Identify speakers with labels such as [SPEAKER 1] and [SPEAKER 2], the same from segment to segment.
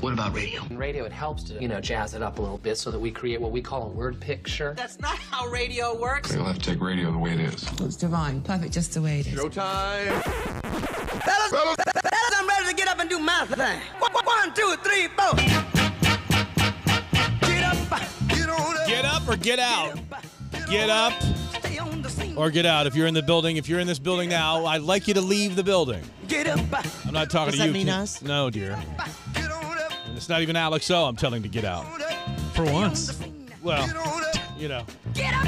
[SPEAKER 1] What about radio?
[SPEAKER 2] In radio, it helps to, you know, jazz it up a little bit so that we create what we call a word picture.
[SPEAKER 3] That's not how radio works.
[SPEAKER 4] You'll have to take radio the way it is.
[SPEAKER 5] It's divine. Perfect just the way it is.
[SPEAKER 6] Showtime.
[SPEAKER 3] Fellas, fellas, I'm ready to get up and do my thing. One, one, two, three, four. Get up. Get on up.
[SPEAKER 7] Get up or get out. Get
[SPEAKER 3] Get
[SPEAKER 7] up
[SPEAKER 3] up. Stay on the scene.
[SPEAKER 7] or get out. If you're in the building, if you're in this building now, I'd like you to leave the building.
[SPEAKER 3] Get up.
[SPEAKER 7] I'm not talking
[SPEAKER 5] Does
[SPEAKER 7] to
[SPEAKER 5] that
[SPEAKER 7] you.
[SPEAKER 5] mean
[SPEAKER 7] kid.
[SPEAKER 5] us?
[SPEAKER 7] No, dear.
[SPEAKER 3] Get on up.
[SPEAKER 7] And It's not even Alex O. I'm telling to get out.
[SPEAKER 3] For
[SPEAKER 7] once. Well,
[SPEAKER 3] Get on up.
[SPEAKER 7] you know,
[SPEAKER 3] Get up.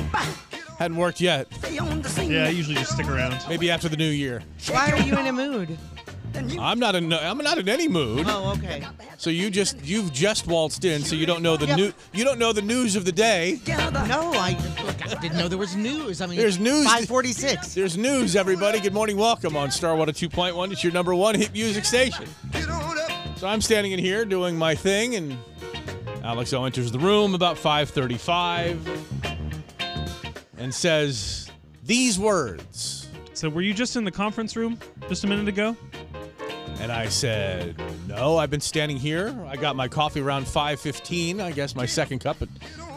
[SPEAKER 7] hadn't worked yet.
[SPEAKER 3] Stay on the scene.
[SPEAKER 8] Yeah, I usually just stick around.
[SPEAKER 7] Maybe after the new year.
[SPEAKER 5] Why are you in a mood?
[SPEAKER 3] And you
[SPEAKER 7] I'm not in. I'm not in any mood.
[SPEAKER 5] Oh, okay.
[SPEAKER 7] So you just you've just waltzed in, so you don't know the
[SPEAKER 5] Yep.
[SPEAKER 7] new you don't know the news of the day.
[SPEAKER 3] gather.
[SPEAKER 5] No, I, look, I didn't know there was news. I mean,
[SPEAKER 7] There's news.
[SPEAKER 5] 546.
[SPEAKER 7] There's news, everybody. Good morning, welcome on Star Water 2.1. It's your number one hit music station.
[SPEAKER 3] Get on up.
[SPEAKER 7] So I'm standing in here doing my thing, and Alex O enters the room about 5:35 and says these words,
[SPEAKER 8] So were you just in the conference room just a minute ago?
[SPEAKER 7] and I said, "No, I've been standing here. I got my coffee around 5:15. I guess my second cup at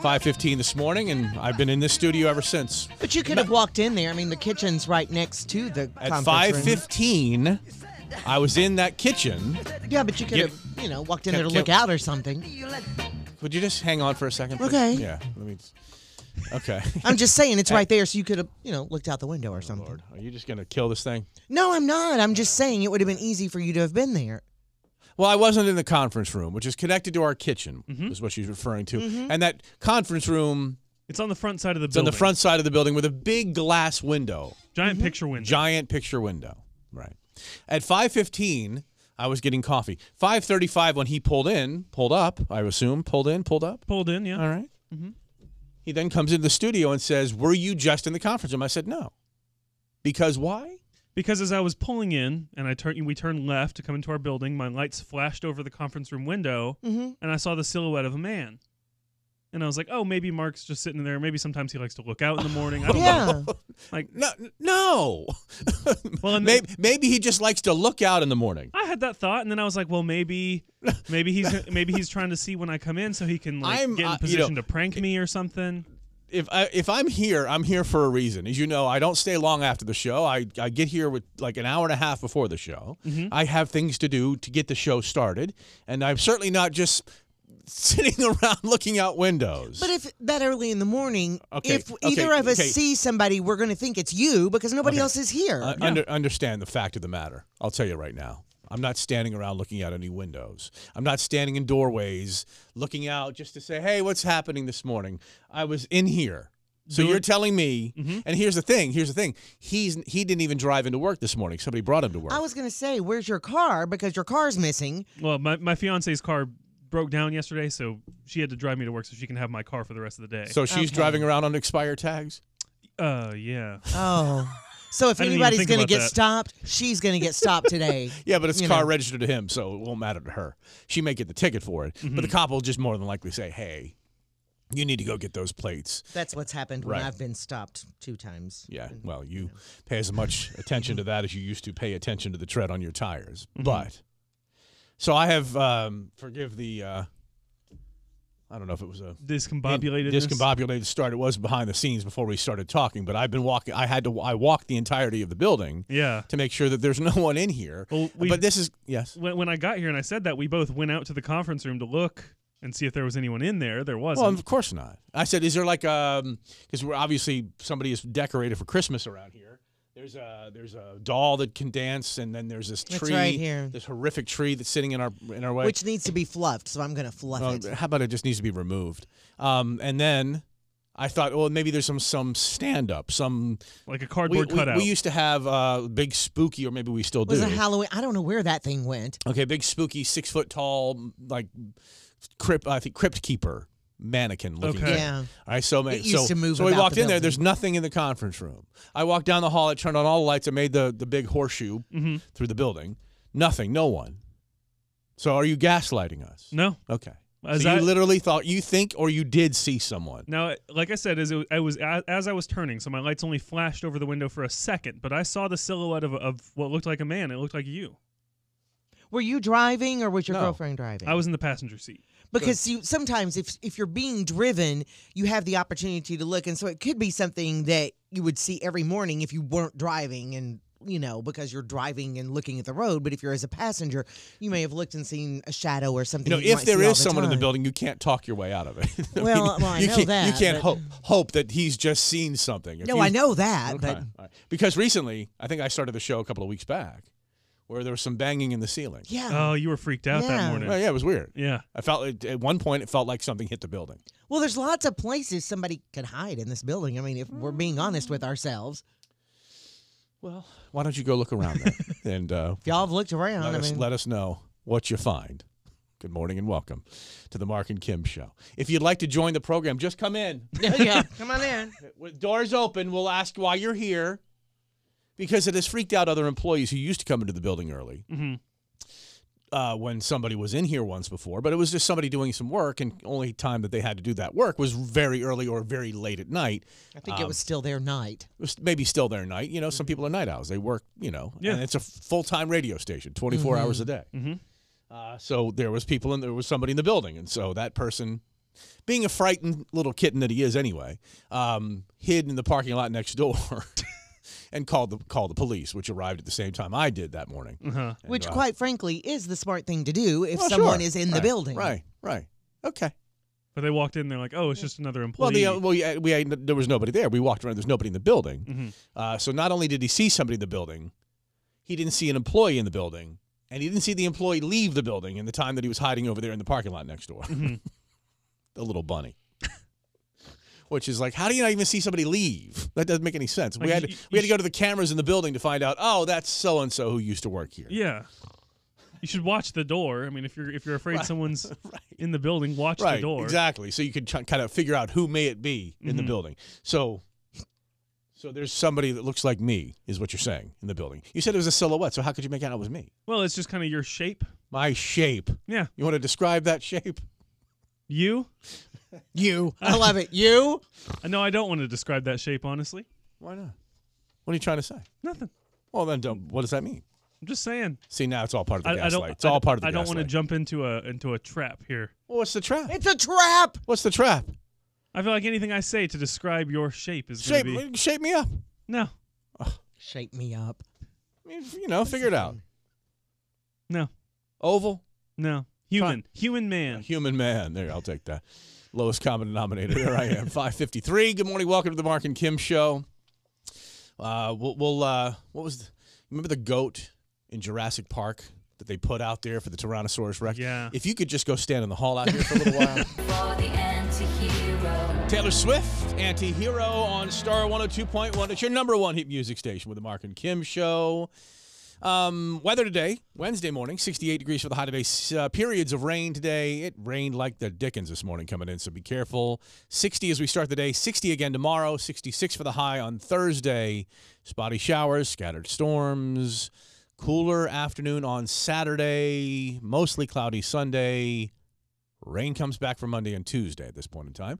[SPEAKER 7] 5:15 this morning, and I've been in this studio ever since."
[SPEAKER 5] But you could have walked in there. I mean, the kitchen's right next to the
[SPEAKER 7] At
[SPEAKER 5] conference
[SPEAKER 7] five
[SPEAKER 5] room.
[SPEAKER 7] fifteen, I was in that kitchen.
[SPEAKER 5] Yeah, but you could
[SPEAKER 7] Yeah.
[SPEAKER 5] have, you know, walked in there to
[SPEAKER 7] Kept-
[SPEAKER 5] look out or something.
[SPEAKER 3] You let
[SPEAKER 7] Would you just hang on for a second? please?
[SPEAKER 5] Okay.
[SPEAKER 7] Yeah. Let me. Okay.
[SPEAKER 5] I'm just saying, it's right there, so you could have, you know, looked out the window or something.
[SPEAKER 7] Oh, Lord, are you just gonna kill this thing?
[SPEAKER 5] No, I'm not. I'm just saying it would have been easy for you to have been there.
[SPEAKER 7] Well, I wasn't in the conference room, which is connected to our kitchen, is what she's referring to. And that conference room
[SPEAKER 8] It's on the front side of the
[SPEAKER 7] is on
[SPEAKER 8] building.
[SPEAKER 7] the front side of the building with a big glass window,
[SPEAKER 8] Giant picture window.
[SPEAKER 7] giant picture window. Right. At 5:15, I was getting coffee. 5:35 when he pulled in, pulled up, I assume, pulled in, pulled up.
[SPEAKER 8] Pulled in, yeah.
[SPEAKER 7] All right. He then comes into the studio and says, "Were you just in the conference room?" I said, "No." Because why?
[SPEAKER 8] Because as I was pulling in and I turn, we turned left to come into our building, my lights flashed over the conference room window
[SPEAKER 7] Mm-hmm.
[SPEAKER 8] and I saw the silhouette of a man. And I was like, oh, maybe Mark's just sitting there. Maybe sometimes he likes to look out in the morning. I
[SPEAKER 7] Oh,
[SPEAKER 8] don't know.
[SPEAKER 5] Yeah.
[SPEAKER 8] Like,
[SPEAKER 7] No, no.
[SPEAKER 8] Well, and
[SPEAKER 7] maybe, maybe he just likes to look out in the morning.
[SPEAKER 8] I had that thought, and then I was like, well, maybe, maybe he's maybe he's trying to see when I come in so he can like
[SPEAKER 7] I'm,
[SPEAKER 8] get
[SPEAKER 7] uh,
[SPEAKER 8] in
[SPEAKER 7] you
[SPEAKER 8] position
[SPEAKER 7] know,
[SPEAKER 8] to prank me or something.
[SPEAKER 7] If I if I'm here, I'm here for a reason. As you know, I don't stay long after the show. I, I get here with like an hour and a half before the show. I have things to do to get the show started, and I'm certainly not just sitting around looking out windows.
[SPEAKER 5] But if that early in the morning,
[SPEAKER 7] Okay,
[SPEAKER 5] if
[SPEAKER 7] okay,
[SPEAKER 5] either of us
[SPEAKER 7] okay.
[SPEAKER 5] see somebody, we're going to think it's you because nobody
[SPEAKER 7] Okay. Uh,
[SPEAKER 5] else is here.
[SPEAKER 7] I under, understand the fact of the matter. I'll tell you right now. I'm not standing around looking out any windows. I'm not standing in doorways looking out just to say, hey, what's happening this morning? I was in here. So you're telling me,
[SPEAKER 5] Mm-hmm.
[SPEAKER 7] and here's the thing. Here's the thing. He's he didn't even drive into work this morning. Somebody brought him to work.
[SPEAKER 5] I was going to say, where's your car? Because your car's missing.
[SPEAKER 8] Well, my, my fiance's car broke down yesterday, so she had to drive me to work so she can have my car for the rest of the day.
[SPEAKER 7] so she's
[SPEAKER 5] Okay.
[SPEAKER 7] driving around on expired tags.
[SPEAKER 8] uh, yeah.
[SPEAKER 5] Oh. So if
[SPEAKER 8] I didn't even
[SPEAKER 5] anybody's
[SPEAKER 8] think
[SPEAKER 5] going to
[SPEAKER 8] about
[SPEAKER 5] get
[SPEAKER 8] that.
[SPEAKER 5] stopped, she's going to get stopped today.
[SPEAKER 7] Yeah, but it's
[SPEAKER 5] You
[SPEAKER 7] car
[SPEAKER 5] know.
[SPEAKER 7] registered to him, so it won't matter to her. She may get the ticket for it, but the
[SPEAKER 5] Mm-hmm.
[SPEAKER 7] cop will just more than likely say, "Hey, you need to go get those plates."
[SPEAKER 5] That's what's happened
[SPEAKER 7] Right.
[SPEAKER 5] when I've been stopped two times.
[SPEAKER 7] Yeah, well, you pay as much attention to that as you used to pay attention to the tread on your tires.
[SPEAKER 8] Mm-hmm.
[SPEAKER 7] But so I have um, forgive the uh, I don't know if it was a
[SPEAKER 8] Discombobulated.
[SPEAKER 7] discombobulated start. It was behind the scenes before we started talking, but I've been walking. I had to I walked the entirety of the building
[SPEAKER 8] Yeah.
[SPEAKER 7] to make sure that there's no one in here.
[SPEAKER 8] Well, we-
[SPEAKER 7] but this is yes.
[SPEAKER 8] When, when I got here and I said that, we both went out to the conference room to look and see if there was anyone in there. There wasn't.
[SPEAKER 7] Well, of course not. I said, is there like um because we're obviously somebody is decorated for Christmas around here. There's a there's a doll that can dance, and then there's this
[SPEAKER 5] That's
[SPEAKER 7] tree,
[SPEAKER 5] right here.
[SPEAKER 7] this horrific tree that's sitting in our in our way.
[SPEAKER 5] Which needs to be fluffed, so I'm going to fluff
[SPEAKER 7] Uh,
[SPEAKER 5] it.
[SPEAKER 7] how about it just needs to be removed? Um, and then I thought, well, maybe there's some some stand up, some
[SPEAKER 8] like a
[SPEAKER 7] we,
[SPEAKER 8] cardboard
[SPEAKER 7] we-
[SPEAKER 8] cutout.
[SPEAKER 7] we used to have uh, big spooky, or maybe we still do.
[SPEAKER 5] was a Halloween. I don't know where that thing went.
[SPEAKER 7] Okay, big spooky, six foot tall, like crypt. I think crypt keeper mannequin looking.
[SPEAKER 8] Okay.
[SPEAKER 7] thing.
[SPEAKER 5] Yeah.
[SPEAKER 7] All right, so ma-
[SPEAKER 5] It used
[SPEAKER 7] so,
[SPEAKER 5] to move
[SPEAKER 7] so we
[SPEAKER 5] about the
[SPEAKER 7] walked in there.
[SPEAKER 5] building.
[SPEAKER 7] There's nothing in the conference room. I walked down the hall. I turned on all the lights. I made the the big horseshoe
[SPEAKER 8] Mm-hmm.
[SPEAKER 7] through the building. Nothing. No one. So are you gaslighting us?
[SPEAKER 8] no.
[SPEAKER 7] Okay.
[SPEAKER 8] As
[SPEAKER 7] so you
[SPEAKER 8] I-
[SPEAKER 7] literally thought you think or you did see someone.
[SPEAKER 8] Now, like I said, as it, I was as, as I was turning, so my lights only flashed over the window for a second, but I saw the silhouette of, of what looked like a man. It looked like you.
[SPEAKER 5] Were you driving or was your
[SPEAKER 7] No.
[SPEAKER 5] girlfriend driving?
[SPEAKER 8] I was in the passenger seat.
[SPEAKER 5] because see, sometimes if if you're being driven, you have the opportunity to look, and so it could be something that you would see every morning if you weren't driving, and you know because you're driving and looking at the road. But if you're as a passenger, you may have looked and seen a shadow or something.
[SPEAKER 7] You know,
[SPEAKER 5] you
[SPEAKER 7] if
[SPEAKER 5] might see
[SPEAKER 7] there
[SPEAKER 5] all
[SPEAKER 7] is someone in the
[SPEAKER 5] time.
[SPEAKER 7] building, you can't talk your way out of it. I
[SPEAKER 5] Well, well, I
[SPEAKER 7] you
[SPEAKER 5] know
[SPEAKER 7] can't, You
[SPEAKER 5] that,
[SPEAKER 7] can't
[SPEAKER 5] but-
[SPEAKER 7] hope hope that he's just seen something. If
[SPEAKER 5] No,
[SPEAKER 7] you-
[SPEAKER 5] I know that,
[SPEAKER 7] Okay,
[SPEAKER 5] but
[SPEAKER 7] all right. because recently, I think I started the show a couple of weeks back, where there was some banging in the ceiling.
[SPEAKER 5] yeah.
[SPEAKER 8] Oh, you were freaked out that
[SPEAKER 5] Yeah.
[SPEAKER 8] morning.
[SPEAKER 7] Well, yeah, it was weird.
[SPEAKER 8] Yeah.
[SPEAKER 7] I felt it, at one point it felt like something hit the building.
[SPEAKER 5] Well, there's lots of places somebody could hide in this building. I mean, if we're being honest with ourselves,
[SPEAKER 7] Well, why don't you go look around there and uh,
[SPEAKER 5] if y'all have looked around,
[SPEAKER 7] let,
[SPEAKER 5] I
[SPEAKER 7] us,
[SPEAKER 5] mean,
[SPEAKER 7] let us know what you find. Good morning and welcome to the Mark and Kim Show. If you'd like to join the program, just come in.
[SPEAKER 5] yeah, come on in.
[SPEAKER 7] With doors open, we'll ask why you're here because it has freaked out other employees who used to come into the building early.
[SPEAKER 8] Mhm.
[SPEAKER 7] Uh, when somebody was in here once before, but it was just somebody doing some work, and only time that they had to do that work was very early or very late at night.
[SPEAKER 5] I think
[SPEAKER 7] Um,
[SPEAKER 5] it was still their night.
[SPEAKER 7] It was maybe still their night. You know, some people are night owls. They work, you know,
[SPEAKER 8] Yeah.
[SPEAKER 7] and it's a full time radio station, 24 hours a day.
[SPEAKER 8] Mhm.
[SPEAKER 7] Uh, so there was people and there was somebody in the building. And so that person, being a frightened little kitten that he is anyway, um, hid in the parking lot next door. And called the called the police, which arrived at the same time I did that morning.
[SPEAKER 8] Uh-huh.
[SPEAKER 7] And,
[SPEAKER 5] Which,
[SPEAKER 7] uh,
[SPEAKER 5] quite frankly, is the smart thing to do if
[SPEAKER 7] well,
[SPEAKER 5] someone
[SPEAKER 7] sure.
[SPEAKER 5] is in the
[SPEAKER 7] Right,
[SPEAKER 5] building.
[SPEAKER 7] Right, right, okay.
[SPEAKER 8] But they walked in. They're like, "Oh, it's just another
[SPEAKER 7] Well,
[SPEAKER 8] employee."
[SPEAKER 7] the, uh, well, yeah, we had, there was nobody there. We walked around. There's nobody in the building.
[SPEAKER 8] Mhm.
[SPEAKER 7] Uh, so not only did he see somebody in the building, he didn't see an employee in the building, and he didn't see the employee leave the building in the time that he was hiding over there in the parking lot next door.
[SPEAKER 8] Mm-hmm.
[SPEAKER 7] the little bunny. Which is like, how do you not even see somebody leave? That doesn't make any sense. we
[SPEAKER 8] Like,
[SPEAKER 7] had
[SPEAKER 8] you-
[SPEAKER 7] to, we had to
[SPEAKER 8] you
[SPEAKER 7] go to the cameras in the building to find out. Oh, that's so and so who used to work here.
[SPEAKER 8] yeah. You should watch the door. I mean, if you're if you're afraid someone's in the building, watch
[SPEAKER 7] right,
[SPEAKER 8] the door. Mm-hmm.
[SPEAKER 7] exactly. So you could ch- kind of figure out who may it be in the building. So, so there's somebody that looks like me, is what you're saying in the building. You said it was a silhouette. So how could you make out it was me?
[SPEAKER 8] Well, it's just kind of your shape.
[SPEAKER 7] My shape.
[SPEAKER 8] Yeah.
[SPEAKER 7] You want to describe that shape?
[SPEAKER 8] You?
[SPEAKER 5] You. I love it. You.
[SPEAKER 8] Uh, No, I don't want to describe that shape honestly.
[SPEAKER 7] Why not? What are you trying to say?
[SPEAKER 8] Nothing.
[SPEAKER 7] Well, then, don't, what does that mean?
[SPEAKER 8] I'm just saying.
[SPEAKER 7] See, now it's all part of the
[SPEAKER 8] I, I don't.
[SPEAKER 7] gaslight. It's all
[SPEAKER 8] I,
[SPEAKER 7] part of the
[SPEAKER 8] I don't want to
[SPEAKER 7] gaslight.
[SPEAKER 8] jump into a into a trap here.
[SPEAKER 7] Well, what's the trap?
[SPEAKER 5] It's a trap.
[SPEAKER 7] What's the trap?
[SPEAKER 8] I feel like anything I say to describe your shape is going
[SPEAKER 7] Shape,
[SPEAKER 8] to be
[SPEAKER 7] shape me up.
[SPEAKER 8] no,
[SPEAKER 5] Shake me up.
[SPEAKER 7] I mean, You know, figure it out.
[SPEAKER 8] no,
[SPEAKER 7] Oval,
[SPEAKER 8] no. Human, human man.
[SPEAKER 7] human man. There, I'll take that. Lowest common denominator. There I am. Five fifty-three. Good morning. Welcome to the Mark and Kim Show. Uh, we'll, we'll uh, what was the, remember the goat in Jurassic Park that they put out there for the Tyrannosaurus Rex?
[SPEAKER 8] Yeah.
[SPEAKER 7] If you could just go stand in the hall out here for a little while.
[SPEAKER 1] for the anti-hero.
[SPEAKER 7] Taylor Swift, anti hero on Star 102.1. It's your number one hit music station with the Mark and Kim show. Um, weather today, Wednesday morning, 68 degrees for the high today. S- Uh, periods of rain today. It rained like the dickens this morning coming in, so be careful. 60 as we start the day, 60 again tomorrow, 66 for the high on Thursday. Spotty showers, scattered storms. Cooler afternoon on Saturday, mostly cloudy Sunday. Rain comes back for Monday and Tuesday at this point in time.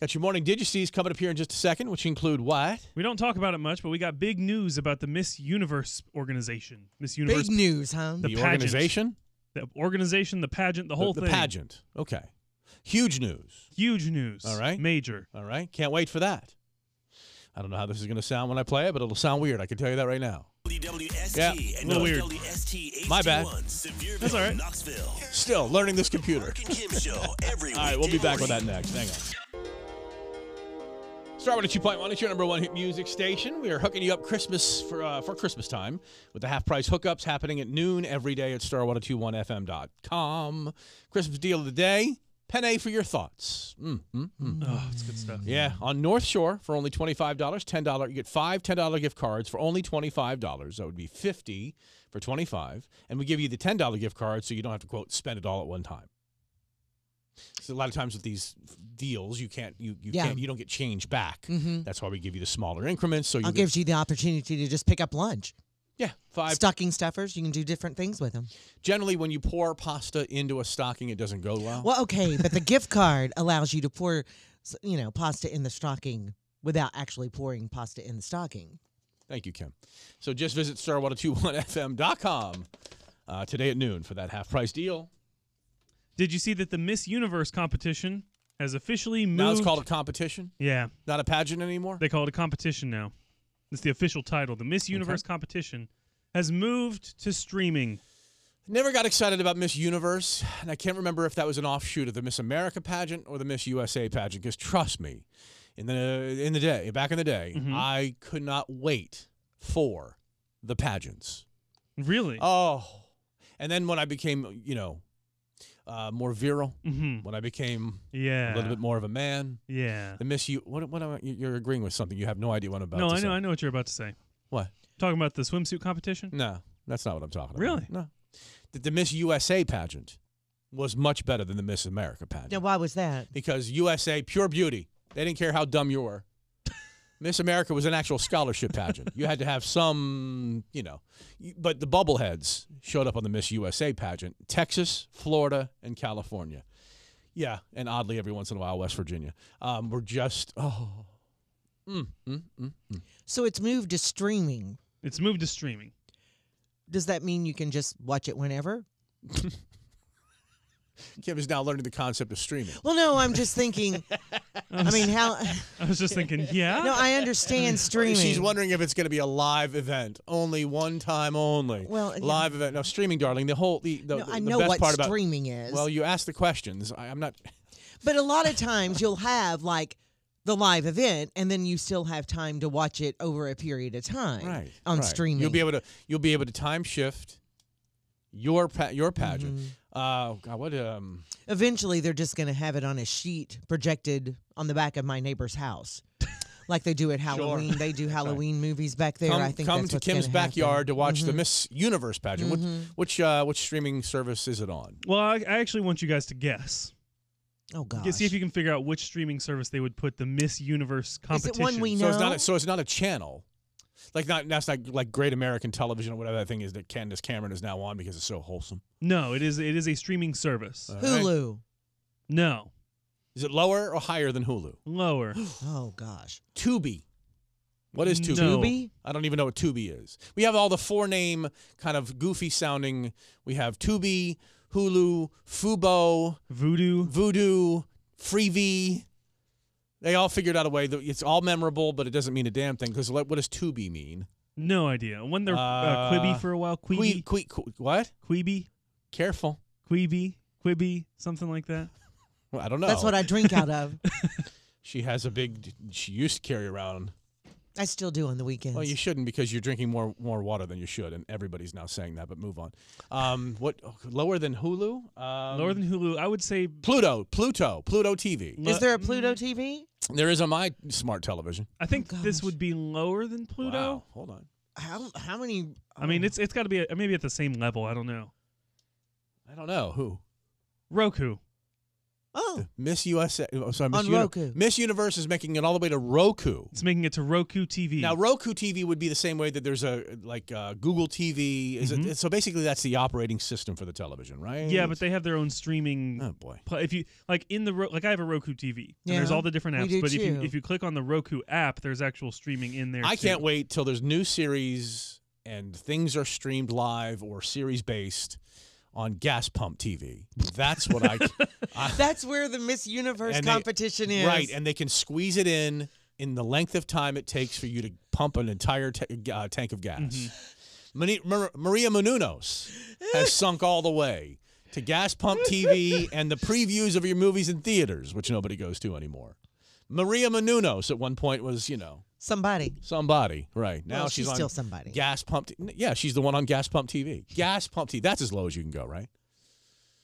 [SPEAKER 7] Got your morning digices coming up here in just a second, which include what?
[SPEAKER 8] We don't talk about it much, but we got big news about the Miss Universe organization. Miss Universe,
[SPEAKER 5] Big news, huh?
[SPEAKER 8] The
[SPEAKER 7] The,
[SPEAKER 8] pageant.
[SPEAKER 7] organization?
[SPEAKER 8] the organization, the pageant, the whole
[SPEAKER 7] the,
[SPEAKER 8] thing.
[SPEAKER 7] The pageant. Okay. Huge news.
[SPEAKER 8] Huge news.
[SPEAKER 7] All right.
[SPEAKER 8] Major.
[SPEAKER 7] All right. Can't wait for that. I don't know how this is going to sound when I play it, but it'll sound weird. I can tell you that right now.
[SPEAKER 6] WWST
[SPEAKER 7] Yeah,
[SPEAKER 6] and
[SPEAKER 7] a little weird.
[SPEAKER 6] WST
[SPEAKER 7] My bad.
[SPEAKER 6] Sevierville,
[SPEAKER 8] That's all right.
[SPEAKER 6] Knoxville.
[SPEAKER 7] Still learning this computer.
[SPEAKER 6] Mark and Kim Show every
[SPEAKER 7] All right, we'll be back with that next. Hang on. Start with a 2.1. It's your number one hit music station. We are hooking you up Christmas for uh, for Christmas time with the half price hookups happening at noon every day at star1021fm.com. Christmas deal of the day. Penne for your thoughts. Mm, mm, mm.
[SPEAKER 8] Oh, it's good stuff.
[SPEAKER 7] Yeah, on North Shore for only $25, $10. You get five $10 gift cards for only $25. That would be 50 for 25 And we give you the $10 gift card so you don't have to, quote, spend it all at one time. So a lot of times with these f- deals, you can't, you, you
[SPEAKER 5] Yeah. Mm-hmm.
[SPEAKER 7] can't, you don't get change back. That's why we give you the smaller increments. So you
[SPEAKER 5] I'll
[SPEAKER 7] can-
[SPEAKER 5] give you the opportunity to just pick up lunch.
[SPEAKER 7] yeah, five.
[SPEAKER 5] Stocking stuffers, you can do different things with them.
[SPEAKER 7] Generally, when you pour pasta into a stocking, it doesn't go well.
[SPEAKER 5] Well, okay, but the gift card allows you to pour, s- you know, pasta in the stocking without actually pouring pasta in the stocking.
[SPEAKER 7] oh Thank you, Kim. So just visit star1021fm.com uh, today at noon for that half price deal.
[SPEAKER 8] Did you see that the Miss Universe competition has officially moved?
[SPEAKER 7] Now it's called a competition,
[SPEAKER 8] yeah,
[SPEAKER 7] not a pageant anymore.
[SPEAKER 8] they call it a competition now. It's the official title. The Miss Universe competition has moved to streaming.
[SPEAKER 7] Never got excited about Miss Universe, and I can't remember if that was an offshoot of the Miss America pageant or the Miss USA pageant. Because trust me, in the in the day, back in the day,
[SPEAKER 8] Mm-hmm.
[SPEAKER 7] I could not wait for the pageants.
[SPEAKER 8] Really?
[SPEAKER 7] Oh, and then when I became, you know, uh, more virile,
[SPEAKER 8] hmm
[SPEAKER 7] when I became a
[SPEAKER 8] Yeah.
[SPEAKER 7] little bit more of a man,
[SPEAKER 8] Yeah.
[SPEAKER 7] the Miss U. What? What? Am I, you're agreeing with something. You have no idea what I'm about.
[SPEAKER 8] No,
[SPEAKER 7] to
[SPEAKER 8] I know.
[SPEAKER 7] say.
[SPEAKER 8] I know what you're about to say.
[SPEAKER 7] What?
[SPEAKER 8] Talking about the swimsuit competition.
[SPEAKER 7] No, that's not what I'm talking about.
[SPEAKER 8] Really?
[SPEAKER 7] No. The, the Miss USA pageant was much better than the Miss America pageant.
[SPEAKER 5] Now, why was that?
[SPEAKER 7] Because USA, pure beauty. They didn't care how dumb you were. Miss America was an actual scholarship pageant. You had to have some, you know. you- But the bubbleheads showed up on the Miss USA pageant Texas, Florida, and California. Yeah, and oddly, every once in a while, West Virginia. Um, we're just, oh. Mm, mm, mm.
[SPEAKER 5] So it's moved to streaming.
[SPEAKER 8] It's moved to streaming.
[SPEAKER 5] Does that mean you can just watch it whenever?
[SPEAKER 7] Kim is now learning the concept of streaming.
[SPEAKER 5] Well, no, I'm just thinking. I mean, how?
[SPEAKER 8] I was just thinking, yeah.
[SPEAKER 5] No, I understand streaming.
[SPEAKER 7] She's wondering if it's going to be a live event, only one time only.
[SPEAKER 5] Well, yeah.
[SPEAKER 7] live event. No, streaming, darling. The whole the, the,
[SPEAKER 5] No,
[SPEAKER 7] the,
[SPEAKER 5] I know
[SPEAKER 7] best
[SPEAKER 5] what
[SPEAKER 7] part about
[SPEAKER 5] streaming is.
[SPEAKER 7] Well, you asked the questions. I, I'm not.
[SPEAKER 5] But a lot of times you'll have like the live event, and then you still have time to watch it over a period of time
[SPEAKER 7] Right
[SPEAKER 5] on
[SPEAKER 7] right.
[SPEAKER 5] streaming.
[SPEAKER 7] You'll be able to. You'll be able to time shift your pa- your pageant.
[SPEAKER 5] Mm-hmm.
[SPEAKER 7] Uh, God, what um.
[SPEAKER 5] Eventually, they're just going to have it on a sheet projected on the back of my neighbor's house, like they do at Halloween. They do Halloween movies back there.
[SPEAKER 7] Come,
[SPEAKER 5] I think
[SPEAKER 7] come
[SPEAKER 5] that's
[SPEAKER 7] to
[SPEAKER 5] what's
[SPEAKER 7] Kim's
[SPEAKER 5] gonna happen. Mm-hmm.
[SPEAKER 7] backyard to watch the Miss Universe pageant. Which which uh, which streaming service is it on?
[SPEAKER 8] Well, I, I actually want you guys to guess.
[SPEAKER 5] Oh
[SPEAKER 8] Get-
[SPEAKER 5] gosh.
[SPEAKER 8] See if you can figure out which streaming service they would put the Miss Universe
[SPEAKER 5] Is it
[SPEAKER 8] competition.
[SPEAKER 5] one we
[SPEAKER 7] So it's not.
[SPEAKER 5] No.
[SPEAKER 7] A, so it's not a channel. Like not that's not like Great American Television or whatever that thing is that Candace Cameron is now on because it's so wholesome.
[SPEAKER 8] No, it is it is a streaming service.
[SPEAKER 7] All right.
[SPEAKER 5] Hulu.
[SPEAKER 8] no,
[SPEAKER 7] Is it lower or higher than Hulu?
[SPEAKER 8] lower.
[SPEAKER 5] Oh gosh.
[SPEAKER 7] Tubi. What is Tubi?
[SPEAKER 8] No.
[SPEAKER 5] Tubi?
[SPEAKER 7] I don't even know what Tubi is. We have all the four name kind of goofy sounding. We have Tubi, Hulu, Fubo,
[SPEAKER 8] Voodoo.
[SPEAKER 7] Voodoo, Freevee. They all figured out a way that it's all memorable, but it doesn't mean a damn thing. Because what does Tubi mean?
[SPEAKER 8] No idea. One they're uh,
[SPEAKER 7] Uh,
[SPEAKER 8] Quibi for a while.
[SPEAKER 7] Que-
[SPEAKER 8] Quibi.
[SPEAKER 7] que- que- what?
[SPEAKER 8] Quibi.
[SPEAKER 7] Careful.
[SPEAKER 8] Quibi. Quibi. Something like that.
[SPEAKER 7] Well, I don't know.
[SPEAKER 5] That's what I drink out of.
[SPEAKER 7] She has a big. She used to carry around.
[SPEAKER 5] I still do on the weekends.
[SPEAKER 7] Well, you shouldn't because you're drinking more more water than you should, and everybody's now saying that. But move on. Um, what lower than Hulu? Um,
[SPEAKER 8] lower than Hulu. I would say.
[SPEAKER 7] Pluto, Pluto, Pluto TV.
[SPEAKER 5] Is there a
[SPEAKER 7] Mm.
[SPEAKER 5] Pluto TV?
[SPEAKER 7] There is on my smart television.
[SPEAKER 8] I think
[SPEAKER 5] Oh,
[SPEAKER 8] this
[SPEAKER 5] gosh.
[SPEAKER 8] would be lower than Pluto.
[SPEAKER 7] Wow, hold on.
[SPEAKER 5] How how many?
[SPEAKER 8] I mean, it's it's got to be at, maybe at the same level. I don't know.
[SPEAKER 7] I don't know who.
[SPEAKER 8] Roku.
[SPEAKER 5] oh
[SPEAKER 7] Miss USA. Oh, sorry, Miss
[SPEAKER 5] On
[SPEAKER 7] Uni-
[SPEAKER 5] Roku.
[SPEAKER 7] Miss Universe is making it all the way to Roku.
[SPEAKER 8] It's making it to Roku TV.
[SPEAKER 7] Now Roku TV would be the same way that there's a like uh, Google TV. Is it, so basically, that's the operating system for the television, right?
[SPEAKER 8] Mm-hmm. yeah, but they have their own streaming.
[SPEAKER 7] oh boy.
[SPEAKER 8] pla- If you like in the Ro- like, I have a Roku TV. And there's
[SPEAKER 5] Yeah,
[SPEAKER 8] all the different
[SPEAKER 5] we
[SPEAKER 8] apps,
[SPEAKER 5] do
[SPEAKER 8] but if you
[SPEAKER 5] too.
[SPEAKER 8] if you click on the Roku app, there's actual streaming in there.
[SPEAKER 7] I
[SPEAKER 8] too.
[SPEAKER 7] can't wait till there's new series and things are streamed live or series based on gas pump TV. That's what I, I
[SPEAKER 5] That's where the Miss Universe
[SPEAKER 7] And they-
[SPEAKER 5] competition is.
[SPEAKER 7] right, and they can squeeze it in in the length of time it takes for you to pump an entire ta- uh, tank of gas. Mani- Mar- Maria Menounos has sunk all the way to gas pump TV and the previews of your movies in theaters, which nobody goes to anymore. Maria Menounos at one point was, you know,
[SPEAKER 5] Somebody.
[SPEAKER 7] somebody. Right now
[SPEAKER 5] Well,
[SPEAKER 7] she's,
[SPEAKER 5] she's
[SPEAKER 7] on
[SPEAKER 5] still somebody.
[SPEAKER 7] Gas pump. T- yeah, she's the one on gas pump TV. Gas pump TV. That's as low as you can go, right?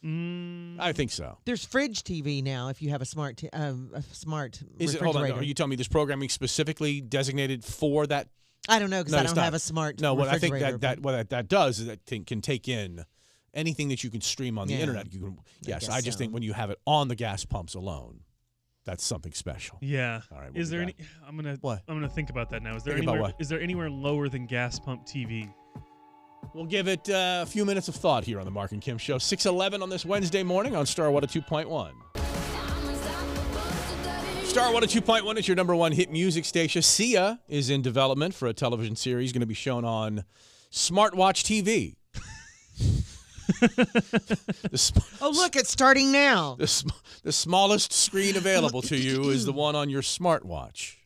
[SPEAKER 8] Mm,
[SPEAKER 7] I think so.
[SPEAKER 5] There's fridge TV now. If you have a smart t- um, a smart
[SPEAKER 7] Is it? Hold
[SPEAKER 5] refrigerator.
[SPEAKER 7] on. Are you telling me this programming specifically designated for that
[SPEAKER 5] I don't know because
[SPEAKER 7] No,
[SPEAKER 5] I
[SPEAKER 7] it's
[SPEAKER 5] don't
[SPEAKER 7] not.
[SPEAKER 5] have a smart.
[SPEAKER 7] No, what I think
[SPEAKER 5] refrigerator,
[SPEAKER 7] that, that
[SPEAKER 5] but-
[SPEAKER 7] what that, that does is that thing can take in anything that you can stream on the
[SPEAKER 5] Yeah.
[SPEAKER 7] internet. You can yes,
[SPEAKER 5] guess
[SPEAKER 7] I just
[SPEAKER 5] so.
[SPEAKER 7] think when you have it on the gas pumps alone, that's something special.
[SPEAKER 8] yeah.
[SPEAKER 7] All right, we'll
[SPEAKER 8] is
[SPEAKER 7] be
[SPEAKER 8] there
[SPEAKER 7] back.
[SPEAKER 8] any? I'm gonna.
[SPEAKER 7] What?
[SPEAKER 8] I'm gonna think about that now. Is there
[SPEAKER 7] Think about
[SPEAKER 8] anywhere?
[SPEAKER 7] what?
[SPEAKER 8] Is there anywhere lower than Gas Pump TV?
[SPEAKER 7] We'll give it uh, a few minutes of thought here on the Mark and Kim Show, six eleven on this Wednesday morning on Star Water two point one. Star 102.1 is your number one hit music station. Sia is in development for a television series going to be shown on Smartwatch TV. The, sm-
[SPEAKER 5] Oh, look, it's starting now.
[SPEAKER 7] the, sm- the smallest screen available to you is the one on your smartwatch.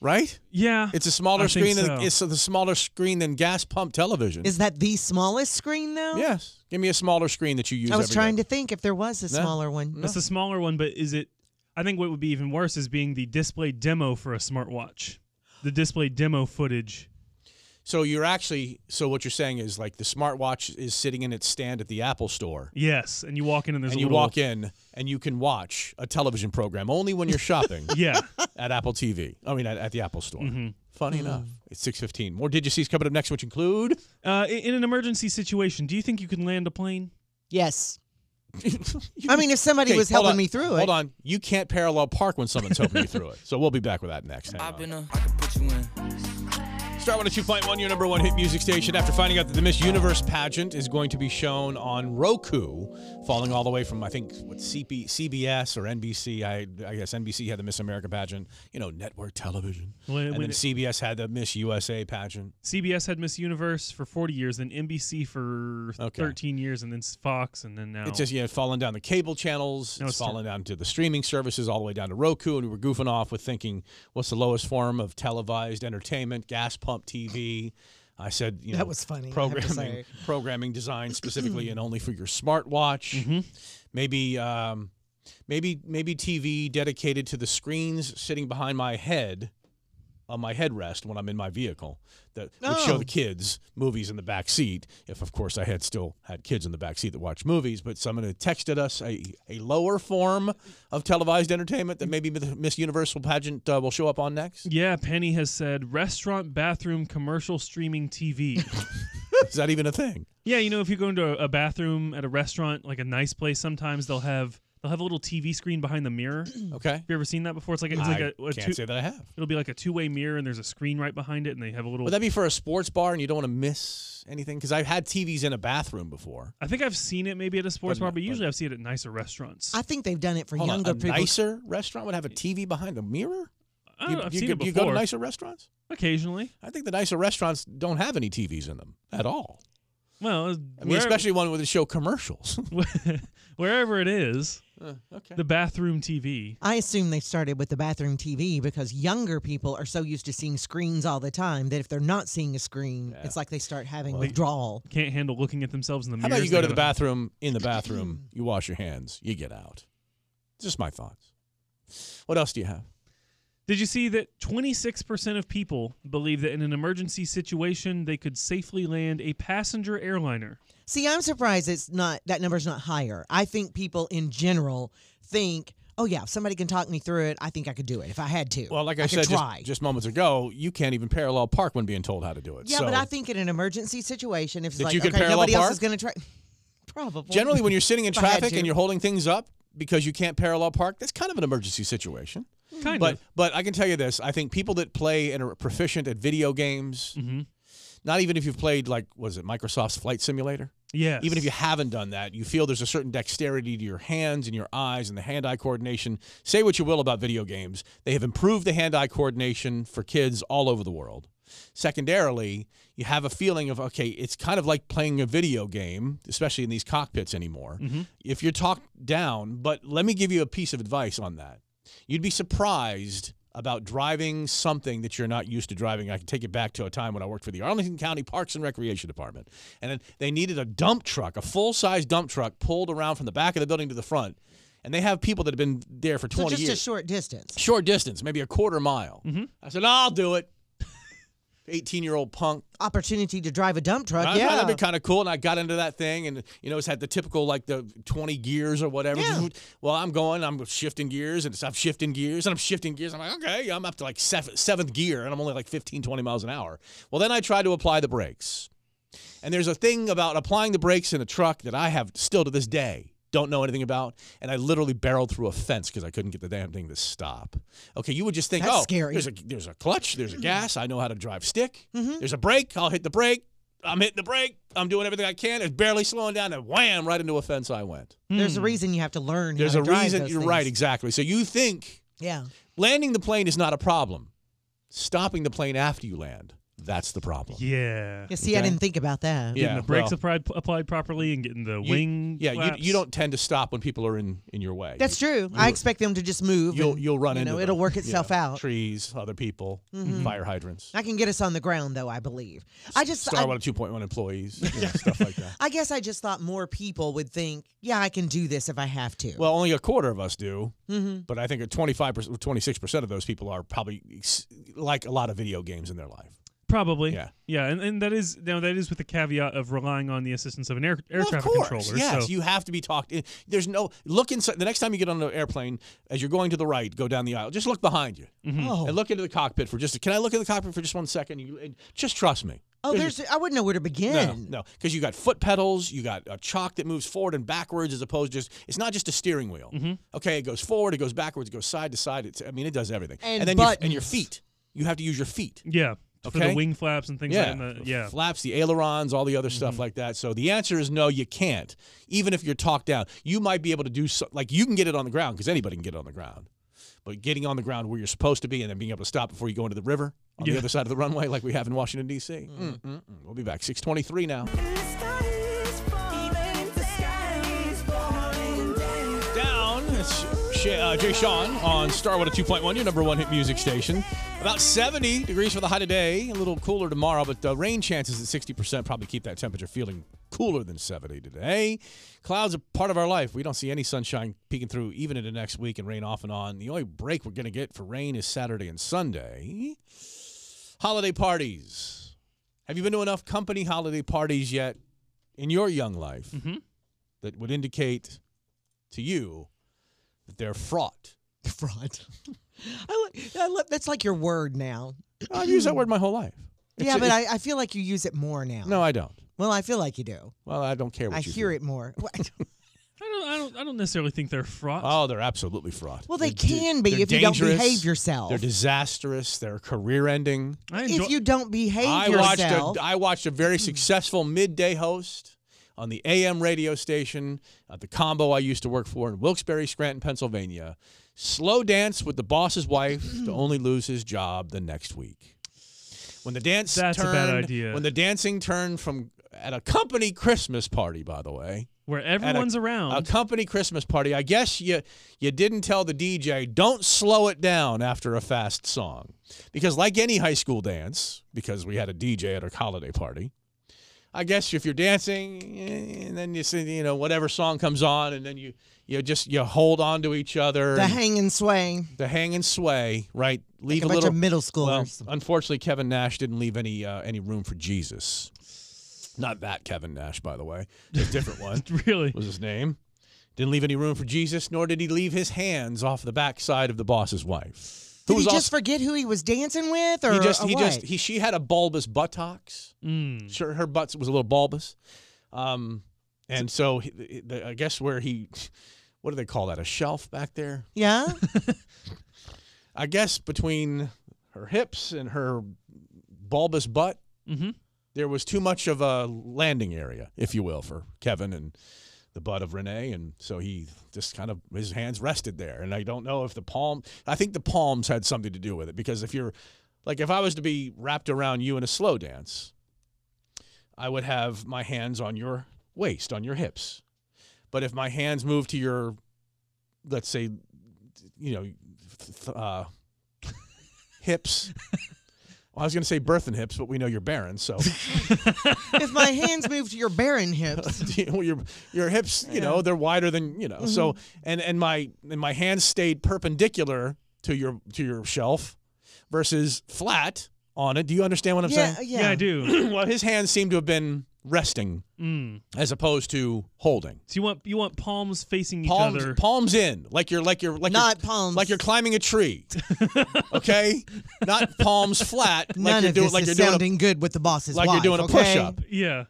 [SPEAKER 7] Right?
[SPEAKER 8] Yeah.
[SPEAKER 7] It's a smaller
[SPEAKER 8] I think
[SPEAKER 7] screen.
[SPEAKER 8] so.
[SPEAKER 7] Than, it's the smaller screen than gas pump television.
[SPEAKER 5] Is that the smallest screen now?
[SPEAKER 7] yes. Give me a smaller screen that you use.
[SPEAKER 5] I was
[SPEAKER 7] every
[SPEAKER 5] trying
[SPEAKER 7] day.
[SPEAKER 5] to think if there was a
[SPEAKER 7] No.
[SPEAKER 5] smaller one.
[SPEAKER 8] It's a smaller one, but is it? I think what would be even worse is being the display demo for a smartwatch. The display demo footage.
[SPEAKER 7] So you're actually. So what you're saying is like the smartwatch is sitting in its stand at the Apple Store,
[SPEAKER 8] Yes, and you walk in and there's
[SPEAKER 7] and
[SPEAKER 8] a
[SPEAKER 7] you
[SPEAKER 8] little,
[SPEAKER 7] walk in and you can watch a television program only when you're shopping
[SPEAKER 8] Yeah,
[SPEAKER 7] at Apple TV. I mean, at, at the Apple Store.
[SPEAKER 8] Mm-hmm.
[SPEAKER 7] Funny
[SPEAKER 5] Hmm.
[SPEAKER 7] enough, it's six fifteen. More did you see's coming up next, which include.
[SPEAKER 8] uh, i- in an emergency situation, do you think you can land a plane?
[SPEAKER 5] Yes. I mean, if somebody was
[SPEAKER 7] hold
[SPEAKER 5] helping
[SPEAKER 7] on,
[SPEAKER 5] me through it.
[SPEAKER 7] Hold on, you can't parallel park when someone's helping you through it. So we'll be back with that next. Hang on. Star 102.1, your number one hit music station. After finding out that the Miss Universe pageant is going to be shown on Roku, falling all the way from, I think, what, CP, CBS or NBC. I, I guess NBC had the Miss America pageant, you know, network television.
[SPEAKER 8] Well, it-
[SPEAKER 7] and
[SPEAKER 8] when
[SPEAKER 7] then
[SPEAKER 8] it-
[SPEAKER 7] CBS had the Miss USA pageant.
[SPEAKER 8] CBS had Miss Universe for 40 years, then NBC for
[SPEAKER 7] Okay.
[SPEAKER 8] 13 years, and then s- Fox, and then now.
[SPEAKER 7] It's just, you know, falling down the cable channels,
[SPEAKER 8] No,
[SPEAKER 7] it's
[SPEAKER 8] it's ter-
[SPEAKER 7] fallen down to the streaming services, all the way down to Roku. And we were goofing off with thinking, what's the lowest form of televised entertainment? Gas pump TV. I said, you know,
[SPEAKER 5] That was funny, I have to
[SPEAKER 7] Programming,
[SPEAKER 5] say.
[SPEAKER 7] programming designed specifically and only for your smartwatch.
[SPEAKER 8] Mm-hmm.
[SPEAKER 7] Maybe, um, maybe, maybe TV dedicated to the screens sitting behind my head. On my headrest when I'm in my vehicle, that would show
[SPEAKER 5] Oh.
[SPEAKER 7] the kids movies in the back seat. If, of course, I had still had kids in the back seat that watched movies, but someone had texted us a, a lower form of televised entertainment that maybe the Miss Universal pageant uh, will show up on next.
[SPEAKER 8] yeah, Penny has said restaurant, bathroom, commercial streaming TV.
[SPEAKER 7] Is that even a thing?
[SPEAKER 8] yeah, you know, if you go into a, a bathroom at a restaurant, like a nice place, sometimes they'll have they'll have a little TV screen behind the mirror. have
[SPEAKER 7] Okay.
[SPEAKER 8] you ever seen that before? It's like it's like
[SPEAKER 7] I
[SPEAKER 8] a, a
[SPEAKER 7] can't
[SPEAKER 8] two,
[SPEAKER 7] say that I have.
[SPEAKER 8] It'll be like a two-way mirror, and there's a screen right behind it, and they have a little.
[SPEAKER 7] Would that be for a sports bar and you don't want to miss anything? Because I've had TVs in a bathroom before.
[SPEAKER 8] I think I've seen it maybe at a sports
[SPEAKER 7] But-
[SPEAKER 8] bar, but
[SPEAKER 7] but-
[SPEAKER 8] usually I've seen it at nicer restaurants.
[SPEAKER 5] I think they've done it for
[SPEAKER 7] Hold on,
[SPEAKER 5] younger
[SPEAKER 7] a
[SPEAKER 5] people.
[SPEAKER 7] nicer restaurant would have a TV behind a mirror?
[SPEAKER 8] I don't
[SPEAKER 7] you,
[SPEAKER 8] know, I've
[SPEAKER 7] you
[SPEAKER 8] seen
[SPEAKER 7] go-
[SPEAKER 8] it before.
[SPEAKER 7] you go to nicer restaurants?
[SPEAKER 8] Occasionally,
[SPEAKER 7] I think the nicer restaurants don't have any TVs in them at all.
[SPEAKER 8] well,
[SPEAKER 7] I mean, especially one where they show commercials.
[SPEAKER 8] especially wherever it is,
[SPEAKER 7] okay.
[SPEAKER 8] the bathroom TV.
[SPEAKER 5] I assume they started with the bathroom TV because younger people are so used to seeing screens all the time that if they're not seeing a screen, it's like they start having withdrawal.
[SPEAKER 8] Can't handle looking at themselves in the
[SPEAKER 7] How
[SPEAKER 8] mirror.
[SPEAKER 7] about you go to the bathroom, in the bathroom, you wash your hands, you get out. Just my thoughts. What else do you have?
[SPEAKER 8] Did you see that 26% of people believe that in an emergency situation they could safely land a passenger airliner?
[SPEAKER 5] See, I'm surprised it's not that number's not higher. I think people in general think, "Oh yeah, if somebody can talk me through it, I think I could do it if I had to."
[SPEAKER 7] Well, like I,
[SPEAKER 5] I,
[SPEAKER 7] said
[SPEAKER 5] could try.
[SPEAKER 7] just, just moments ago, you can't even parallel park when being told how to do it.
[SPEAKER 5] yeah,
[SPEAKER 7] So
[SPEAKER 5] but I think in an emergency situation, if it's
[SPEAKER 7] That
[SPEAKER 5] like
[SPEAKER 7] you could
[SPEAKER 5] okay,
[SPEAKER 7] parallel
[SPEAKER 5] nobody
[SPEAKER 7] park?
[SPEAKER 5] else is going to try, probably.
[SPEAKER 7] generally when you're sitting in
[SPEAKER 5] If I had
[SPEAKER 7] traffic and
[SPEAKER 5] to.
[SPEAKER 7] you're holding things up because you can't parallel park, that's kind of an emergency situation.
[SPEAKER 8] Kind
[SPEAKER 7] Hmm. But
[SPEAKER 8] of.
[SPEAKER 7] but I can tell you this: I think people that play and are proficient at video games, not even if you've played like was it Microsoft's Flight Simulator,
[SPEAKER 8] Yeah.
[SPEAKER 7] even if you haven't done that, you feel there's a certain dexterity to your hands and your eyes and the hand-eye coordination. Say what you will about video games, they have improved the hand-eye coordination for kids all over the world. Secondarily, you have a feeling of okay, it's kind of like playing a video game, especially in these cockpits anymore. If you're talked down, but let me give you a piece of advice on that. You'd be surprised about driving something that you're not used to driving. I can take it back to a time when I worked for the Arlington County Parks and Recreation Department. And then they needed a dump truck, a full size dump truck pulled around from the back of the building to the front. And they have people that have been there for
[SPEAKER 5] so
[SPEAKER 7] 20
[SPEAKER 5] just
[SPEAKER 7] years
[SPEAKER 5] a short Mm-hmm. distance.
[SPEAKER 7] short distance, maybe a quarter mile. I said, I'll do it. 18 year old punk.
[SPEAKER 5] opportunity to drive a dump truck.
[SPEAKER 7] I
[SPEAKER 5] yeah,
[SPEAKER 7] thought that'd be kind of cool. And I got into that thing and, you know, it's had the typical like the 20 gears or whatever.
[SPEAKER 5] Yeah.
[SPEAKER 7] Well, I'm going, I'm shifting gears and it's- I'm shifting gears and I'm shifting gears. I'm like, okay, I'm up to like seventh, seventh gear and I'm only like 15, 20 miles an hour. Well, then I tried to apply the brakes. And there's a thing about applying the brakes in a truck that I have still to this day don't know anything about. And I literally barreled through a fence because I couldn't get the damn thing to stop. Okay, you would just think,
[SPEAKER 5] That's
[SPEAKER 7] oh,
[SPEAKER 5] scary. Mm-hmm.
[SPEAKER 7] there's a there's a clutch, there's a gas. I know how to drive stick. There's a brake. I'll hit the brake. I'm hitting the brake. I'm doing everything I can. It's barely slowing down, and wham, right into a fence I went.
[SPEAKER 5] There's a reason you have to learn.
[SPEAKER 7] Hmm. There's
[SPEAKER 5] how
[SPEAKER 7] a
[SPEAKER 5] to drive
[SPEAKER 7] reason.
[SPEAKER 5] those
[SPEAKER 7] You're
[SPEAKER 5] things.
[SPEAKER 7] right, exactly. So you think
[SPEAKER 5] Yeah.
[SPEAKER 7] landing the plane is not a problem. Stopping the plane after you land That's the problem.
[SPEAKER 8] Yeah.
[SPEAKER 5] Yeah, see, I
[SPEAKER 7] Okay.
[SPEAKER 5] didn't think about that.
[SPEAKER 7] Yeah.
[SPEAKER 8] Getting the brakes
[SPEAKER 7] well-
[SPEAKER 8] applied, applied properly and getting the
[SPEAKER 7] You-
[SPEAKER 8] wing.
[SPEAKER 7] Yeah, you,
[SPEAKER 8] flaps.
[SPEAKER 7] you don't tend to stop when people are in in your way.
[SPEAKER 5] That's true. I expect them to just move.
[SPEAKER 7] You'll
[SPEAKER 5] and,
[SPEAKER 7] you'll run
[SPEAKER 5] you
[SPEAKER 7] into
[SPEAKER 5] know,
[SPEAKER 7] them.
[SPEAKER 5] it'll work
[SPEAKER 7] Yeah.
[SPEAKER 5] itself out. Mm-hmm.
[SPEAKER 7] Trees, other people, fire hydrants.
[SPEAKER 5] I can get us on the ground though. I believe. I just
[SPEAKER 7] Star
[SPEAKER 5] I-
[SPEAKER 7] One two point one employees, you know, stuff like that.
[SPEAKER 5] I guess I just thought more people would think, yeah, I can do this if I have to.
[SPEAKER 7] Well, only a quarter of us do,
[SPEAKER 5] Mm-hmm.
[SPEAKER 7] but I think 25 percent, 26 percent of those people are probably s- like a lot of video games in their life.
[SPEAKER 8] Probably.
[SPEAKER 7] Yeah.
[SPEAKER 8] Yeah, and, and that is now that is with the caveat of relying on the assistance of an air, air
[SPEAKER 7] Well,
[SPEAKER 8] traffic
[SPEAKER 7] of course,
[SPEAKER 8] controller.
[SPEAKER 7] Yes,
[SPEAKER 8] so
[SPEAKER 7] you have to be talked. in- There's no look inside. The next time you get on an airplane, as you're going to the right, go down the aisle. Just look behind you
[SPEAKER 8] Mm-hmm.
[SPEAKER 5] oh,
[SPEAKER 7] and look into the cockpit for just. Can I look in the cockpit for just one second? You and just trust me.
[SPEAKER 5] oh, there's. I wouldn't know where to
[SPEAKER 7] No,
[SPEAKER 5] begin.
[SPEAKER 7] no, because you got foot pedals, you got a chalk that moves forward and backwards, as opposed to just it's not just a steering wheel. Okay, it goes forward, it goes backwards, it goes side to side. It's, I mean, it does everything.
[SPEAKER 5] And
[SPEAKER 7] then your, and your
[SPEAKER 5] buttons.
[SPEAKER 7] feet, you have to use your feet.
[SPEAKER 8] yeah, for
[SPEAKER 7] Okay.
[SPEAKER 8] the wing flaps and things
[SPEAKER 7] Yeah,
[SPEAKER 8] like that.
[SPEAKER 7] the
[SPEAKER 8] uh, Yeah.
[SPEAKER 7] flaps, the ailerons, all the other stuff like that. So the answer is no, you can't. Even if you're talked down, you might be able to do so, like you can get it on the ground because anybody can get it on the ground. But getting on the ground where you're supposed to be and then being able to stop before you go into the river on the
[SPEAKER 8] Yeah.
[SPEAKER 7] other side of the runway, like we have in Washington D.C. Mm, mm, mm. We'll be back 6:23 now. Down. It's Sh- uh, Jay Sean on Starwood at 2.1, your number one hit music station. About 70 degrees for the high today. A little cooler tomorrow, but uh, rain chances at 60%. Probably keep that temperature feeling cooler than 70 today. Clouds are part of our life. We don't see any sunshine peeking through even into next week and rain off and on. The only break we're going to get for rain is Saturday and Sunday. Holiday parties. Have you been to enough company holiday parties yet in your young life that would indicate to you that they're fraught.
[SPEAKER 5] Fraud. I, li- I li- that's like your word now.
[SPEAKER 7] I've used that word my whole life. It's-
[SPEAKER 5] yeah, but
[SPEAKER 7] it's-
[SPEAKER 5] I, I feel like you use it more now.
[SPEAKER 7] no, I don't.
[SPEAKER 5] Well, I feel like you do.
[SPEAKER 7] Well, I don't care what
[SPEAKER 5] I
[SPEAKER 7] you
[SPEAKER 5] hear
[SPEAKER 7] feel.
[SPEAKER 5] it more. What?
[SPEAKER 8] I don't, I don't I don't necessarily think they're fraught.
[SPEAKER 7] Oh, they're absolutely fraught.
[SPEAKER 5] Well, they
[SPEAKER 7] They're da-
[SPEAKER 5] can be
[SPEAKER 7] they're
[SPEAKER 5] if you don't
[SPEAKER 7] dangerous,
[SPEAKER 5] behave yourself.
[SPEAKER 7] They're disastrous. They're career-ending.
[SPEAKER 8] I enjoy-
[SPEAKER 5] if you don't behave
[SPEAKER 7] I watched
[SPEAKER 5] yourself,
[SPEAKER 7] a, I watched a very successful midday host on the AM radio station at the combo I used to work for in Wilkes-Barre, Scranton, Pennsylvania. Slow dance with the boss's wife to only lose his job the next week. When the dance
[SPEAKER 8] That's a
[SPEAKER 7] turned,
[SPEAKER 8] bad idea.
[SPEAKER 7] When the dancing turned from at a company Christmas party, by the way.
[SPEAKER 8] where
[SPEAKER 7] at a-
[SPEAKER 8] everyone's around.
[SPEAKER 7] A company Christmas party. I guess you you didn't tell the DJ don't slow it down after a fast song, because like any high school dance, because we had a DJ at our holiday party. I guess if you're dancing, eh, and then you see you know whatever song comes on, and then you you just you hold on to each other,
[SPEAKER 5] the
[SPEAKER 7] and
[SPEAKER 5] hang and sway,
[SPEAKER 7] the hang and sway, right? Leave
[SPEAKER 5] like a, bunch
[SPEAKER 7] little
[SPEAKER 5] of middle
[SPEAKER 7] well,
[SPEAKER 5] schoolers.
[SPEAKER 7] unfortunately, Kevin Nash didn't leave any uh, any room for Jesus. Not that Kevin Nash, by the way, a different one
[SPEAKER 8] really?
[SPEAKER 7] was his name. Didn't leave any room for Jesus, nor did he leave his hands off the backside of the boss's wife.
[SPEAKER 5] Did he just
[SPEAKER 7] also-
[SPEAKER 5] forget who he was dancing with, or
[SPEAKER 7] he just
[SPEAKER 5] or
[SPEAKER 7] he
[SPEAKER 5] what?
[SPEAKER 7] just he she had a bulbous buttocks.
[SPEAKER 5] Hmm.
[SPEAKER 8] Mm.
[SPEAKER 7] Sure, her butt was a little bulbous, um, and so he, the, the- I guess where he, what do they call that? A shelf back there.
[SPEAKER 5] yeah.
[SPEAKER 7] I guess between her hips and her bulbous butt,
[SPEAKER 8] Mhm.
[SPEAKER 7] there was too much of a landing area, if you will, for Kevin and the butt of Renee, and so he just kind of his hands rested there. And I don't know if the palm. I think the palms had something to do with it because if you're like if I was to be wrapped around you in a slow dance, I would have my hands on your waist, on your hips. But if my hands move to your, let's say, you know, th- uh, hips. Well, I was going to say birth and hips, but we know you're barren, so
[SPEAKER 5] if my hands move to your barren hips,
[SPEAKER 7] well, your your hips, you know, they're wider than you know. So and and my and my hands stayed perpendicular to your to your shelf versus flat on it. Do you understand what I'm
[SPEAKER 5] yeah,
[SPEAKER 7] saying?
[SPEAKER 5] yeah,
[SPEAKER 8] I do.
[SPEAKER 7] well, his hands seem to have been resting
[SPEAKER 8] Mm.
[SPEAKER 7] as opposed to holding.
[SPEAKER 8] So you want you want palms facing
[SPEAKER 7] Palms,
[SPEAKER 8] each other.
[SPEAKER 7] palms in, like you're like you're like
[SPEAKER 5] Not
[SPEAKER 7] you're,
[SPEAKER 5] palms.
[SPEAKER 7] like you're climbing a tree. okay, not palms flat.
[SPEAKER 5] None
[SPEAKER 7] like you're
[SPEAKER 5] of
[SPEAKER 7] doing
[SPEAKER 5] this
[SPEAKER 7] like
[SPEAKER 5] is
[SPEAKER 7] you're doing a-
[SPEAKER 5] sounding good with the boss's
[SPEAKER 7] like
[SPEAKER 5] wife,
[SPEAKER 7] you're doing a
[SPEAKER 5] okay?
[SPEAKER 7] push up.
[SPEAKER 8] yeah.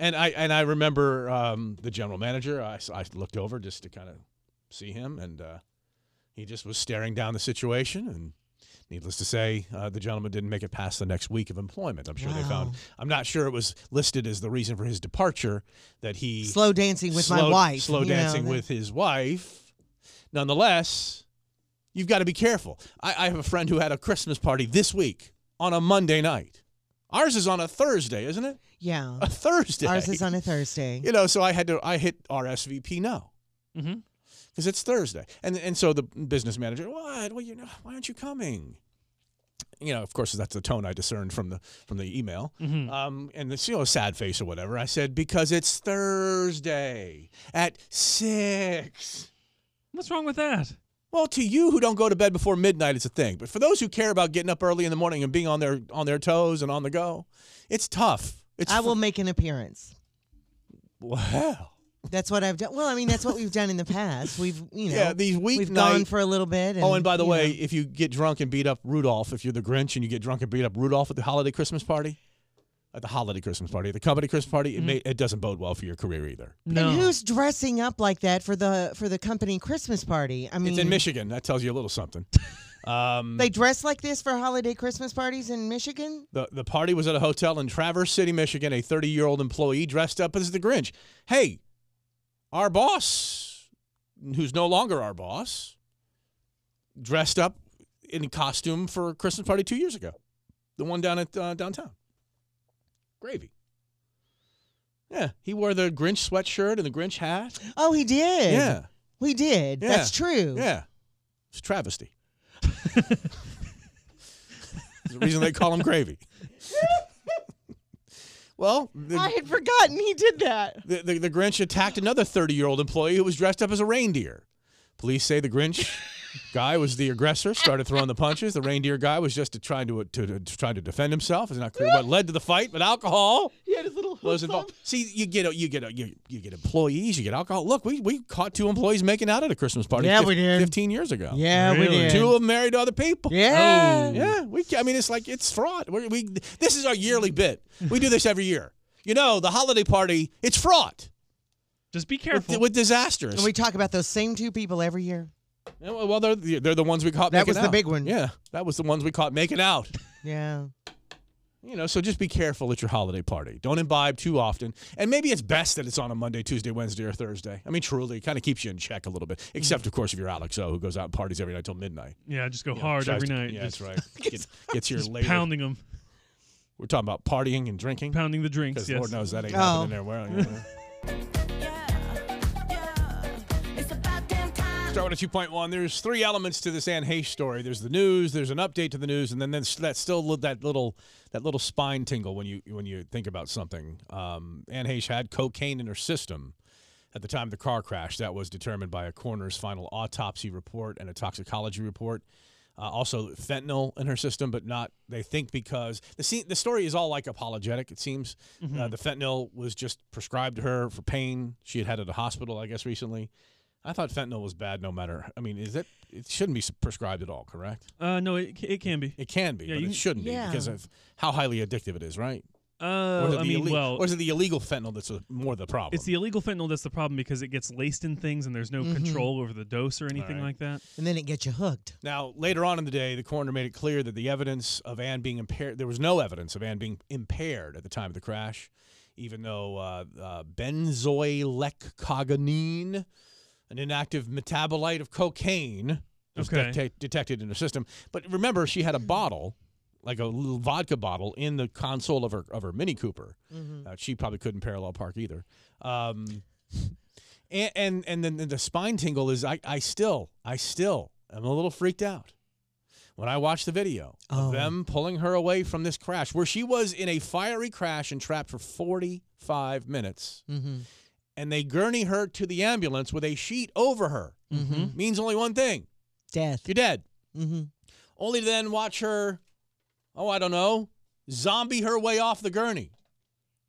[SPEAKER 7] And I and I remember um, the general manager. I, s- I looked over just to kind of see him, and uh, he just was staring down the situation. And needless to say, uh, the gentleman didn't make it past the next week of employment. I'm sure they found.
[SPEAKER 5] Wow.
[SPEAKER 7] I'm not sure it was listed as the reason for his departure that he
[SPEAKER 5] Slow dancing with my
[SPEAKER 7] slowed-
[SPEAKER 5] wife.
[SPEAKER 7] slow
[SPEAKER 5] you know,
[SPEAKER 7] dancing
[SPEAKER 5] that-
[SPEAKER 7] with his wife. Nonetheless, you've got to be careful. I, I have a friend who had a Christmas party this week on a Monday night. Ours is on a Thursday, isn't it?
[SPEAKER 5] Yeah.
[SPEAKER 7] A Thursday.
[SPEAKER 5] Ours is on a Thursday.
[SPEAKER 7] You know, so I had to. I hit RSVP now
[SPEAKER 5] Mm-hmm.
[SPEAKER 8] Mhm.
[SPEAKER 7] because it's Thursday, and and so the business manager, what? Well, you know, why aren't you coming? You know, of course, that's the tone I discerned from the from the email,
[SPEAKER 5] Mm-hmm.
[SPEAKER 7] um, and this you know sad face or whatever. I said because it's Thursday at six.
[SPEAKER 8] What's wrong with that?
[SPEAKER 7] Well, to you who don't go to bed before midnight, it's a thing. But for those who care about getting up early in the morning and being on their on their toes and on the go, it's tough. It's
[SPEAKER 5] I
[SPEAKER 7] fu-
[SPEAKER 5] will make an appearance.
[SPEAKER 7] Wow.
[SPEAKER 5] That's what I've done. Well, I mean, that's what we've done in the past. We've, you know,
[SPEAKER 7] Yeah, these
[SPEAKER 5] we've
[SPEAKER 7] weeknight-
[SPEAKER 5] gone for a little bit.
[SPEAKER 7] oh, and by the
[SPEAKER 5] you
[SPEAKER 7] way,
[SPEAKER 5] know.
[SPEAKER 7] if you get drunk and beat up Rudolph, if you're the Grinch and you get drunk and beat up Rudolph at the holiday Christmas party, at the holiday Christmas party, at the company Christmas party, it may, it doesn't bode well for your career either.
[SPEAKER 8] No.
[SPEAKER 5] and who's dressing up like that for the for the company Christmas party? I mean,
[SPEAKER 7] It's in Michigan. That tells you a little something. Um,
[SPEAKER 5] They dress like this for holiday Christmas parties in Michigan.
[SPEAKER 7] the the party was at a hotel in Traverse City, Michigan. A 30 year old employee dressed up as the Grinch. Hey, our boss, who's no longer our boss, dressed up in costume for a Christmas party two years ago, the one down at uh, downtown. Gravy. Yeah, he wore the Grinch sweatshirt and the Grinch hat.
[SPEAKER 5] Oh, he did.
[SPEAKER 7] Yeah,
[SPEAKER 5] we did.
[SPEAKER 7] Yeah.
[SPEAKER 5] That's true.
[SPEAKER 7] yeah, it's travesty. There's a reason they call him Gravy. well, the-
[SPEAKER 5] I had forgotten he did that.
[SPEAKER 7] The, the, the Grinch attacked another 30 year old employee who was dressed up as a reindeer. Police say the Grinch guy was the aggressor, started throwing the punches. The reindeer guy was just trying to, to, to, trying to defend himself. It's not clear what led to the fight, but alcohol
[SPEAKER 5] He had his little
[SPEAKER 7] was involved. See, you get you get you, you get employees, you get alcohol. Look, we, we caught two employees making out at a Christmas party.
[SPEAKER 5] Yeah, we did.
[SPEAKER 7] 15 years ago.
[SPEAKER 5] Oh, Yeah, we
[SPEAKER 8] Really?
[SPEAKER 5] did.
[SPEAKER 7] Two of them married to other people. Oh.
[SPEAKER 5] yeah. Oh.
[SPEAKER 7] Yeah, we. I mean, it's like it's fraud. we we this is our yearly bit. We do this every year. You know, the holiday party. It's fraud
[SPEAKER 8] Just be
[SPEAKER 7] with,
[SPEAKER 8] careful.
[SPEAKER 7] with disasters.
[SPEAKER 5] And we talk about those same two people every year.
[SPEAKER 7] Yeah, well, well, they're the, they're the ones we caught.
[SPEAKER 5] That
[SPEAKER 7] making
[SPEAKER 5] was the
[SPEAKER 7] out.
[SPEAKER 5] big one.
[SPEAKER 7] Yeah, that was the ones we caught making out.
[SPEAKER 5] Yeah.
[SPEAKER 7] You know, so just be careful at your holiday party. Don't imbibe too often. And maybe it's best that it's on a Monday, Tuesday, Wednesday, or Thursday. I mean, truly, it kind of keeps you in check a little bit.
[SPEAKER 8] Mm.
[SPEAKER 7] Except, of course, if you're Alex O, who goes out and parties every night till midnight.
[SPEAKER 8] yeah, just go
[SPEAKER 7] You know,
[SPEAKER 8] hard
[SPEAKER 7] tries
[SPEAKER 8] every
[SPEAKER 7] to-
[SPEAKER 8] night.
[SPEAKER 7] Yeah,
[SPEAKER 8] just
[SPEAKER 7] that's right. Gets, gets here
[SPEAKER 8] just
[SPEAKER 7] later.
[SPEAKER 8] pounding them,
[SPEAKER 7] We're talking about partying and drinking.
[SPEAKER 8] pounding the drinks.
[SPEAKER 7] Because
[SPEAKER 8] Yes.
[SPEAKER 7] Lord knows that ain't
[SPEAKER 5] Oh.
[SPEAKER 7] happening there. Well, you know. Start with a 2.1. There's three elements to this Anne Heche story. There's the news. There's an update to the news, and then there's that still li- that little that little spine tingle when you when you think about something. Um, Anne Heche had cocaine in her system at the time of the car crash. That was determined by a coroner's final autopsy report and a toxicology report. Uh, also, fentanyl in her system, but not they think because the scene, the story is all like apologetic. It seems uh, the fentanyl was just prescribed to her for pain. She had had it at a hospital, I guess, recently. I thought fentanyl was bad no matter. I mean, is it? It shouldn't be s- prescribed at all, correct?
[SPEAKER 8] Uh, no, it, it can be.
[SPEAKER 7] It can be,
[SPEAKER 8] Yeah,
[SPEAKER 7] but
[SPEAKER 8] you
[SPEAKER 7] it
[SPEAKER 8] can-
[SPEAKER 7] shouldn't
[SPEAKER 5] Yeah.
[SPEAKER 7] be because of how highly addictive it is, right?
[SPEAKER 8] Uh,
[SPEAKER 7] is it the
[SPEAKER 8] I mean,
[SPEAKER 7] ille-
[SPEAKER 8] well,
[SPEAKER 7] or is it the illegal fentanyl that's a, more the problem?
[SPEAKER 8] it's the illegal fentanyl that's the problem because it gets laced in things and there's no
[SPEAKER 7] Mm-hmm.
[SPEAKER 8] control over the dose or anything
[SPEAKER 7] right.
[SPEAKER 8] like that.
[SPEAKER 5] And then it gets you hooked.
[SPEAKER 7] Now, later on in the day, the coroner made it clear that the evidence of Ann being impaired, there was no evidence of Ann being impaired at the time of the crash, even though uh, uh, benzoyleccogonine, an inactive metabolite of cocaine, was
[SPEAKER 8] Okay.
[SPEAKER 7] detec- detected in her system. But remember, she had a bottle, like a little vodka bottle, in the console of her of her Mini Cooper. Uh, she probably couldn't parallel park either. Um, and and and then the spine tingle is I I still I still am a little freaked out when I watch the video
[SPEAKER 5] Oh.
[SPEAKER 7] of them pulling her away from this crash where she was in a fiery crash and trapped for 45 minutes
[SPEAKER 5] Mm-hmm.
[SPEAKER 7] and they gurney her to the ambulance with a sheet over her
[SPEAKER 5] Mhm.
[SPEAKER 7] means only one thing
[SPEAKER 5] Death.
[SPEAKER 7] you're dead
[SPEAKER 5] Mm-hmm.
[SPEAKER 7] only to then watch her oh I don't know zombie her way off the gurney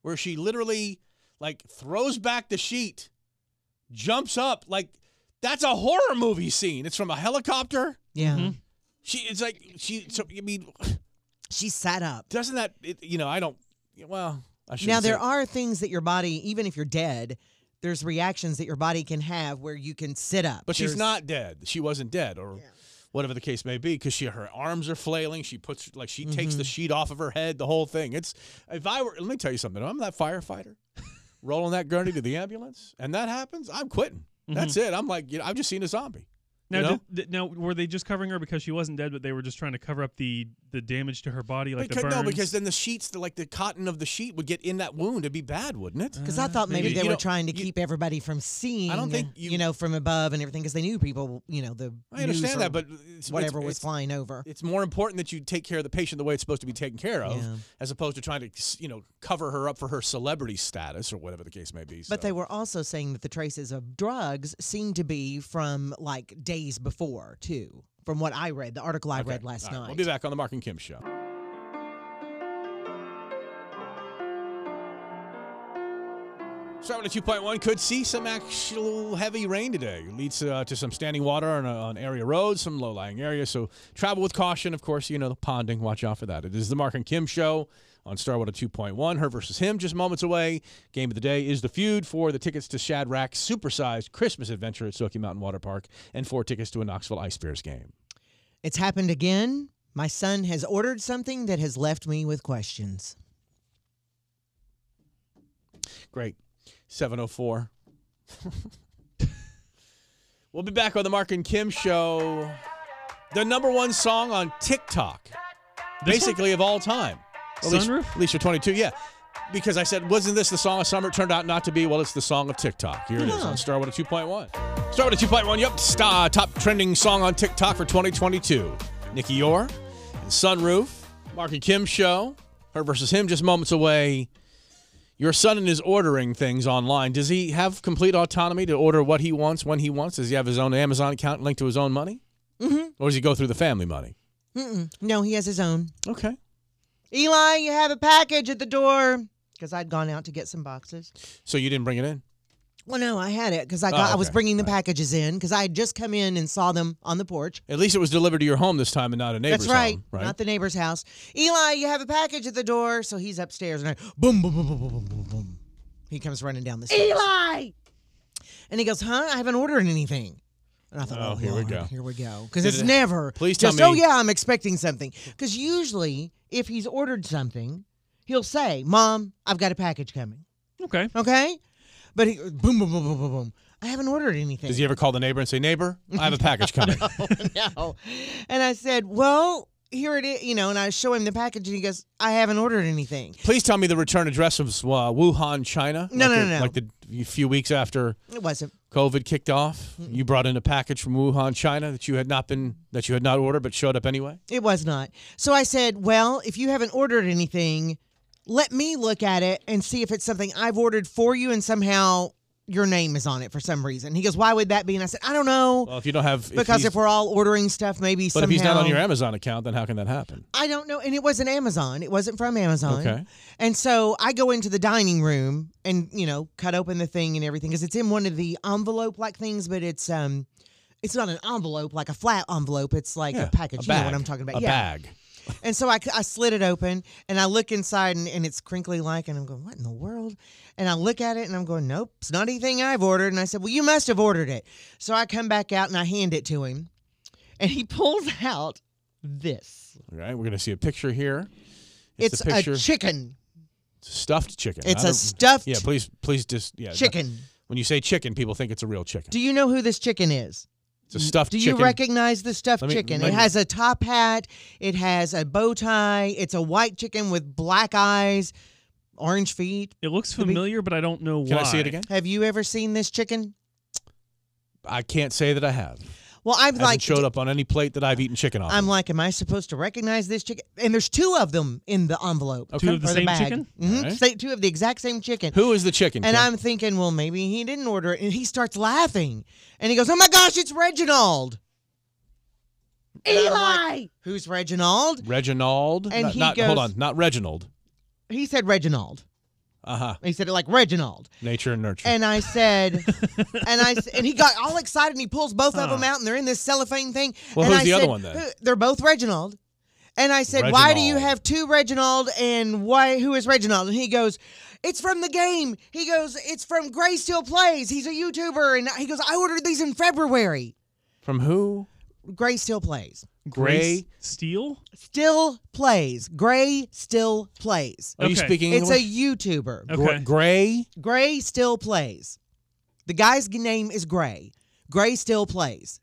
[SPEAKER 7] where she literally like throws back the sheet jumps up like that's a horror movie scene it's from a helicopter
[SPEAKER 5] Yeah.
[SPEAKER 8] Mhm.
[SPEAKER 7] she it's like she so I mean
[SPEAKER 5] She sat up.
[SPEAKER 7] doesn't that it, you know I don't well I should
[SPEAKER 5] Now there are things that your body, even if you're dead, there's reactions that your body can have where you can sit up.
[SPEAKER 7] but she's
[SPEAKER 5] There's-
[SPEAKER 7] not dead she wasn't dead or whatever the case may be because she her arms are flailing she puts like she takes
[SPEAKER 5] Mm-hmm.
[SPEAKER 7] the sheet off of her head the whole thing it's if I were let me tell you something if I'm that firefighter
[SPEAKER 5] Mm-hmm.
[SPEAKER 7] rolling that gurney to the ambulance and that happens I'm quitting that's it I'm like you know, I've just seen a zombie
[SPEAKER 8] Now,
[SPEAKER 7] You know?
[SPEAKER 8] did- did- now, were they just covering her because she wasn't dead, but they were just trying to cover up the the damage to her body, like
[SPEAKER 7] because,
[SPEAKER 8] the burns?
[SPEAKER 7] no, because then the sheets, the, like the cotton of the sheet, would get in that wound. It'd be bad, wouldn't it?
[SPEAKER 5] Because Uh, I thought maybe
[SPEAKER 7] Uh, You-
[SPEAKER 5] they
[SPEAKER 7] you
[SPEAKER 5] were
[SPEAKER 7] don't-
[SPEAKER 5] trying to
[SPEAKER 7] you-
[SPEAKER 5] keep everybody from seeing.
[SPEAKER 7] think you-
[SPEAKER 5] know from above and everything because they knew people. You know the.
[SPEAKER 7] I understand
[SPEAKER 5] news or
[SPEAKER 7] that, but it's,
[SPEAKER 5] whatever
[SPEAKER 7] it's,
[SPEAKER 5] was
[SPEAKER 7] it's,
[SPEAKER 5] flying over.
[SPEAKER 7] It's more important that you take care of the patient the way it's supposed to be taken care of,
[SPEAKER 5] Yeah.
[SPEAKER 7] as opposed to trying to you know cover her up for her celebrity status or whatever the case may be.
[SPEAKER 5] But
[SPEAKER 7] so.
[SPEAKER 5] they were also saying that the traces of drugs seemed to be from like days before too. From what I read, the article I
[SPEAKER 7] Okay.
[SPEAKER 5] read last
[SPEAKER 7] All right,
[SPEAKER 5] night.
[SPEAKER 7] We'll be back on the Mark and Kim show. Starting at 2.1, could see some actual heavy rain today. Leads uh, to some standing water on, uh, on area roads, some low lying areas. So travel with caution. Of course, you know, the ponding. Watch out for that. It is the Mark and Kim show on Starwater 2.1. Her versus him, just moments away. Game of the day is the feud for the tickets to Shadrack's supersized Christmas adventure at Smoky Mountain Water Park and four tickets to a Knoxville Ice Bears game.
[SPEAKER 5] It's happened again. My son has ordered something that has left me with questions.
[SPEAKER 7] Great. 704. we'll be back on the Mark and Kim show. The number one song on TikTok, basically of all time. At least-
[SPEAKER 8] Sunroof?
[SPEAKER 7] At least you're 22, yeah. Because I said, wasn't this the song of summer? It turned out not to be. Well, it's the song of TikTok. Here it is
[SPEAKER 5] Huh.
[SPEAKER 7] on oh Starwater 2.1. Starwater 2.1, yep. Star, top trending song on TikTok for 2022. Nikki Orr and Sunroof. Mark and Kim show. Her versus him just moments away. Your son is ordering things online. Does he have complete autonomy to order what he wants when he wants? Does he have his own Amazon account linked to his own money? Mm-hmm. Or does he go through the family money?
[SPEAKER 5] No, he has his own.
[SPEAKER 7] Okay.
[SPEAKER 5] Eli, you have a package at the door. Because I'd gone out to get some boxes.
[SPEAKER 7] So you didn't bring it in?
[SPEAKER 5] Well, no, I had it because I
[SPEAKER 7] Oh,
[SPEAKER 5] got I was
[SPEAKER 7] okay.
[SPEAKER 5] bringing the packages in because I had just come in and saw them on the porch.
[SPEAKER 7] At least it was delivered to your home this time and not a neighbor's
[SPEAKER 5] That's right,
[SPEAKER 7] home, right?
[SPEAKER 5] not the neighbor's house. Eli, you have a package at the door. So he's upstairs and I boom, boom, boom, boom, boom, boom, boom, boom. He comes running down the stairs. Eli, and he goes, "Huh? I haven't ordered anything." And I thought,
[SPEAKER 7] Oh,
[SPEAKER 5] "Oh,
[SPEAKER 7] here we
[SPEAKER 5] Lord,
[SPEAKER 7] go.
[SPEAKER 5] here we go." Because
[SPEAKER 7] Did
[SPEAKER 5] it's
[SPEAKER 7] it-
[SPEAKER 5] never.
[SPEAKER 7] Please tell
[SPEAKER 5] just,
[SPEAKER 7] me-
[SPEAKER 5] Oh yeah, I'm expecting something. Because usually, if he's ordered something, he'll say, "Mom, I've got a package coming."
[SPEAKER 8] okay,
[SPEAKER 5] Okay, but he boom, boom, boom, boom, boom, boom. I haven't ordered anything.
[SPEAKER 7] Does he ever call the neighbor and say, neighbor, I have a package coming?
[SPEAKER 5] no. And I said, Well, here it is, you know, and I show him the package and he goes, I haven't ordered anything.
[SPEAKER 7] Please tell me the return address of uh, Wuhan, China.
[SPEAKER 5] No,
[SPEAKER 7] like
[SPEAKER 5] no,
[SPEAKER 7] the,
[SPEAKER 5] no, no.
[SPEAKER 7] Like the few weeks after
[SPEAKER 5] It wasn't.
[SPEAKER 7] COVID kicked off, you brought in a package from Wuhan, China that you had not been, that you had not ordered but showed up anyway?
[SPEAKER 5] It was not. So I said, Well, if you haven't ordered anything, let me look at it and see if it's something I've ordered for you and somehow your name is on it for some reason. He goes, Why would that be? And I said, I don't know.
[SPEAKER 7] Well, if you don't have.
[SPEAKER 5] because
[SPEAKER 7] he's-
[SPEAKER 5] if we're all ordering stuff, maybe
[SPEAKER 7] But
[SPEAKER 5] somehow.
[SPEAKER 7] if he's not on your Amazon account, then how can that happen?
[SPEAKER 5] I don't know. And it wasn't Amazon. It wasn't from Amazon.
[SPEAKER 7] Okay.
[SPEAKER 5] And so I go into the dining room and, you know, cut open the thing and everything because it's in one of the envelope like things, but it's um it's not an envelope like a flat envelope. It's like a package. you know what I'm talking about.
[SPEAKER 7] A
[SPEAKER 5] yeah.
[SPEAKER 7] bag.
[SPEAKER 5] And so I, I slid it open and I look inside and, and it's crinkly like, and I'm going, what in the world? And I look at it and I'm going, nope, it's not anything I've ordered. And I said, well, you must have ordered it. So I come back out and I hand it to him and he pulls out this.
[SPEAKER 7] All right, we're gonna see a picture here.
[SPEAKER 5] It's,
[SPEAKER 7] a picture.
[SPEAKER 5] a chicken.
[SPEAKER 7] it's a stuffed chicken.
[SPEAKER 5] It's
[SPEAKER 7] I
[SPEAKER 5] a
[SPEAKER 7] don't-
[SPEAKER 5] stuffed
[SPEAKER 7] Yeah, please, please just yeah.
[SPEAKER 5] chicken.
[SPEAKER 7] When you say chicken, people think it's a real chicken.
[SPEAKER 5] Do you know who this chicken is?
[SPEAKER 7] It's a stuffed
[SPEAKER 5] Do you
[SPEAKER 7] chicken.
[SPEAKER 5] recognize the stuffed
[SPEAKER 7] Let me-
[SPEAKER 5] chicken?
[SPEAKER 7] let
[SPEAKER 5] It
[SPEAKER 7] me-
[SPEAKER 5] has a top hat. It has a bow tie. It's a white chicken with black eyes, orange feet.
[SPEAKER 8] it looks
[SPEAKER 5] Could be.
[SPEAKER 8] familiar, but I don't know
[SPEAKER 7] Can
[SPEAKER 8] why.
[SPEAKER 7] I see it again?
[SPEAKER 5] Have you ever seen this chicken?
[SPEAKER 7] I can't say that I have.
[SPEAKER 5] Well, I'm
[SPEAKER 7] Hasn't
[SPEAKER 5] like,
[SPEAKER 7] showed up on any plate that I've eaten chicken on.
[SPEAKER 5] I'm like, am I supposed to recognize this chicken? And there's two of them in the envelope
[SPEAKER 7] Okay.
[SPEAKER 8] Two of the
[SPEAKER 5] or
[SPEAKER 8] same
[SPEAKER 5] the bag.
[SPEAKER 8] chicken.
[SPEAKER 5] Mhm.
[SPEAKER 7] Alright.
[SPEAKER 5] Say- Two of the exact same chicken.
[SPEAKER 7] Who is the chicken?
[SPEAKER 5] And
[SPEAKER 7] Kim?
[SPEAKER 5] I'm thinking, well, maybe he didn't order it. And he starts laughing. And he goes, oh my gosh, it's Reginald. Eli! Who's Reginald?
[SPEAKER 7] Reginald.
[SPEAKER 5] And
[SPEAKER 7] not,
[SPEAKER 5] he
[SPEAKER 7] not- hold
[SPEAKER 5] goes-
[SPEAKER 7] on, not Reginald.
[SPEAKER 5] He said Reginald.
[SPEAKER 7] Uh huh.
[SPEAKER 5] He said it like Reginald.
[SPEAKER 7] Nature and nurture.
[SPEAKER 5] And I said, and I s- and he got all excited and he pulls both of them out and they're in this cellophane thing.
[SPEAKER 7] Well,
[SPEAKER 5] and
[SPEAKER 7] who's
[SPEAKER 5] I
[SPEAKER 7] the other
[SPEAKER 5] said,
[SPEAKER 7] one then?
[SPEAKER 5] "Uh, They're both Reginald. And I said, why do you
[SPEAKER 7] Reginald.
[SPEAKER 5] have two Reginald and why who is Reginald? And he goes, it's from the game. He goes, it's from Gray Still Plays. He's a YouTuber and he goes, I ordered these in February.
[SPEAKER 7] From who?
[SPEAKER 5] Gray Still Plays.
[SPEAKER 7] Gray.
[SPEAKER 8] Grace Steele.
[SPEAKER 5] Still plays. Gray Still Plays.
[SPEAKER 7] Are you Oh,
[SPEAKER 8] Okay.
[SPEAKER 7] speaking
[SPEAKER 5] It's a
[SPEAKER 7] English?
[SPEAKER 5] YouTuber.
[SPEAKER 8] Okay.
[SPEAKER 7] Gr- Gray.
[SPEAKER 5] Gray still plays. The guy's g- name is Gray. Gray still plays.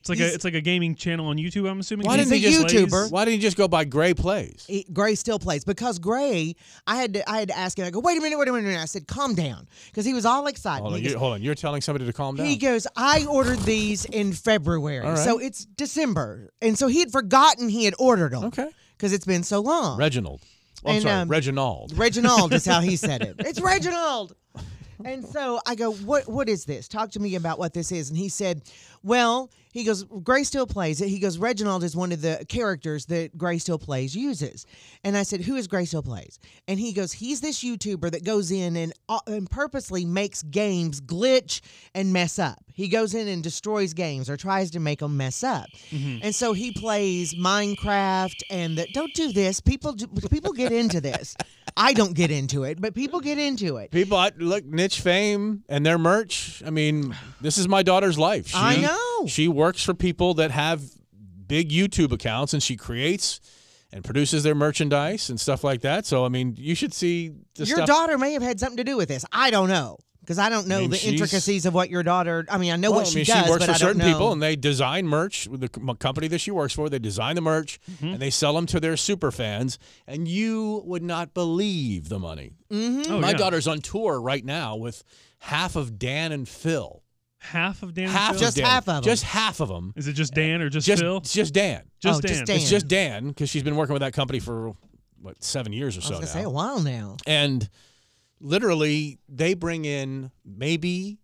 [SPEAKER 8] It's like a
[SPEAKER 5] He's-
[SPEAKER 8] it's like a gaming channel on YouTube. I'm assuming.
[SPEAKER 7] Why
[SPEAKER 8] He
[SPEAKER 7] didn't he
[SPEAKER 8] plays-
[SPEAKER 7] just
[SPEAKER 5] YouTuber.
[SPEAKER 7] Why didn't he just go by Gray Plays?
[SPEAKER 5] It, Gray still plays because Gray, I had to, I had to ask him. I go, wait a minute, wait a minute. I said, calm down, because he was all excited.
[SPEAKER 7] Hold on,
[SPEAKER 5] he,
[SPEAKER 7] Oh, you,
[SPEAKER 5] goes,
[SPEAKER 7] hold on. You're telling somebody to calm down.
[SPEAKER 5] he goes, I ordered these in February,
[SPEAKER 7] All right.
[SPEAKER 5] so it's December, and so he had forgotten he had ordered them.
[SPEAKER 7] Okay.
[SPEAKER 5] because it's been so long.
[SPEAKER 7] Reginald. Oh, I'm
[SPEAKER 5] And,
[SPEAKER 7] sorry,
[SPEAKER 5] um,
[SPEAKER 7] Reginald.
[SPEAKER 5] Reginald is how he said it. It's Reginald. And so I go, what what is this? Talk to me about what this is. And he said, well, he goes, Gray still plays it. He goes, Reginald is one of the characters that Gray still plays uses. And I said, who is Gray still plays? And he goes, he's this YouTuber that goes in and uh, and purposely makes games glitch and mess up. He goes in and destroys games or tries to make them mess up. And so he plays Minecraft and the, don't do this. People do, people get into this. I don't get into it, but people get into it.
[SPEAKER 7] People I, look niche fame and their merch. I mean, this is my daughter's life. She,
[SPEAKER 5] I know.
[SPEAKER 7] She works for people that have big YouTube accounts, and she creates and produces their merchandise and stuff like that. So I mean, you should see the
[SPEAKER 5] your
[SPEAKER 7] stuff.
[SPEAKER 5] daughter may have had something to do with this. I don't know because I don't know
[SPEAKER 7] mean,
[SPEAKER 5] the
[SPEAKER 7] she's-
[SPEAKER 5] intricacies of what your daughter. I mean, I know
[SPEAKER 7] Well,
[SPEAKER 5] what
[SPEAKER 7] I
[SPEAKER 5] she
[SPEAKER 7] mean,
[SPEAKER 5] does, but
[SPEAKER 7] works for
[SPEAKER 5] I don't
[SPEAKER 7] certain
[SPEAKER 5] know.
[SPEAKER 7] people, and they design merch. with The com- company that she works for, they design the merch
[SPEAKER 5] Mm-hmm.
[SPEAKER 7] and they sell them to their super fans. And you would not believe the money.
[SPEAKER 8] Oh,
[SPEAKER 7] My
[SPEAKER 8] yeah.
[SPEAKER 7] daughter's on tour right now with half of Dan and Phil.
[SPEAKER 8] half of Dan.
[SPEAKER 7] half
[SPEAKER 8] Phil?
[SPEAKER 5] Just
[SPEAKER 7] of Dan.
[SPEAKER 5] half of 'em.
[SPEAKER 7] Just half of them.
[SPEAKER 8] Is it just Dan or just,
[SPEAKER 7] Just
[SPEAKER 8] Phil?
[SPEAKER 7] it's just Dan.
[SPEAKER 8] Just
[SPEAKER 5] Oh,
[SPEAKER 8] Dan.
[SPEAKER 5] just Dan.
[SPEAKER 7] It's just Dan because she's been working with that company for what seven years
[SPEAKER 5] I
[SPEAKER 7] or
[SPEAKER 5] was
[SPEAKER 7] so
[SPEAKER 5] gonna
[SPEAKER 7] now.
[SPEAKER 5] say a while now.
[SPEAKER 7] and literally, they bring in maybe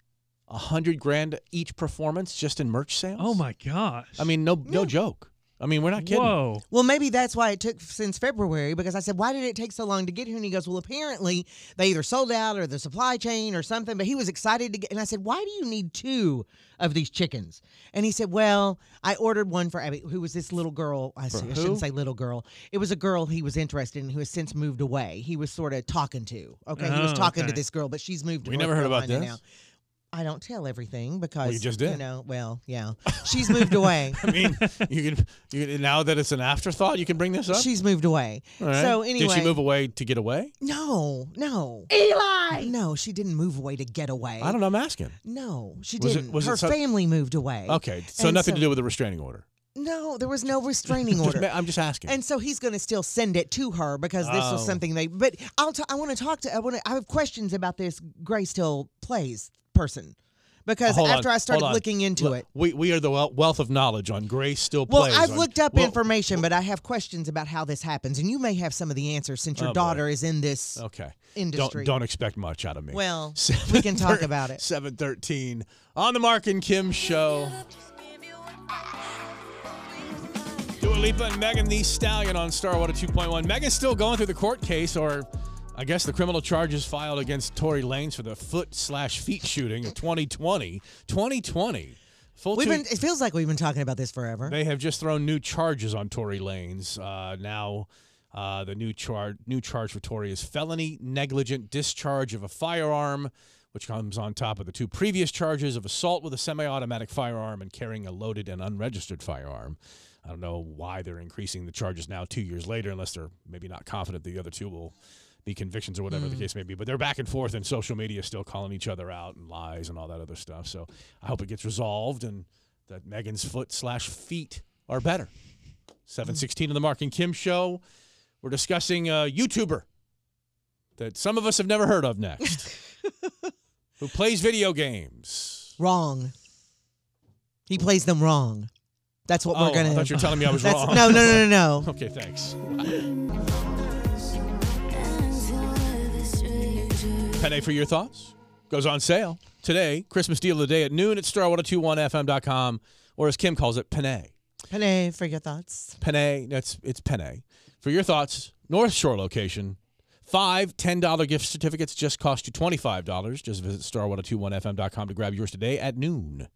[SPEAKER 7] a hundred grand each performance just in merch sales.
[SPEAKER 8] Oh my gosh.
[SPEAKER 7] I mean, no, no joke. I mean, we're not kidding.
[SPEAKER 8] Whoa.
[SPEAKER 5] Well, maybe that's why it took since February because I said, why did it take so long to get here? And he goes, well, apparently they either sold out or the supply chain or something. But he was excited to get. And I said, why do you need two of these chickens? And he said, well, I ordered one for Abby, who was this little girl. I, see, I
[SPEAKER 7] who?
[SPEAKER 5] shouldn't say little girl. It was a girl he was interested in who has since moved away. He was sort of talking to. Okay, he was
[SPEAKER 8] Oh,
[SPEAKER 5] talking
[SPEAKER 8] okay.
[SPEAKER 5] to this girl, but she's moved. to
[SPEAKER 7] We
[SPEAKER 5] North
[SPEAKER 7] never heard about
[SPEAKER 5] Carolina
[SPEAKER 7] this.
[SPEAKER 5] Now. I don't tell everything because
[SPEAKER 7] you just did.
[SPEAKER 5] You know, well, yeah, she's moved away.
[SPEAKER 7] I mean, you can, you can now that it's an afterthought, you can bring this up.
[SPEAKER 5] She's moved away.
[SPEAKER 7] All right.
[SPEAKER 5] So anyway,
[SPEAKER 7] did she move away to get away?
[SPEAKER 5] No, no. Eli. No, she didn't move away to get away.
[SPEAKER 7] I don't know. I'm asking.
[SPEAKER 5] No, she
[SPEAKER 7] Was it-
[SPEAKER 5] didn't.
[SPEAKER 7] was it
[SPEAKER 5] Her
[SPEAKER 7] some-
[SPEAKER 5] family moved away.
[SPEAKER 7] Okay, so
[SPEAKER 5] And
[SPEAKER 7] nothing
[SPEAKER 5] so-
[SPEAKER 7] to do with the restraining order.
[SPEAKER 5] No, there was no restraining
[SPEAKER 7] Just
[SPEAKER 5] order.
[SPEAKER 7] ma- I'm just asking.
[SPEAKER 5] And so he's going to still send it to her because this
[SPEAKER 7] Oh.
[SPEAKER 5] was something they. But I'll. T- I want to talk to. I want to. I have questions about this Grace Hill plays person because
[SPEAKER 7] Uh, Hold on,
[SPEAKER 5] after I
[SPEAKER 7] hold
[SPEAKER 5] started
[SPEAKER 7] on.
[SPEAKER 5] looking into
[SPEAKER 7] Look,
[SPEAKER 5] it.
[SPEAKER 7] we we are the wel- wealth of knowledge on Grace still
[SPEAKER 5] Well,
[SPEAKER 7] plays.
[SPEAKER 5] I've
[SPEAKER 7] on-
[SPEAKER 5] looked up
[SPEAKER 7] Well,
[SPEAKER 5] information, but I have questions about how this happens, and you may have some of the answers since your
[SPEAKER 7] Oh, boy.
[SPEAKER 5] daughter is in this
[SPEAKER 7] Okay.
[SPEAKER 5] industry.
[SPEAKER 7] Don't don't expect much out of me.
[SPEAKER 5] Well, we can talk about it.
[SPEAKER 7] Seven thirteen on the Mark and Kim show. Dua Lipa and Megan the Stallion on Starwater 2.1. Megan's still going through the court case, or I guess the criminal charges filed against Tory Lanez for the foot slash feet shooting of 2020. 2020. Full
[SPEAKER 5] We've
[SPEAKER 7] two-
[SPEAKER 5] been. It feels like we've been talking about this forever.
[SPEAKER 7] They have just thrown new charges on Tory Lanez. Uh, now, uh, the new charge new charge for Tory is felony negligent discharge of a firearm, which comes on top of the two previous charges of assault with a semi-automatic firearm and carrying a loaded and unregistered firearm. I don't know why they're increasing the charges now, two years later, unless they're maybe not confident the other two will be convictions or whatever the case may be. But they're back and forth in social media, still calling each other out and lies and all that other stuff. So I hope it gets resolved and that Megan's foot slash feet are better. 716 on the Mark and Kim show. We're discussing a YouTuber that some of us have never heard of next who plays video games.
[SPEAKER 5] Wrong. He plays them wrong. That's what
[SPEAKER 7] Oh,
[SPEAKER 5] we're gonna.
[SPEAKER 7] I thought you were telling me I was
[SPEAKER 5] that's,
[SPEAKER 7] wrong.
[SPEAKER 5] No, no, no, no, no.
[SPEAKER 7] Okay, thanks. Penny for your thoughts. Goes on sale today, Christmas deal of the day at noon at star1021fm.com, or as Kim calls it, Panay.
[SPEAKER 5] Pene, for your thoughts.
[SPEAKER 7] Panay, that's it's Panay. For your thoughts, North Shore location. Five $10 gift certificates just cost you $25. Just visit star1021fm.com to grab yours today at noon.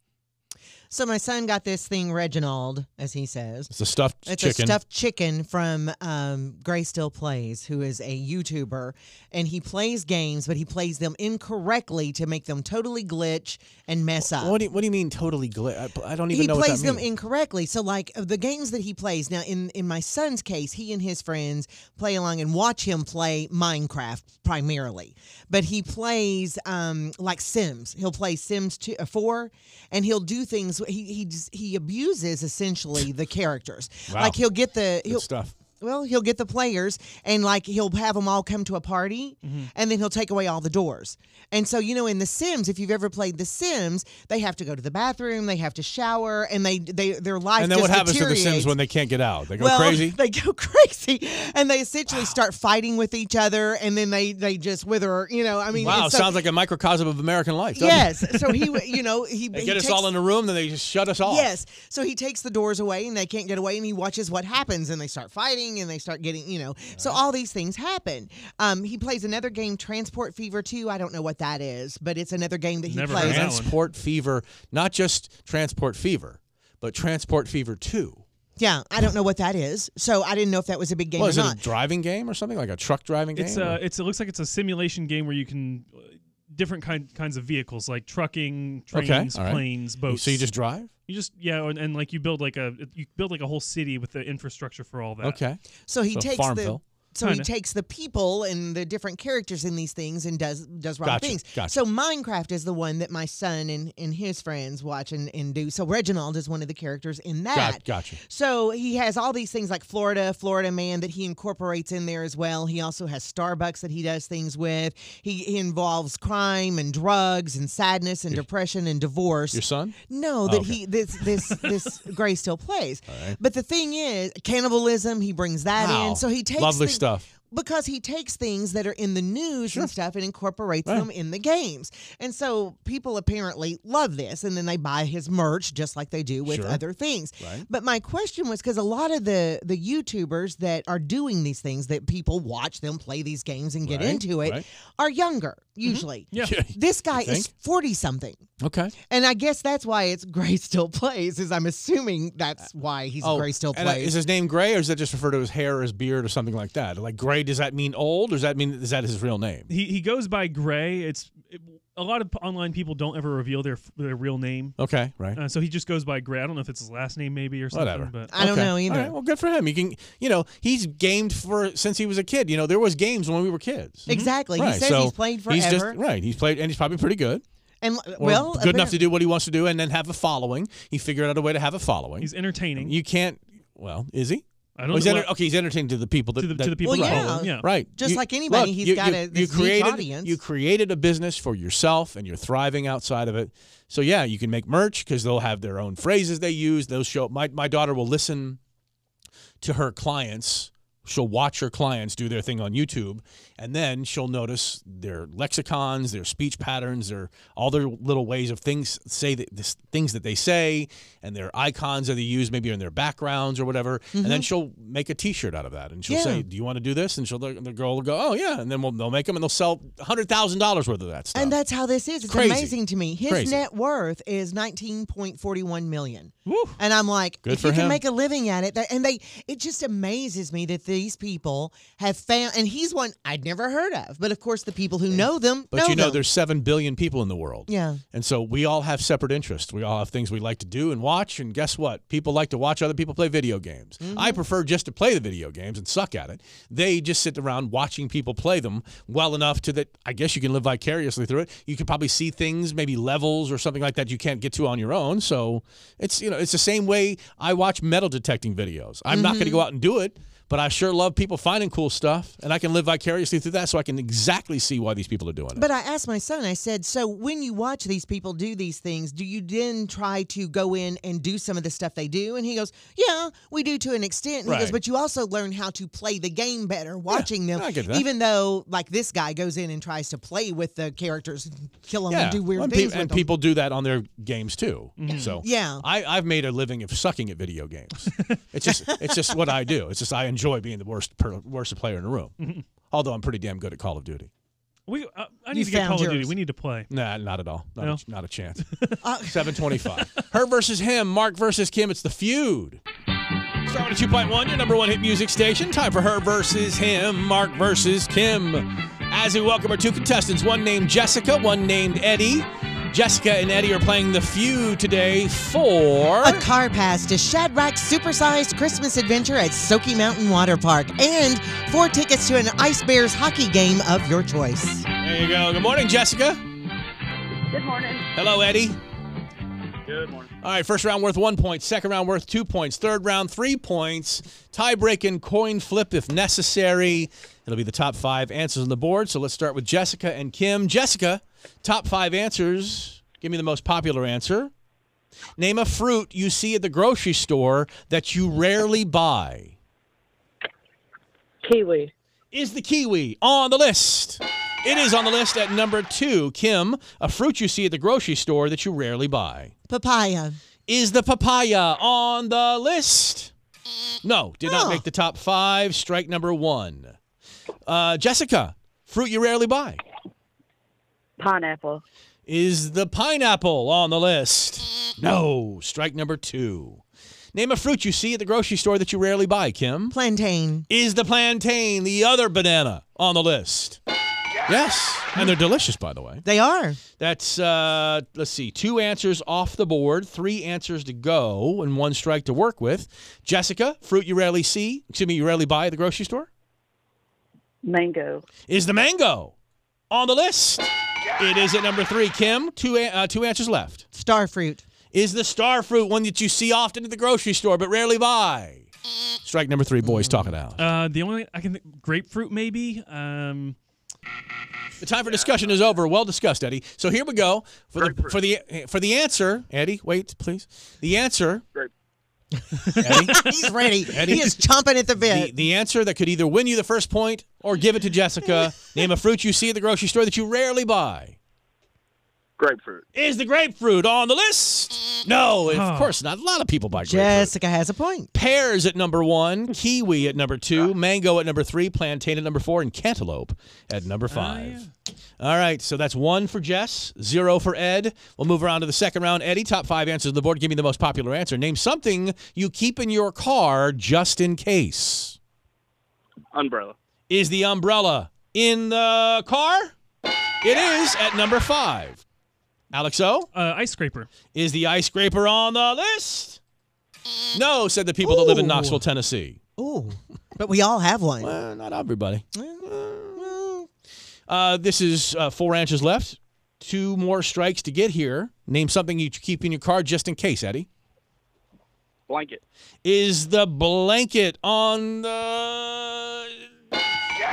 [SPEAKER 5] So my son got this thing, Reginald, as he says.
[SPEAKER 7] It's a stuffed
[SPEAKER 5] It's
[SPEAKER 7] chicken.
[SPEAKER 5] a stuffed chicken from um, Gray Still Plays, who is a YouTuber, and he plays games, but he plays them incorrectly to make them totally glitch and mess up.
[SPEAKER 7] what, do you, what do you mean totally glit? I, I don't even
[SPEAKER 5] he
[SPEAKER 7] know
[SPEAKER 5] plays
[SPEAKER 7] what that
[SPEAKER 5] them
[SPEAKER 7] means.
[SPEAKER 5] incorrectly. So like of the games that he plays now in in my son's case, he and his friends play along and watch him play Minecraft primarily. But he plays um like Sims. He'll play Sims 2 uh, 4 and he'll do things what he he just, he abuses essentially the characters.
[SPEAKER 7] Wow.
[SPEAKER 5] Like he'll get the
[SPEAKER 7] Good
[SPEAKER 5] he'll
[SPEAKER 7] stuff.
[SPEAKER 5] well he'll get the players and like he'll have them all come to a party
[SPEAKER 7] Mm-hmm.
[SPEAKER 5] and then he'll take away all the doors. And so you know in The Sims, if you've ever played The Sims, they have to go to the bathroom, they have to shower, and they they their life
[SPEAKER 7] And then
[SPEAKER 5] just
[SPEAKER 7] what happens to the Sims
[SPEAKER 5] deteriorates.
[SPEAKER 7] when they can't get out? They go
[SPEAKER 5] well,
[SPEAKER 7] crazy.
[SPEAKER 5] They go crazy, and they essentially start fighting with each other, and then they they just wither. You know, I mean,
[SPEAKER 7] Wow,
[SPEAKER 5] and so-
[SPEAKER 7] sounds like a microcosm of American life. doesn't it?
[SPEAKER 5] yes. so he, w- you know, he
[SPEAKER 7] They
[SPEAKER 5] he
[SPEAKER 7] get us
[SPEAKER 5] takes,
[SPEAKER 7] all in a room, then they just shut us off.
[SPEAKER 5] Yes. So he takes the doors away and they can't get away and he watches what happens and they start fighting and they start getting, you know. So all these things happen. Um, he plays another game, Transport Fever 2. I don't know what that is, but it's another game that he
[SPEAKER 8] Never heard of
[SPEAKER 5] plays.
[SPEAKER 8] that one.
[SPEAKER 7] Transport fever, not just transport fever, but transport fever two.
[SPEAKER 5] Yeah, I don't know what that is. So I didn't know if that was a big game
[SPEAKER 7] Well,
[SPEAKER 5] or
[SPEAKER 7] is it
[SPEAKER 5] not.
[SPEAKER 7] a driving game or something like a truck driving
[SPEAKER 8] It's
[SPEAKER 7] game?
[SPEAKER 8] uh, it's it looks like it's a simulation game where you can uh, different kind kinds of vehicles like trucking,
[SPEAKER 7] Okay,
[SPEAKER 8] trains,
[SPEAKER 7] all right.
[SPEAKER 8] planes,
[SPEAKER 7] or-
[SPEAKER 8] boats.
[SPEAKER 7] so you just drive?
[SPEAKER 8] you just yeah, and, and like you build like a you build like a whole city with the infrastructure for all that.
[SPEAKER 7] Okay.
[SPEAKER 5] So he
[SPEAKER 7] So
[SPEAKER 5] takes
[SPEAKER 7] Farmville.
[SPEAKER 5] the so he
[SPEAKER 8] Kinda.
[SPEAKER 5] takes the people and the different characters in these things and does does wrong
[SPEAKER 7] Gotcha,
[SPEAKER 5] things.
[SPEAKER 7] gotcha.
[SPEAKER 5] So Minecraft is the one that my son and, and his friends watch and, and do. So Reginald is one of the characters in that.
[SPEAKER 7] Got, gotcha.
[SPEAKER 5] So he has all these things like Florida, Florida Man that he incorporates in there as well. He also has Starbucks that he does things with. He, he involves crime and drugs and sadness and depression and divorce.
[SPEAKER 7] Your son?
[SPEAKER 5] No, that he this this this Gray still plays. But the thing is, cannibalism. He brings that
[SPEAKER 7] Wow.
[SPEAKER 5] in, so he takes
[SPEAKER 7] Lovely
[SPEAKER 5] thi-
[SPEAKER 7] stuff.
[SPEAKER 5] because he takes things that are in the news and stuff and incorporates
[SPEAKER 7] Right.
[SPEAKER 5] them in the games. And so people apparently love this and then they buy his merch just like they do with
[SPEAKER 7] Sure.
[SPEAKER 5] other things.
[SPEAKER 7] Right.
[SPEAKER 5] But my question was cuz a lot of the the YouTubers that are doing these things that people watch them play these games and get
[SPEAKER 7] Right,
[SPEAKER 5] into it
[SPEAKER 7] right. Mm-hmm.
[SPEAKER 5] are younger usually.
[SPEAKER 8] Yeah.
[SPEAKER 5] This guy is
[SPEAKER 7] think?
[SPEAKER 5] 40 something.
[SPEAKER 7] Okay.
[SPEAKER 5] And I guess that's why it's Gray still plays, is I'm assuming that's why he's Gray still
[SPEAKER 7] and, uh, is
[SPEAKER 5] plays.
[SPEAKER 7] his name Gray, or is that just refer to his hair or his beard or something like that? Like Gray, does that mean old, or does that mean is that his real name?
[SPEAKER 8] He he goes by Gray. It's it, a lot of p- online people don't ever reveal their f- their real name.
[SPEAKER 7] Okay, right.
[SPEAKER 8] Uh, so he just goes by Gray. I don't know if it's his last name maybe or something,
[SPEAKER 7] Whatever.
[SPEAKER 8] but
[SPEAKER 5] I don't
[SPEAKER 7] Okay.
[SPEAKER 5] know either.
[SPEAKER 7] All right, well, mm-hmm. good for him. He can, you know, he's gamed for since he was a kid. You know, there was games when we were kids.
[SPEAKER 5] Exactly.
[SPEAKER 7] Right,
[SPEAKER 5] he says
[SPEAKER 7] so
[SPEAKER 5] he's played forever.
[SPEAKER 7] He's just, right. He's played, and he's probably pretty good.
[SPEAKER 5] And
[SPEAKER 7] Or
[SPEAKER 5] well,
[SPEAKER 7] good enough to do what he wants to do, and then have a following. He figured out a way to have a following.
[SPEAKER 8] he's entertaining.
[SPEAKER 7] you can't. Well, is he?
[SPEAKER 8] I don't
[SPEAKER 7] Oh, he's
[SPEAKER 8] know.
[SPEAKER 7] enter-
[SPEAKER 8] what-
[SPEAKER 7] okay, he's entertaining to the people. That,
[SPEAKER 8] to the
[SPEAKER 7] that-
[SPEAKER 8] to the people
[SPEAKER 5] Well,
[SPEAKER 8] that
[SPEAKER 5] yeah.
[SPEAKER 8] follow him. Yeah.
[SPEAKER 7] Right.
[SPEAKER 5] Just like anybody,
[SPEAKER 7] he's
[SPEAKER 5] he's got a- this niche
[SPEAKER 7] created,
[SPEAKER 5] audience.
[SPEAKER 7] You created a business for yourself and you're thriving outside of it. So, yeah, you can make merch because they'll have their own phrases they use. They'll show my, my daughter will listen to her clients. She'll watch her clients do their thing on YouTube, and then she'll notice their lexicons, their speech patterns, their all their little ways of things say that this, things that they say, and their icons that they use maybe in their backgrounds or whatever. And then she'll make a T-shirt out of that, and she'll say,
[SPEAKER 5] Mm-hmm. Yeah.
[SPEAKER 7] "Do you want to do this?" And she'll the the girl will go, "Oh yeah," and then we'll, they'll make them, and they'll sell hundred thousand dollars worth of that stuff.
[SPEAKER 5] And that's how this is. It's
[SPEAKER 7] Crazy.
[SPEAKER 5] amazing to me. His
[SPEAKER 7] Crazy.
[SPEAKER 5] net worth is nineteen point forty one million.
[SPEAKER 8] Woo.
[SPEAKER 5] And I'm like,
[SPEAKER 7] Good
[SPEAKER 5] if
[SPEAKER 7] for
[SPEAKER 5] you
[SPEAKER 7] him.
[SPEAKER 5] can make a living at it, that, and they, it just amazes me that these people have found. And he's one I'd never heard of, but of course the people who know them
[SPEAKER 7] But you know,
[SPEAKER 5] them.
[SPEAKER 7] there's seven billion people in the world.
[SPEAKER 5] Yeah.
[SPEAKER 7] And so we all have separate interests. We all have things we like to do and watch. And guess what? People like to watch other people play video games.
[SPEAKER 5] Mm-hmm.
[SPEAKER 7] I prefer just to play the video games and suck at it. They just sit around watching people play them well enough to that I guess you can live vicariously through it. You could probably see things, maybe levels or something like that you can't get to on your own. So it's you know, it's the same way I watch metal detecting videos. I'm not
[SPEAKER 5] Mm-hmm.
[SPEAKER 7] gonna go out and do it. But I sure love people finding cool stuff, and I can live vicariously through that, so I can exactly see why these people are doing it.
[SPEAKER 5] But I asked my son, I said, so when you watch these people do these things, do you then try to go in and do some of the stuff they do? And he goes, yeah, we do to an extent. And He
[SPEAKER 7] Right.
[SPEAKER 5] goes, but you also learn how to play the game better watching them.
[SPEAKER 7] I get that.
[SPEAKER 5] Even though, like, this guy goes in and tries to play with the characters, and kill them, and do weird
[SPEAKER 7] and
[SPEAKER 5] things.
[SPEAKER 7] peop-
[SPEAKER 5] with
[SPEAKER 7] and
[SPEAKER 5] them. Mm-hmm.
[SPEAKER 7] people do that on their games too. So
[SPEAKER 5] Yeah.
[SPEAKER 7] I, I've made a living of sucking at video games. it's just it's just what I do. It's just I enjoy being the worst per, worst player in the room.
[SPEAKER 5] Mm-hmm.
[SPEAKER 7] Although I'm pretty damn good at Call of Duty.
[SPEAKER 8] We uh, I
[SPEAKER 5] You
[SPEAKER 8] need to get
[SPEAKER 5] found
[SPEAKER 8] Call of Duty.
[SPEAKER 5] yours.
[SPEAKER 8] We need to play.
[SPEAKER 7] Nah, not at all. Not,
[SPEAKER 8] No?
[SPEAKER 7] a, ch- not a chance.
[SPEAKER 5] Uh,
[SPEAKER 7] 725. Her versus him. Mark versus Kim. It's the feud. Starting at 2.1, your number one hit music station. Time for her versus him. Mark versus Kim. As we welcome our two contestants, one named Jessica, one named Eddie. Jessica and Eddie are playing the feud today for.
[SPEAKER 5] A car pass to Shadrack's supersized Christmas adventure at Soaky Mountain Water Park and four tickets to an Ice Bears hockey game of your choice.
[SPEAKER 7] There you go. Good morning, Jessica. Good morning. Hello, Eddie. Good morning. All right, first round worth one point, second round worth two points, third round three points, tie break and coin flip if necessary. It'll be the top five answers on the board. So let's start with Jessica and Kim. Jessica, top five answers. Give me the most popular answer. Name a fruit you see at the grocery store that you rarely buy.
[SPEAKER 9] Kiwi.
[SPEAKER 7] Is the kiwi on the list? It is on the list at number two. Kim, a fruit you see at the grocery store that you rarely buy.
[SPEAKER 5] Papaya.
[SPEAKER 7] Is the papaya on the list? No, did not
[SPEAKER 5] Oh.
[SPEAKER 7] make the top five. Strike number one. Uh, Jessica, fruit you rarely buy.
[SPEAKER 9] Pineapple.
[SPEAKER 7] Is the pineapple on the list? No, strike number two. Name a fruit you see at the grocery store that you rarely buy, Kim.
[SPEAKER 5] Plantain.
[SPEAKER 7] Is the plantain the other banana on the list? Yes, and they're delicious, by the way.
[SPEAKER 5] They are.
[SPEAKER 7] That's uh let's see, two answers off the board, three answers to go, and one strike to work with. Jessica, fruit you rarely see, excuse me, you rarely buy at the grocery store?
[SPEAKER 9] Mango.
[SPEAKER 7] Is the mango on the list? It is at number three. Kim, two a- uh, two answers left.
[SPEAKER 5] Star fruit.
[SPEAKER 7] Is the star fruit one that you see often at the grocery store but rarely buy? Strike number three, boys, talk it out.
[SPEAKER 8] Uh, the only I can think, grapefruit maybe. Um,
[SPEAKER 7] The time for discussion is over. Well discussed, Eddie. So here we go for the for the for the answer. Eddie, wait, please. The answer. Eddie,
[SPEAKER 5] He's ready.
[SPEAKER 7] Eddie.
[SPEAKER 5] He is chomping at the
[SPEAKER 7] the,
[SPEAKER 5] bit.
[SPEAKER 7] the answer that could either win you the first point or give it to Jessica. Name a fruit you see at the grocery store that you rarely buy.
[SPEAKER 10] Grapefruit.
[SPEAKER 7] Is the grapefruit on the list? No,
[SPEAKER 8] Huh.
[SPEAKER 7] of course not. A lot of people buy grapefruit.
[SPEAKER 5] Jessica has a point.
[SPEAKER 7] Pears at number one, kiwi at number two, mango at number three, plantain at number four, and cantaloupe at number five. All right, so that's one for Jess, zero for Ed. We'll move around to the second round. Eddie, top five answers on the board. Give me the most popular answer. Name something you keep in your car just in case.
[SPEAKER 10] Umbrella.
[SPEAKER 7] Is the umbrella in the car? It is at number five. Alex O,
[SPEAKER 8] uh, ice scraper.
[SPEAKER 7] is the ice scraper on the list? No, said the people that live in
[SPEAKER 5] Ooh.
[SPEAKER 7] Knoxville, Tennessee.
[SPEAKER 5] Ooh. But we all have one.
[SPEAKER 7] Well, Uh, not everybody.
[SPEAKER 5] Well,
[SPEAKER 7] Uh, this is uh, four answers left. Two more strikes to get here. Name something you keep in your car just in case, Eddie.
[SPEAKER 10] Blanket.
[SPEAKER 7] Is the blanket on the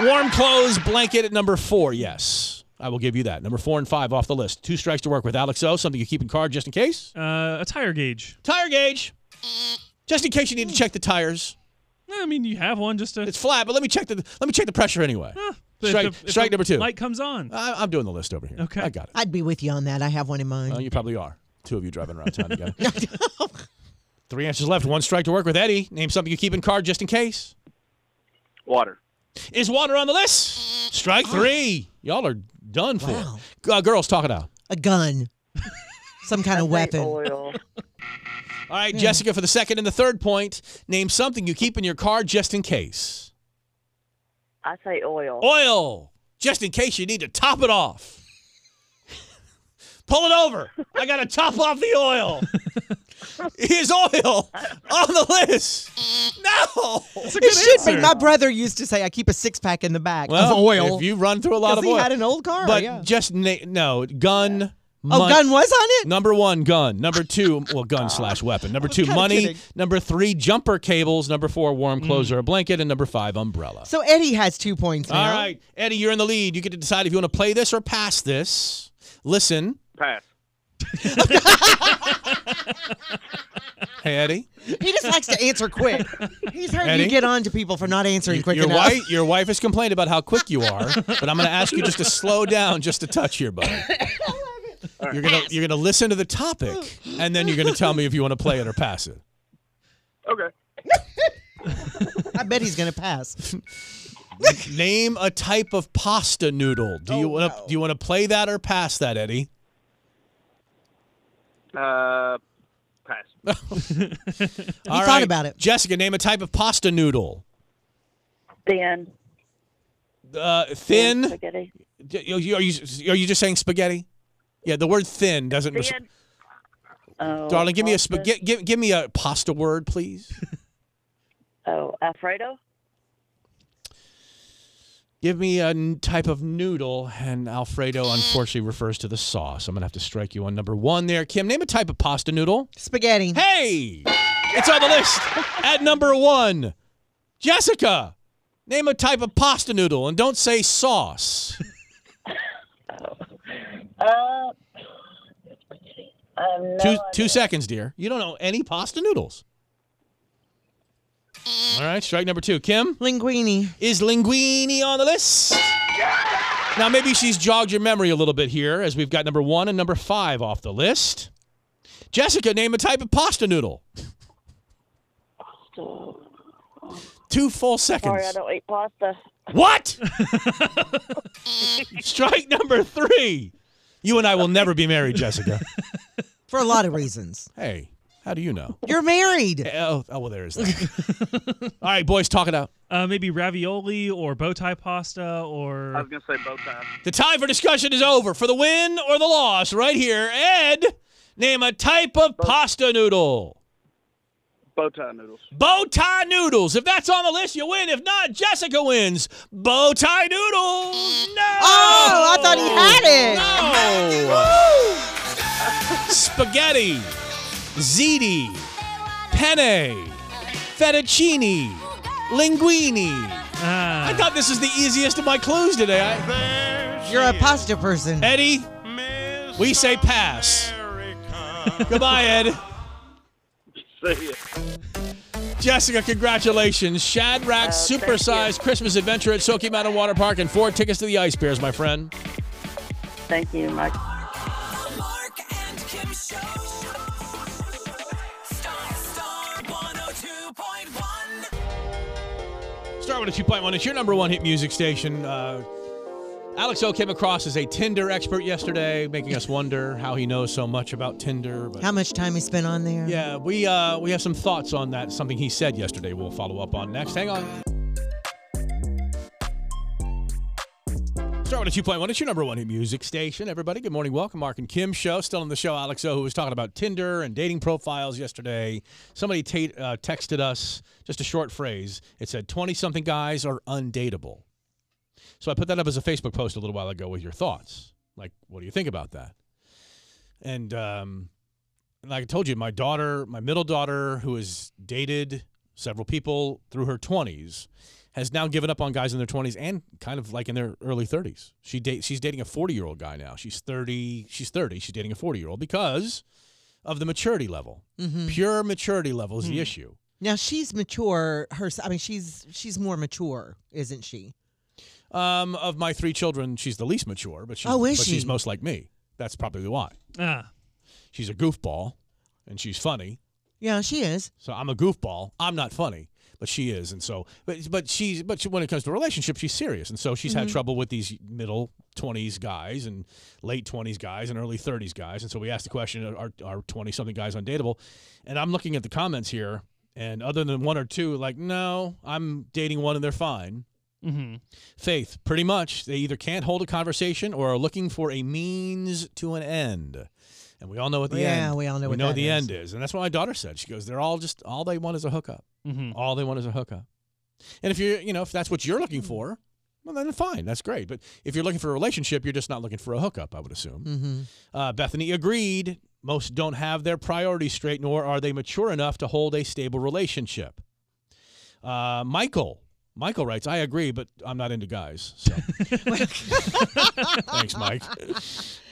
[SPEAKER 7] warm clothes blanket at number four? Yes. I will give you that. Number four and five off the list. Two strikes to work with. Alex O, something you keep in car just in case.
[SPEAKER 8] Uh, a tire gauge.
[SPEAKER 7] Tire gauge. Just in case you need to check the tires.
[SPEAKER 8] I mean, you have one just to.
[SPEAKER 7] It's flat, but let me check the let me check the pressure anyway.
[SPEAKER 8] if
[SPEAKER 7] strike-
[SPEAKER 8] the- if
[SPEAKER 7] strike
[SPEAKER 8] the
[SPEAKER 7] number two.
[SPEAKER 8] Light comes on.
[SPEAKER 7] I, I'm doing the list over here.
[SPEAKER 8] Okay.
[SPEAKER 7] I got it.
[SPEAKER 5] I'd be with you on that. I have one in mind.
[SPEAKER 7] Well, you probably are. Two of you driving around town together. Three answers left. One strike to work with Eddie. Name something you keep in car just in case.
[SPEAKER 10] Water.
[SPEAKER 7] Is water on the list? Strike three. Y'all are done for.
[SPEAKER 5] Wow.
[SPEAKER 7] G- Uh, girls, talk it out.
[SPEAKER 5] a gun. Some kind of weapon.
[SPEAKER 9] Oil.
[SPEAKER 7] All right, Jessica, for the second and the third point, name something you keep in your car just in case.
[SPEAKER 9] I say oil.
[SPEAKER 7] Oil, just in case you need to top it off. Pull it over. I got to top off the oil. Is oil on the list? No.
[SPEAKER 8] It's a good
[SPEAKER 5] It should be.
[SPEAKER 8] answer.
[SPEAKER 5] My brother used to say, "I keep a six pack in the back of oil."
[SPEAKER 7] If you run through a lot
[SPEAKER 5] 'Cause
[SPEAKER 7] of
[SPEAKER 5] he
[SPEAKER 7] oil,
[SPEAKER 5] had an old car.
[SPEAKER 7] but
[SPEAKER 5] yeah.
[SPEAKER 7] just na- no
[SPEAKER 5] oh,
[SPEAKER 7] gun. mon-
[SPEAKER 5] gun was on it.
[SPEAKER 7] Number one, gun. Number two, well, gun slash weapon. Number two,
[SPEAKER 5] kinda
[SPEAKER 7] money.
[SPEAKER 5] kidding. Mm.
[SPEAKER 7] Number three, jumper cables. Number four, warm clothes or a blanket. And number five, umbrella.
[SPEAKER 5] So Eddie has two points now.
[SPEAKER 7] All right, Eddie, you're in the lead. You get to decide if you want to play this or pass this. Listen,
[SPEAKER 10] Pass.
[SPEAKER 7] hey Eddie,
[SPEAKER 5] He just likes to answer quick. He's heard
[SPEAKER 7] Eddie?
[SPEAKER 5] you get on to people for not answering quick
[SPEAKER 7] your
[SPEAKER 5] enough.
[SPEAKER 7] wife, your wife has complained about how quick you are, but I'm going to ask you just to slow down just a touch here, buddy. You're gonna you're gonna listen to the topic, and then you're gonna tell me if you want to play it or pass it.
[SPEAKER 10] Okay.
[SPEAKER 5] I bet he's gonna pass.
[SPEAKER 7] Name a type of pasta noodle. Do you want to do you want to play that or pass that, Eddie?
[SPEAKER 10] Uh, pass.
[SPEAKER 7] All
[SPEAKER 5] thought about it.
[SPEAKER 7] Jessica, name a type of pasta noodle.
[SPEAKER 9] Then
[SPEAKER 7] Uh, thin.
[SPEAKER 9] spaghetti.
[SPEAKER 7] Are you, are you are you just saying spaghetti? Yeah, the word thin doesn't. res-
[SPEAKER 9] Then. Oh,
[SPEAKER 7] Darling, give me a
[SPEAKER 9] pasta.
[SPEAKER 7] spaghetti. Give, give me a pasta word, please.
[SPEAKER 9] Oh, Alfredo.
[SPEAKER 7] Give me a n- type of noodle, and Alfredo unfortunately refers to the sauce. I'm gonna have to strike you on number one there, Kim. Name a type of pasta noodle.
[SPEAKER 5] Spaghetti.
[SPEAKER 7] Hey, it's on the list at number one. Jessica, name a type of pasta noodle, and don't say sauce.
[SPEAKER 9] Uh, um,
[SPEAKER 7] Two two seconds, dear. You don't know any pasta noodles. All right, strike number two, Kim.
[SPEAKER 5] Linguini.
[SPEAKER 7] Is linguine on the list? Now, maybe she's jogged your memory a little bit here as we've got number one and number five off the list. Jessica, name a type of pasta noodle. Two full seconds.
[SPEAKER 9] sorry, I don't eat pasta.
[SPEAKER 7] what? Strike number three. You and I will never be married, Jessica.
[SPEAKER 5] For a lot of reasons.
[SPEAKER 7] Hey, how do you know?
[SPEAKER 5] You're married.
[SPEAKER 7] Oh, oh well, there is that. All right, boys, talk it out.
[SPEAKER 8] Uh, maybe ravioli or bow tie pasta
[SPEAKER 10] I was
[SPEAKER 8] or
[SPEAKER 10] gonna say bow tie.
[SPEAKER 7] The time for discussion is over. For the win or the loss, right here, Ed, name a type of pasta noodle.
[SPEAKER 10] Bow tie noodles.
[SPEAKER 7] Bow tie noodles. If that's on the list, you win. If not, Jessica wins. Bow tie noodles. No.
[SPEAKER 5] Oh, I thought he had it.
[SPEAKER 7] No. Spaghetti, ziti, penne, fettuccine, linguine. I
[SPEAKER 8] ah,
[SPEAKER 7] thought this was the easiest of my clues today. I,
[SPEAKER 5] You're a pasta person.
[SPEAKER 7] Eddie, we say pass. Goodbye, Ed.
[SPEAKER 10] See ya.
[SPEAKER 7] Jessica, congratulations. Shadrack's
[SPEAKER 9] thank
[SPEAKER 7] supersized Christmas adventure at Soaky Mountain Water Park and four tickets to the Ice Bears, my friend.
[SPEAKER 9] Thank you, Mike.
[SPEAKER 6] Mark and Kim Show. Star Star 102.1.
[SPEAKER 7] Start with a 2.1. It's your number one hit music station. Uh, Alex O came across as a Tinder expert yesterday, making us wonder how he knows so much about Tinder. But
[SPEAKER 5] How much time he spent on there?
[SPEAKER 7] yeah, we uh, we have some thoughts on that. Something he said yesterday. We'll follow up on next. Hang on. Start with a 2.1. It's your number one hit music station, everybody. Good morning. Welcome, Mark and Kim show. Still on the show, Alex O, who was talking about Tinder and dating profiles yesterday. Somebody ta- uh, texted us just a short phrase. It said, 20 something guys are undateable. So I put that up as a Facebook post a little while ago with your thoughts. Like, what do you think about that? And um, like I told you, my daughter, my middle daughter, who has dated several people through her 20s, has now given up on guys in their 20s and kind of like in their early 30s. She date she's dating a 40 year old guy now. She's 30. She's 30. She's dating a 40 year old because of the maturity level.
[SPEAKER 5] Mm-hmm.
[SPEAKER 7] Pure maturity level
[SPEAKER 5] Hmm.
[SPEAKER 7] is the issue.
[SPEAKER 5] Now she's mature. Her, I mean, she's she's more mature, isn't she?
[SPEAKER 7] Um, of my three children, she's the least mature, but she's,
[SPEAKER 5] Oh, is
[SPEAKER 7] but she's
[SPEAKER 5] she?
[SPEAKER 7] most like me. That's probably why.
[SPEAKER 8] ah.
[SPEAKER 7] She's a goofball, and she's funny.
[SPEAKER 5] Yeah, she is.
[SPEAKER 7] So I'm a goofball. I'm not funny, but she is, and so but but she's but she, when it comes to relationships, she's serious, and so she's had trouble with these middle twenties guys and late twenties guys and early thirties guys, and so we asked the question: Are are twenty something guys undateable? And I'm looking at the comments here, and other than one or two, like no, I'm dating one and they're fine.
[SPEAKER 8] Mm-hmm.
[SPEAKER 7] Faith, pretty much. They either can't hold a conversation or are looking for a means to an end. And we all know what the end.
[SPEAKER 5] Yeah, we all know
[SPEAKER 7] we
[SPEAKER 5] what
[SPEAKER 7] know
[SPEAKER 5] that
[SPEAKER 7] the
[SPEAKER 5] is.
[SPEAKER 7] end is, and that's what my daughter said. She goes, "They're all just all they want is a hookup.
[SPEAKER 8] Mm-hmm.
[SPEAKER 7] All they want is a hookup." And if you're, you know, if that's what you're looking for, well, then fine, that's great. But if you're looking for a relationship, you're just not looking for a hookup, I would assume.
[SPEAKER 5] Mm-hmm.
[SPEAKER 7] Uh, Bethany agreed. Most don't have their priorities straight, nor are they mature enough to hold a stable relationship. Uh, Michael. Michael writes, I agree, but I'm not into guys. So. Thanks, Mike.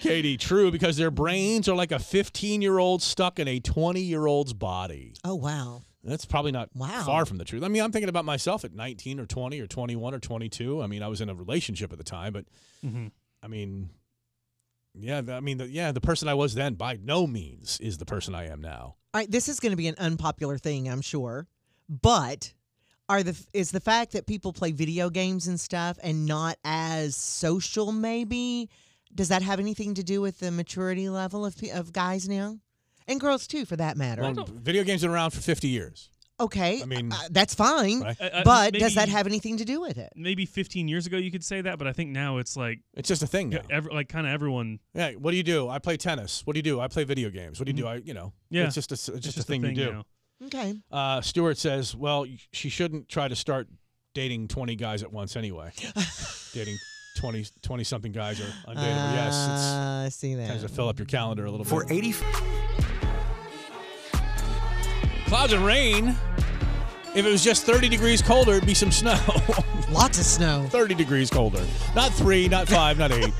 [SPEAKER 7] Katie, true, because their brains are like a 15 year old stuck in a 20 year old's body.
[SPEAKER 5] Oh wow.
[SPEAKER 7] That's probably not
[SPEAKER 5] Wow.
[SPEAKER 7] far from the truth. I mean, I'm thinking about myself at 19 or 20 or 21 or 22. I mean, I was in a relationship at the time, but
[SPEAKER 8] Mhm.
[SPEAKER 7] I mean, yeah, the- I mean, the, yeah, the person I was then by no means is the person I am now.
[SPEAKER 5] All right, this is going to be an unpopular thing, I'm sure, but are the is the fact that people play video games and stuff and not as social maybe does that have anything to do with the maturity level of pe- of guys now and girls too for that matter?
[SPEAKER 7] Well, video games have been around for 50 years.
[SPEAKER 5] okay,
[SPEAKER 7] I mean-
[SPEAKER 5] uh, that's fine,
[SPEAKER 7] Right.
[SPEAKER 8] Uh, uh,
[SPEAKER 5] but
[SPEAKER 8] maybe-
[SPEAKER 5] does that have anything to do with it?
[SPEAKER 8] Maybe 15 years ago you could say that, but I think now it's like
[SPEAKER 7] It's just a thing now.
[SPEAKER 8] yeah, ev- like kind of everyone.
[SPEAKER 7] Yeah, what do you do? I play tennis. What do you do? I play video games. What do you do? I, you know,
[SPEAKER 8] Yeah.
[SPEAKER 7] Mm-hmm. it's just a, it's just,
[SPEAKER 8] It's
[SPEAKER 7] a thing, you do.
[SPEAKER 8] now.
[SPEAKER 5] Okay,
[SPEAKER 7] Uh, Stewart says, well, y- she shouldn't try to start dating 20 guys at once anyway. dating 20 20 something guys are undateable. yes, it's
[SPEAKER 5] Uh, I see that.
[SPEAKER 7] time to fill up your calendar a little
[SPEAKER 6] For
[SPEAKER 7] bit.
[SPEAKER 6] 80.
[SPEAKER 7] Clouds and rain. If it was just 30 degrees colder, it'd be some snow.
[SPEAKER 5] Lots of snow.
[SPEAKER 7] 30 degrees colder. Not 3, not 5, not 8.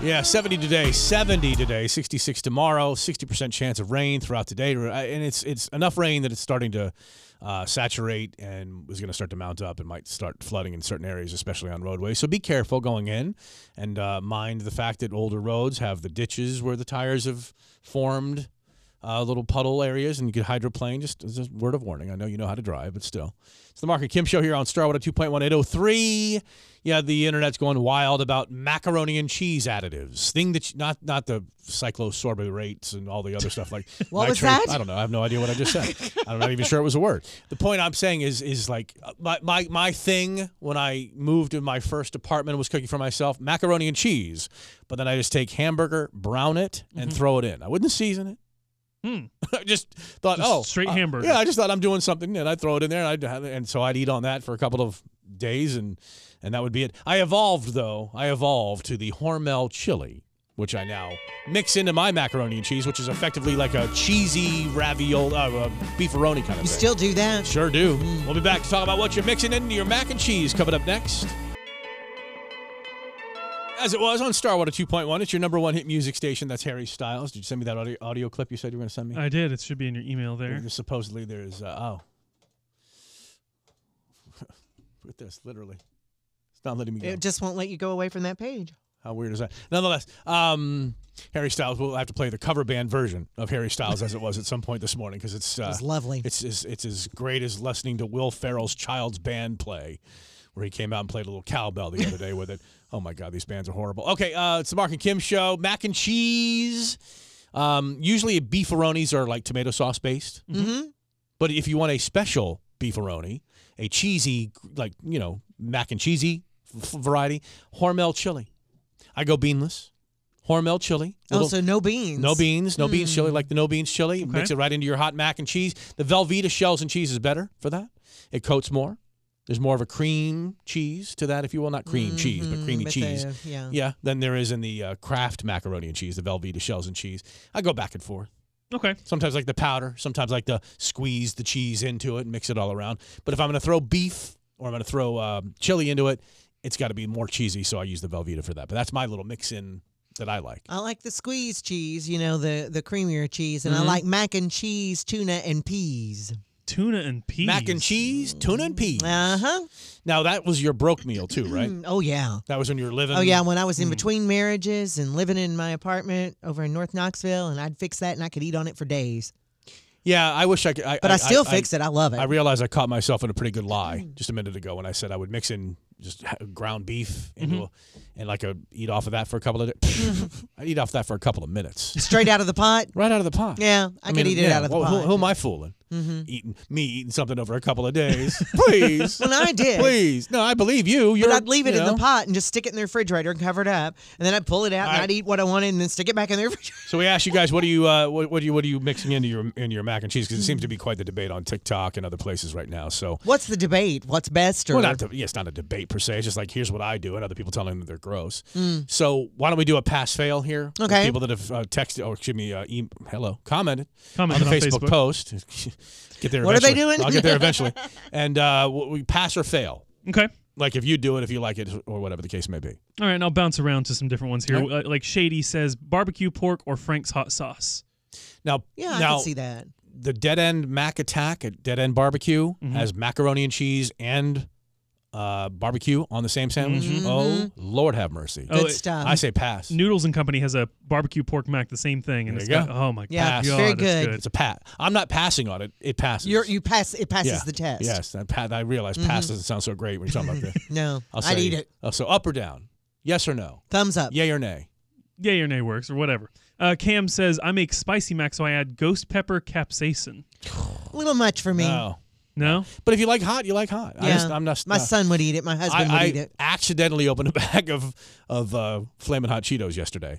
[SPEAKER 7] Yeah, 70 today, 70 today, 66 tomorrow, 60% chance of rain throughout the day. And it's it's enough rain that it's starting to uh, saturate and is going to start to mount up and might start flooding in certain areas, especially on roadways. So be careful going in and uh, mind the fact that older roads have the ditches where the tires have formed, uh, little puddle areas, and you could hydroplane. Just, just a word of warning. I know you know how to drive, but still. It's the Mark and Kim show here on Starwood at 2.1803. Yeah, the internet's going wild about macaroni and cheese additives. Thing that you, not not the cyclosorbates and all the other stuff like
[SPEAKER 5] What was
[SPEAKER 7] nitrate-
[SPEAKER 5] that?
[SPEAKER 7] I don't know. I have no idea what I just said. I'm not even sure it was a word. The point I'm saying is is like uh, my my, my thing when I moved in my first apartment was cooking for myself macaroni and cheese. But then I just take hamburger, brown it, and
[SPEAKER 5] Mm-hmm.
[SPEAKER 7] throw it in. I wouldn't season it.
[SPEAKER 8] Hmm.
[SPEAKER 7] I just thought,
[SPEAKER 8] Just
[SPEAKER 7] oh,
[SPEAKER 8] straight
[SPEAKER 7] uh,
[SPEAKER 8] hamburger.
[SPEAKER 7] Yeah, I just thought I'm doing something, and I'd throw it in there, and I'd have it, and so I'd eat on that for a couple of days, and and that would be it. I evolved though. I evolved to the Hormel chili, which I now mix into my macaroni and cheese, which is effectively like a cheesy ravioli, uh, uh, beefaroni kind of
[SPEAKER 5] You
[SPEAKER 7] thing.
[SPEAKER 5] still do that?
[SPEAKER 7] Sure do. We'll be back to talk about what you're mixing into your mac and cheese coming up next. As it was on Starwater 2.1, it's your number one hit music station. That's Harry Styles. Did you send me that audio, audio clip you said you were going to send me?
[SPEAKER 8] I did. It should be in your email there.
[SPEAKER 7] There's Supposedly there's uh, oh. Look at this, literally. It's not letting me go.
[SPEAKER 5] It just won't let you go away from that page.
[SPEAKER 7] How weird is that? Nonetheless, um, Harry Styles will have to play the cover band version of Harry Styles as it was at some point this morning because it's uh,
[SPEAKER 5] was lovely.
[SPEAKER 7] It's, it's it's as great as listening to Will Ferrell's Child's Band play, where he came out and played a little cowbell the other day with it. Oh my God, these bands are horrible. Okay, uh, it's the Mark and Kim show. Mac and cheese. Um, usually beefaronis are like tomato sauce based,
[SPEAKER 5] Mm-hmm.
[SPEAKER 7] but if you want a special beefaroni, a cheesy like you know mac and cheesy f- variety, Hormel chili. I go beanless. Hormel chili.
[SPEAKER 5] Oh,
[SPEAKER 7] Little-
[SPEAKER 5] so no beans. Hmm.
[SPEAKER 7] no beans, no beans chili, like the no beans chili. Mix
[SPEAKER 8] Okay.
[SPEAKER 7] it right into your hot mac and cheese. The Velveeta shells and cheese is better for that. It coats more. There's more of a cream cheese to that, if you will. Not cream cheese, but
[SPEAKER 5] Mm,
[SPEAKER 7] creamy
[SPEAKER 5] but
[SPEAKER 7] cheese.
[SPEAKER 5] the- yeah.
[SPEAKER 7] Yeah, than there is in the uh, Kraft macaroni and cheese, the Velveeta shells and cheese. I go back and forth.
[SPEAKER 8] Okay.
[SPEAKER 7] Sometimes like the powder, sometimes like the squeeze the cheese into it and mix it all around. But if I'm going to throw beef or I'm going to throw um, chili into it, it's got to be more cheesy. So I use the Velveeta for that. But that's my little mix in that I like.
[SPEAKER 5] I like the squeeze cheese, you know, the the creamier cheese,
[SPEAKER 7] Mm-hmm.
[SPEAKER 5] and I like mac and cheese, tuna, and peas.
[SPEAKER 8] Tuna and peas.
[SPEAKER 7] Mac and cheese, tuna and peas.
[SPEAKER 5] Uh huh.
[SPEAKER 7] Now that was your broke meal too, right?
[SPEAKER 5] Oh yeah.
[SPEAKER 7] that was when you were living.
[SPEAKER 5] Oh yeah. When I was
[SPEAKER 7] hmm.
[SPEAKER 5] in between marriages and living in my apartment over in North Knoxville, and I'd fix that, and I could eat on it for days.
[SPEAKER 7] Yeah, I wish I could. I,
[SPEAKER 5] But Mm. I, still fix it. I love it.
[SPEAKER 7] I realized I caught myself in a pretty good lie just a minute ago when I said I would mix in just h- ground beef into
[SPEAKER 5] Mm-hmm.
[SPEAKER 7] a, and like a eat off of that for a couple of days. I'd eat off that for a couple of minutes,
[SPEAKER 5] Straight out of the pot.
[SPEAKER 7] right out of the pot.
[SPEAKER 5] Yeah, I, could eat it
[SPEAKER 7] yeah,
[SPEAKER 5] out of the
[SPEAKER 7] well,
[SPEAKER 5] pot. Mm-hmm.
[SPEAKER 7] Who, who am I fooling? Eating me eating something over a couple of days, please.
[SPEAKER 5] Well, I did.
[SPEAKER 7] Please, no, I believe you. You're,
[SPEAKER 5] But I'd leave it
[SPEAKER 7] you
[SPEAKER 5] in the
[SPEAKER 7] know.
[SPEAKER 5] pot and just stick it in the refrigerator and cover it up, and then I'd pull it out and
[SPEAKER 7] I-
[SPEAKER 5] I'd eat what I wanted and then stick it back in the refrigerator.
[SPEAKER 7] So we asked you guys, what do you, uh, what, what do you, what are you mixing into your into your mac and cheese? Because it seems to be quite the debate on TikTok and other places right now. So,
[SPEAKER 5] What's the debate? What's best? Or
[SPEAKER 7] well, not de- yeah, it's not a debate per se. It's just like here's what I do, and other people telling them that they're gross. So why don't we do a pass fail here? with
[SPEAKER 5] Mm. Okay.
[SPEAKER 7] People that have uh, texted, or excuse me, uh, em hello, commented,
[SPEAKER 8] Commented
[SPEAKER 7] on the
[SPEAKER 8] on
[SPEAKER 7] Facebook,
[SPEAKER 8] Facebook.
[SPEAKER 7] post. get there.
[SPEAKER 5] What are they
[SPEAKER 7] eventually.
[SPEAKER 5] doing?
[SPEAKER 7] I'll get there eventually. and uh, w- we pass or fail.
[SPEAKER 8] Okay.
[SPEAKER 7] Like if you do it, if you like it, or whatever the case may be.
[SPEAKER 8] All right, and I'll bounce around to some different ones here.
[SPEAKER 7] All
[SPEAKER 8] Uh, Like Shady says, barbecue pork or Frank's hot sauce.
[SPEAKER 7] Now,
[SPEAKER 5] yeah, I
[SPEAKER 7] now,
[SPEAKER 5] can see that.
[SPEAKER 7] the Dead End Mac Attack at Dead End Barbecue
[SPEAKER 8] Mm-hmm.
[SPEAKER 7] has macaroni and cheese and uh, barbecue on the same sandwich. Oh, Lord have mercy.
[SPEAKER 8] Oh,
[SPEAKER 5] Mm-hmm. Good
[SPEAKER 8] it-
[SPEAKER 5] stuff.
[SPEAKER 7] I say pass.
[SPEAKER 8] Noodles and Company has a barbecue pork mac, the same thing, and
[SPEAKER 7] There
[SPEAKER 8] it's
[SPEAKER 7] you go.
[SPEAKER 8] got, oh my
[SPEAKER 5] Yeah,
[SPEAKER 8] god,
[SPEAKER 5] it's very
[SPEAKER 8] it's
[SPEAKER 5] good.
[SPEAKER 7] it's a pat. I'm not passing on it. It passes.
[SPEAKER 5] You're, you pass. It passes
[SPEAKER 7] Yeah.
[SPEAKER 5] the test.
[SPEAKER 7] Yes, I, pa- I realize pass doesn't sound so great when you're talking about that.
[SPEAKER 5] No,
[SPEAKER 7] I'll
[SPEAKER 5] I'd
[SPEAKER 7] say-
[SPEAKER 5] eat it.
[SPEAKER 7] Oh, so up or down? Yes or no?
[SPEAKER 5] Thumbs up.
[SPEAKER 7] Yay or nay?
[SPEAKER 8] Yay or nay works or whatever. Uh, Cam says I make spicy mac, so I add ghost pepper capsaicin.
[SPEAKER 5] A little much for me.
[SPEAKER 7] No.
[SPEAKER 8] No,
[SPEAKER 7] Oh. But if you like hot, you like hot. I
[SPEAKER 5] Yeah.
[SPEAKER 7] just, I'm not.
[SPEAKER 5] My
[SPEAKER 7] no.
[SPEAKER 5] son would eat it. My husband
[SPEAKER 7] I,
[SPEAKER 5] would
[SPEAKER 7] I
[SPEAKER 5] eat it.
[SPEAKER 7] accidentally opened a bag of of uh, flaming hot Cheetos yesterday.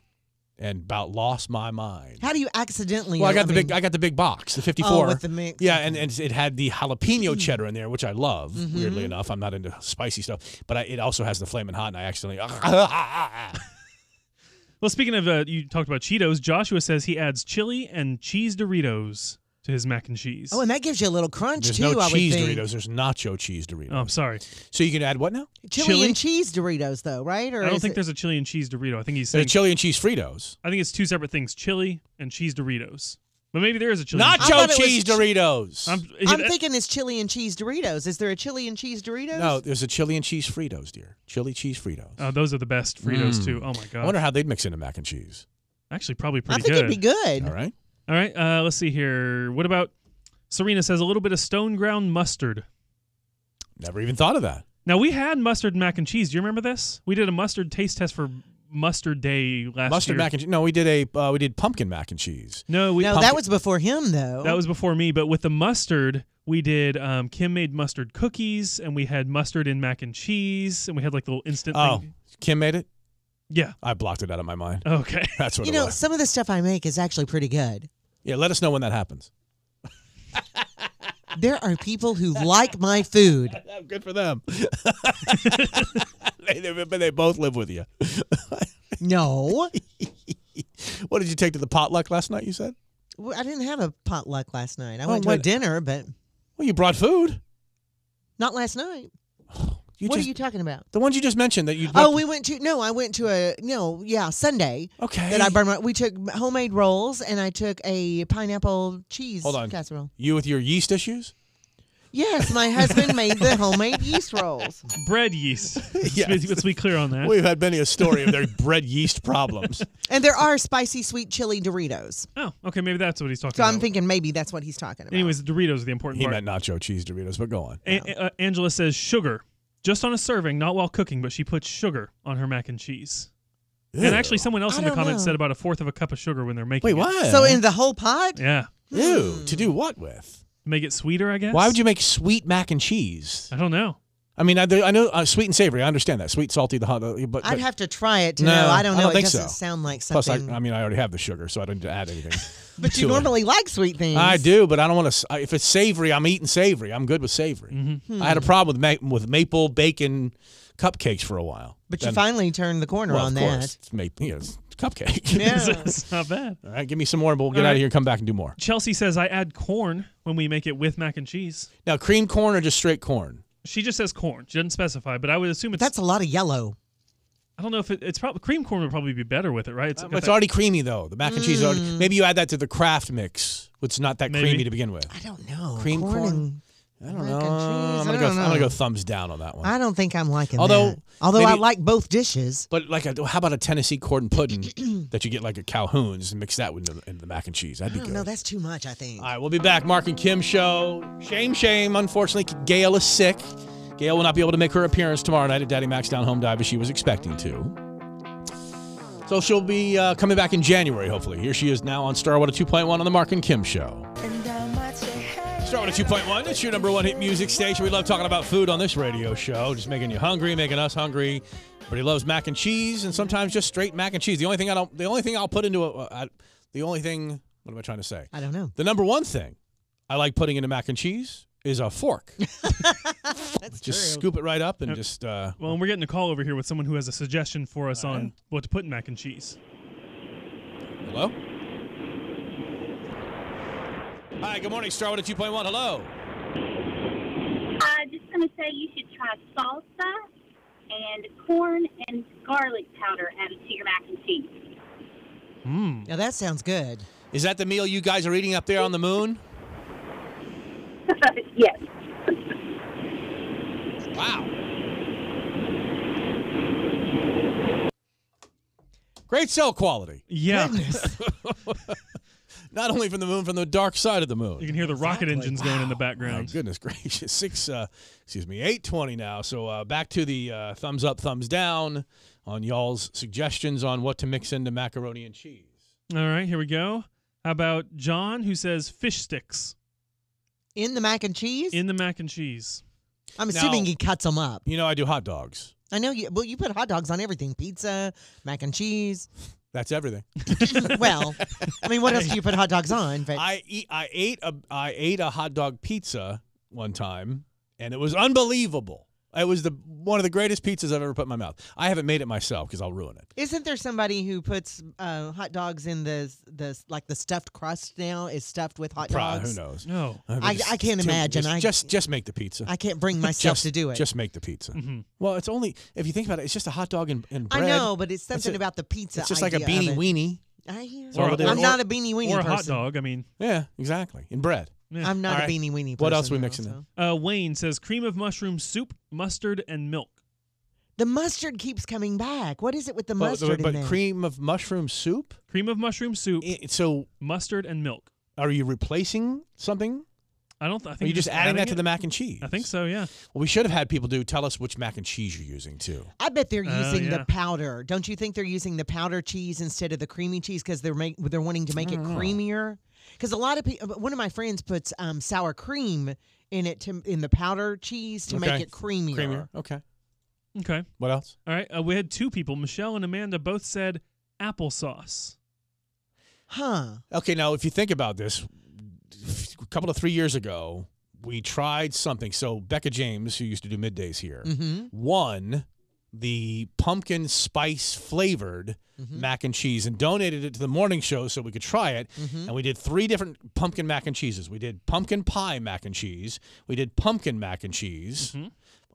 [SPEAKER 7] and about lost my mind.
[SPEAKER 5] How do you accidentally?
[SPEAKER 7] Well, I got the
[SPEAKER 5] mean- Oh,
[SPEAKER 7] big, I got the big box, the fifty-four
[SPEAKER 5] with the mix, Mm-hmm.
[SPEAKER 7] Yeah, and, and it had the jalapeno cheddar in there, which I love. Weirdly enough, I'm not into spicy stuff, but I, it also has the flaming hot, and I accidentally.
[SPEAKER 8] Well, speaking of, uh, you talked about Cheetos. Joshua says he adds chili and cheese Doritos to his mac and cheese.
[SPEAKER 5] Oh, and that gives you a little crunch
[SPEAKER 7] There's
[SPEAKER 5] too.
[SPEAKER 7] no
[SPEAKER 5] I would
[SPEAKER 7] cheese
[SPEAKER 5] think.
[SPEAKER 7] Doritos. There's nacho cheese Doritos.
[SPEAKER 8] Oh, I'm sorry.
[SPEAKER 7] So you can add what now?
[SPEAKER 5] Chili,
[SPEAKER 8] Chili?
[SPEAKER 5] and cheese Doritos, though, right? Or
[SPEAKER 8] I don't
[SPEAKER 5] is
[SPEAKER 8] think
[SPEAKER 5] it-
[SPEAKER 8] there's a chili and cheese Dorito. I think he's
[SPEAKER 7] The
[SPEAKER 8] saying.
[SPEAKER 7] chili and cheese Fritos.
[SPEAKER 8] I think it's two separate things: chili and cheese Doritos. But maybe there is a chili. and cheese-
[SPEAKER 5] thought it
[SPEAKER 7] Nacho
[SPEAKER 5] was
[SPEAKER 7] cheese
[SPEAKER 5] ch-
[SPEAKER 7] Doritos.
[SPEAKER 8] I'm,
[SPEAKER 5] I'm thinking it's chili and cheese Doritos. Is there a chili and cheese Doritos?
[SPEAKER 7] no, there's a chili and cheese Fritos, dear. Chili cheese Fritos.
[SPEAKER 8] Uh, those are the best Fritos
[SPEAKER 5] Hmm.
[SPEAKER 7] Mm.
[SPEAKER 8] too. Oh my god!
[SPEAKER 7] I wonder how they'd mix into mac and cheese.
[SPEAKER 8] Actually, probably
[SPEAKER 5] I
[SPEAKER 8] pretty
[SPEAKER 5] think
[SPEAKER 8] good.
[SPEAKER 5] it'd be good.
[SPEAKER 7] All right.
[SPEAKER 8] All right, uh, let's see here. What about Serena says a little bit of stone ground mustard.
[SPEAKER 7] Never even thought of that.
[SPEAKER 8] Now we had mustard mac and cheese. Do you remember this? We did a mustard taste test for mustard day last
[SPEAKER 7] Mustard
[SPEAKER 8] year.
[SPEAKER 7] mac and cheese. No, we did a uh, we did pumpkin mac and cheese.
[SPEAKER 8] No, we
[SPEAKER 5] No, that was before him, though.
[SPEAKER 8] that was before me. But with the mustard, we did. Um, Kim made mustard cookies, and we had mustard in mac and cheese, and we had like the little instant.
[SPEAKER 7] Oh,
[SPEAKER 8] thing.
[SPEAKER 7] Kim made it.
[SPEAKER 8] yeah.
[SPEAKER 7] I blocked it out of my mind.
[SPEAKER 8] Okay.
[SPEAKER 7] That's what
[SPEAKER 5] You
[SPEAKER 7] it
[SPEAKER 5] know,
[SPEAKER 7] was.
[SPEAKER 5] some of the stuff I make is actually pretty good.
[SPEAKER 7] Yeah, let us know when that happens.
[SPEAKER 5] There are people who like my food.
[SPEAKER 7] Good for them. they, they, but they both live with you.
[SPEAKER 5] No,
[SPEAKER 7] What did you take to the potluck last night? You said.
[SPEAKER 5] Well, I didn't have a potluck last night. I
[SPEAKER 7] Oh,
[SPEAKER 5] went to a
[SPEAKER 7] what-
[SPEAKER 5] dinner, but
[SPEAKER 7] Well, you brought food.
[SPEAKER 5] not last night.
[SPEAKER 7] You
[SPEAKER 5] what
[SPEAKER 7] just,
[SPEAKER 5] are you talking about?
[SPEAKER 7] The ones you just mentioned that you.
[SPEAKER 5] Oh, we went to no. I went to a no. Yeah, Sunday.
[SPEAKER 7] Okay.
[SPEAKER 5] That I burned. My, we took homemade rolls, and I took a pineapple cheese
[SPEAKER 7] Hold on.
[SPEAKER 5] casserole.
[SPEAKER 7] You with your yeast issues?
[SPEAKER 5] Yes, my husband made the homemade yeast rolls.
[SPEAKER 8] Bread yeast. Let's,
[SPEAKER 7] Yes.
[SPEAKER 8] be, let's be clear on that.
[SPEAKER 7] We've had many a story of their bread yeast problems.
[SPEAKER 5] And there are spicy sweet chili Doritos.
[SPEAKER 8] Oh, okay. Maybe that's what he's talking
[SPEAKER 5] So
[SPEAKER 8] about.
[SPEAKER 5] I'm thinking maybe that's what he's talking about.
[SPEAKER 8] Anyways, the Doritos are the important
[SPEAKER 7] he
[SPEAKER 8] part.
[SPEAKER 7] meant nacho cheese Doritos, but go on.
[SPEAKER 8] A- uh, Angela says sugar, just on a serving, not while cooking, but she puts sugar on her mac and cheese. And actually, someone else
[SPEAKER 5] I
[SPEAKER 8] in the
[SPEAKER 5] don't
[SPEAKER 8] comments
[SPEAKER 5] know.
[SPEAKER 8] said about a fourth of a cup of sugar when they're making.
[SPEAKER 7] Wait,
[SPEAKER 8] it.
[SPEAKER 7] what?
[SPEAKER 5] so in the whole pot?
[SPEAKER 8] Yeah,
[SPEAKER 7] ew to do what with?
[SPEAKER 8] make it sweeter, I guess.
[SPEAKER 7] Why would you make sweet mac and cheese?
[SPEAKER 8] I don't know.
[SPEAKER 7] I mean, I, I know uh, sweet and savory. I understand that sweet, salty, the hot. uh, But, but
[SPEAKER 5] I'd have to try it to
[SPEAKER 7] No,
[SPEAKER 5] know. I don't
[SPEAKER 7] I
[SPEAKER 5] know.
[SPEAKER 7] don't
[SPEAKER 5] it
[SPEAKER 7] think
[SPEAKER 5] doesn't
[SPEAKER 7] so.
[SPEAKER 5] sound like
[SPEAKER 7] plus, I,
[SPEAKER 5] something.
[SPEAKER 7] I mean, I already have the sugar, so I don't need to add anything.
[SPEAKER 5] but
[SPEAKER 7] to
[SPEAKER 5] you
[SPEAKER 7] it.
[SPEAKER 5] normally like sweet things.
[SPEAKER 7] I do, but I don't want to. If it's savory, I'm eating savory. I'm good with savory.
[SPEAKER 5] Mm-hmm.
[SPEAKER 7] I
[SPEAKER 5] Hmm.
[SPEAKER 7] had a problem with, ma- with maple bacon cupcakes for a while.
[SPEAKER 5] But you
[SPEAKER 7] Then-
[SPEAKER 5] finally turned the corner
[SPEAKER 7] well,
[SPEAKER 5] on
[SPEAKER 7] of
[SPEAKER 5] that.
[SPEAKER 7] course, it's maple, you know, it's cupcake.
[SPEAKER 5] Yeah.
[SPEAKER 8] it's not bad.
[SPEAKER 7] All right, give me some more, and we'll get
[SPEAKER 8] All
[SPEAKER 7] out
[SPEAKER 8] right.
[SPEAKER 7] of here and come back and do more.
[SPEAKER 8] Chelsea says I add corn when we make it with mac and cheese.
[SPEAKER 7] Now, cream corn or just straight corn?
[SPEAKER 8] She just says corn. She doesn't specify, but I would assume it's.
[SPEAKER 5] That's a lot of yellow.
[SPEAKER 8] I don't know if it, it's probably cream corn would probably be better with it, right? It's, got
[SPEAKER 7] it's
[SPEAKER 8] that-
[SPEAKER 7] already creamy though. The mac and cheese. Is already,
[SPEAKER 5] Mm.
[SPEAKER 7] maybe you add that to the craft mix, which is not that
[SPEAKER 8] Maybe.
[SPEAKER 7] creamy to begin with.
[SPEAKER 5] I don't know.
[SPEAKER 7] Cream corn?
[SPEAKER 5] and-
[SPEAKER 7] I don't
[SPEAKER 5] Mac
[SPEAKER 7] know.
[SPEAKER 5] and cheese,
[SPEAKER 7] I'm gonna
[SPEAKER 5] I
[SPEAKER 7] go.
[SPEAKER 5] don't
[SPEAKER 7] I'm gonna
[SPEAKER 5] know.
[SPEAKER 7] go thumbs down on that one.
[SPEAKER 5] I don't think I'm liking
[SPEAKER 7] Although,
[SPEAKER 5] that. Although I
[SPEAKER 7] maybe-
[SPEAKER 5] like both dishes.
[SPEAKER 7] But like, a, how about a Tennessee corn pudding that you get like at Calhoun's and mix that into, the- into the mac and cheese? That'd
[SPEAKER 5] I
[SPEAKER 7] be
[SPEAKER 5] don't
[SPEAKER 7] good.
[SPEAKER 5] know. That's too much, I think.
[SPEAKER 7] All right, we'll be back. Mark and Kim show. Shame, shame. Unfortunately, Gail is sick. Gail will not be able to make her appearance tomorrow night at Daddy Mac's Down Home Dive as she was expecting to. So she'll be uh, coming back in January, hopefully. Here she is now on oh Starwater 2.1 on the Mark and Kim show. Starwater 2.1, it's your number one hit music station. We love talking about food on this radio show, just making you hungry, making us hungry. But he loves mac and cheese, and sometimes just straight mac and cheese. The only thing I don't, the only thing I'll put into a, uh, I- the only thing, what am I trying to say?
[SPEAKER 5] I don't know.
[SPEAKER 7] The number one thing I like putting into mac and cheese is a fork. just scoop it right up and just. Uh,
[SPEAKER 8] Well, and we're getting a call over here with someone who has a suggestion for us on what to put in mac and cheese.
[SPEAKER 7] hello. Hi. Good morning. Starwood at two point one. Hello.
[SPEAKER 11] I'm Uh, just going to say you should try salsa and corn and garlic powder added to your mac and cheese.
[SPEAKER 8] Mm.
[SPEAKER 5] Now that sounds good.
[SPEAKER 7] Is that the meal you guys are eating up there on the moon?
[SPEAKER 11] yes.
[SPEAKER 7] Wow. Great cell quality.
[SPEAKER 8] Yeah,
[SPEAKER 5] Goodness.
[SPEAKER 7] Not only from the moon, from the dark side of the moon.
[SPEAKER 8] you can hear the rocket
[SPEAKER 5] Exactly.
[SPEAKER 8] engines going in the
[SPEAKER 7] My
[SPEAKER 8] background.
[SPEAKER 7] goodness gracious, six. Uh, excuse me, eight twenty now. So uh, back to the uh, thumbs up, thumbs down on y'all's suggestions on what to mix into macaroni and cheese.
[SPEAKER 8] All right, here we go. How about John, who says fish sticks
[SPEAKER 5] In the mac and cheese?
[SPEAKER 8] in the mac and cheese?
[SPEAKER 5] I'm
[SPEAKER 7] Now-
[SPEAKER 5] assuming he cuts them up.
[SPEAKER 7] You know, I do hot dogs.
[SPEAKER 5] I know you. Well, you put hot dogs on everything: pizza, mac and cheese.
[SPEAKER 7] That's everything.
[SPEAKER 5] well, I mean, what else do you put hot dogs on? But
[SPEAKER 7] I eat, I ate a I ate a hot dog pizza one time, and it was unbelievable. It was the one of the greatest pizzas I've ever put in my mouth. I haven't made it myself because I'll ruin it.
[SPEAKER 5] isn't there somebody who puts uh, hot dogs in the the like the stuffed crust now is stuffed with hot
[SPEAKER 7] Probably,
[SPEAKER 5] dogs?
[SPEAKER 7] who knows?
[SPEAKER 8] No.
[SPEAKER 7] mean,
[SPEAKER 5] I-
[SPEAKER 7] it's
[SPEAKER 5] I can't
[SPEAKER 7] too-
[SPEAKER 5] imagine.
[SPEAKER 7] Just,
[SPEAKER 5] I-
[SPEAKER 7] just just make the pizza.
[SPEAKER 5] I can't bring myself
[SPEAKER 7] Just-
[SPEAKER 5] to do it. Mm-hmm.
[SPEAKER 7] Just make the pizza. Well, it's only if you think about it, it's just a hot dog and, and
[SPEAKER 5] I
[SPEAKER 7] bread.
[SPEAKER 5] know, but it's something
[SPEAKER 7] it.
[SPEAKER 5] about the pizza.
[SPEAKER 7] It's just like a
[SPEAKER 5] idea of it.
[SPEAKER 7] beanie weenie.
[SPEAKER 5] I hear.
[SPEAKER 7] Or-
[SPEAKER 5] you.
[SPEAKER 7] or-
[SPEAKER 5] I'm not a beanie weenie
[SPEAKER 8] or a hot
[SPEAKER 5] person.
[SPEAKER 8] dog. I mean,
[SPEAKER 7] Yeah, exactly. And bread.
[SPEAKER 8] yeah.
[SPEAKER 5] I'm not
[SPEAKER 7] All right.
[SPEAKER 5] a beanie weenie.
[SPEAKER 7] What else
[SPEAKER 5] person,
[SPEAKER 7] we mixing
[SPEAKER 5] though,
[SPEAKER 7] in?
[SPEAKER 5] so.
[SPEAKER 8] Uh, Wayne says cream of mushroom soup, mustard, and milk.
[SPEAKER 5] The mustard keeps coming back. What is it with the
[SPEAKER 7] But-
[SPEAKER 5] mustard?
[SPEAKER 7] but
[SPEAKER 5] in there?
[SPEAKER 7] cream of mushroom soup.
[SPEAKER 8] Cream of mushroom soup,
[SPEAKER 7] I- So
[SPEAKER 8] mustard, and milk.
[SPEAKER 7] are you replacing something?
[SPEAKER 8] I don't. Th- I
[SPEAKER 7] Are you
[SPEAKER 8] think you're
[SPEAKER 7] just adding that to
[SPEAKER 8] it.
[SPEAKER 7] the mac and cheese?
[SPEAKER 8] I think so. Yeah.
[SPEAKER 7] Well, we should have had people do tell us which mac and cheese you're using too.
[SPEAKER 5] I bet they're
[SPEAKER 8] Oh,
[SPEAKER 5] using
[SPEAKER 8] yeah.
[SPEAKER 5] the powder. Don't you think they're using the powder cheese instead of the creamy cheese because they're make, they're wanting to make it
[SPEAKER 7] Mm.
[SPEAKER 5] creamier? Because a lot of people, one of my friends puts um, sour cream in it to, in the powder cheese to make
[SPEAKER 7] Okay.
[SPEAKER 5] it creamier.
[SPEAKER 7] Creamier. Okay.
[SPEAKER 8] Okay.
[SPEAKER 7] What else?
[SPEAKER 8] All right. Uh, we had two people, Michelle and Amanda, both said applesauce.
[SPEAKER 5] huh?
[SPEAKER 7] Okay, now if you think about this, a couple of three years ago, we tried something. So Becca James, who used to do middays here,
[SPEAKER 5] Mm-hmm.
[SPEAKER 7] won the pumpkin spice flavored
[SPEAKER 5] Mm-hmm.
[SPEAKER 7] mac and cheese and donated it to the morning show so we could try it.
[SPEAKER 5] Mm-hmm.
[SPEAKER 7] And we did three different pumpkin mac and cheeses. We did pumpkin pie mac and cheese. We did pumpkin mac and cheese.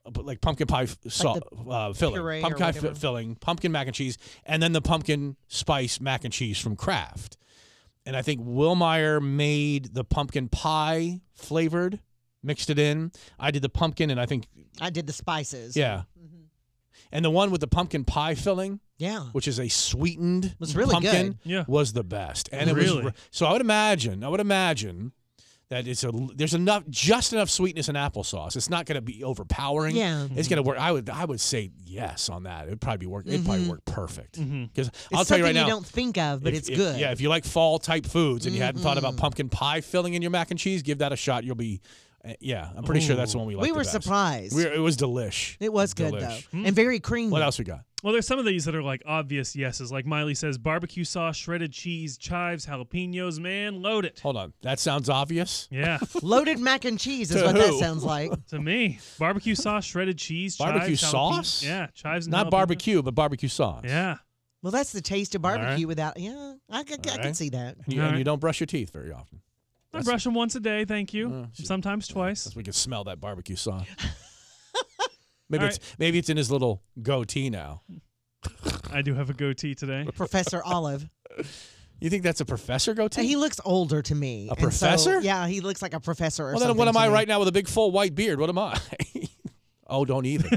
[SPEAKER 7] uh, But like pumpkin pie f- sau- uh,
[SPEAKER 5] Mm-hmm. puree
[SPEAKER 7] filling,
[SPEAKER 5] or
[SPEAKER 7] pumpkin pie fi-
[SPEAKER 5] whatever.
[SPEAKER 7] filling, pumpkin mac and cheese, and then the pumpkin spice mac and cheese from Kraft. And I think Will Meyer made the pumpkin pie flavored, mixed it in. I did the pumpkin, and I think
[SPEAKER 5] I did the spices.
[SPEAKER 7] yeah. mm-hmm. And the one with the pumpkin pie filling,
[SPEAKER 5] yeah.
[SPEAKER 7] which is a sweetened
[SPEAKER 5] Was really
[SPEAKER 7] pumpkin,
[SPEAKER 8] good. Yeah.
[SPEAKER 7] was the best. And it was
[SPEAKER 8] Really?
[SPEAKER 7] re- so I would imagine, I would imagine that it's a there's enough just enough sweetness in applesauce. It's not going to be overpowering.
[SPEAKER 5] Yeah.
[SPEAKER 7] It's going to work. I would I would say yes on that. It would probably work. It'd probably work perfect. Because I'll
[SPEAKER 5] Mm-hmm. It's
[SPEAKER 7] tell you
[SPEAKER 5] something
[SPEAKER 7] right now.
[SPEAKER 5] you don't think of, but
[SPEAKER 7] if-
[SPEAKER 5] it's
[SPEAKER 7] if-
[SPEAKER 5] good. Mm-hmm.
[SPEAKER 7] yeah, if you like fall type foods and you hadn't thought about pumpkin pie filling in your mac and cheese, give that a shot. You'll be, uh, yeah, I'm pretty sure that's the one we like.
[SPEAKER 5] we
[SPEAKER 7] the
[SPEAKER 5] were
[SPEAKER 7] best.
[SPEAKER 5] surprised.
[SPEAKER 7] We, it was delish.
[SPEAKER 5] it was good
[SPEAKER 7] Delish. Hmm?
[SPEAKER 5] though, and very creamy.
[SPEAKER 7] What else we got?
[SPEAKER 8] Well, there's some of these that are like obvious yeses. Like Miley says, barbecue sauce, shredded cheese, chives, jalapenos. Man, load it.
[SPEAKER 7] Hold on. That sounds obvious.
[SPEAKER 8] Yeah,
[SPEAKER 5] Loaded mac and cheese is
[SPEAKER 7] To
[SPEAKER 5] what that
[SPEAKER 7] who?
[SPEAKER 5] sounds like.
[SPEAKER 8] to me, barbecue sauce, shredded cheese,
[SPEAKER 7] Barbecue
[SPEAKER 8] chives, jalapenos.
[SPEAKER 7] sauce?
[SPEAKER 8] Yeah, chives. And
[SPEAKER 7] Not
[SPEAKER 8] jalapenos.
[SPEAKER 7] barbecue, but barbecue sauce.
[SPEAKER 8] Yeah,
[SPEAKER 5] Well, that's the taste of
[SPEAKER 7] right.
[SPEAKER 5] barbecue without. Yeah, I, c- I
[SPEAKER 7] All
[SPEAKER 5] can
[SPEAKER 7] right.
[SPEAKER 5] see that.
[SPEAKER 7] And you, and
[SPEAKER 8] Alright.
[SPEAKER 7] you don't brush your teeth very often.
[SPEAKER 8] I brush them once a day. Thank you.
[SPEAKER 7] Oh, shit.
[SPEAKER 8] Sometimes twice.
[SPEAKER 7] Because we can smell that barbecue sauce. maybe
[SPEAKER 8] All
[SPEAKER 7] it's maybe it's in his little goatee now.
[SPEAKER 8] I do have a goatee today.
[SPEAKER 5] Professor Olive.
[SPEAKER 7] You think that's a professor goatee?
[SPEAKER 5] And he looks older to me.
[SPEAKER 7] A
[SPEAKER 5] and so-
[SPEAKER 7] professor?
[SPEAKER 5] yeah, he looks like a professor or
[SPEAKER 7] well, then
[SPEAKER 5] something.
[SPEAKER 7] what am
[SPEAKER 5] to
[SPEAKER 7] I
[SPEAKER 5] me.
[SPEAKER 7] right now with a big full white beard? What am I? oh, don't either.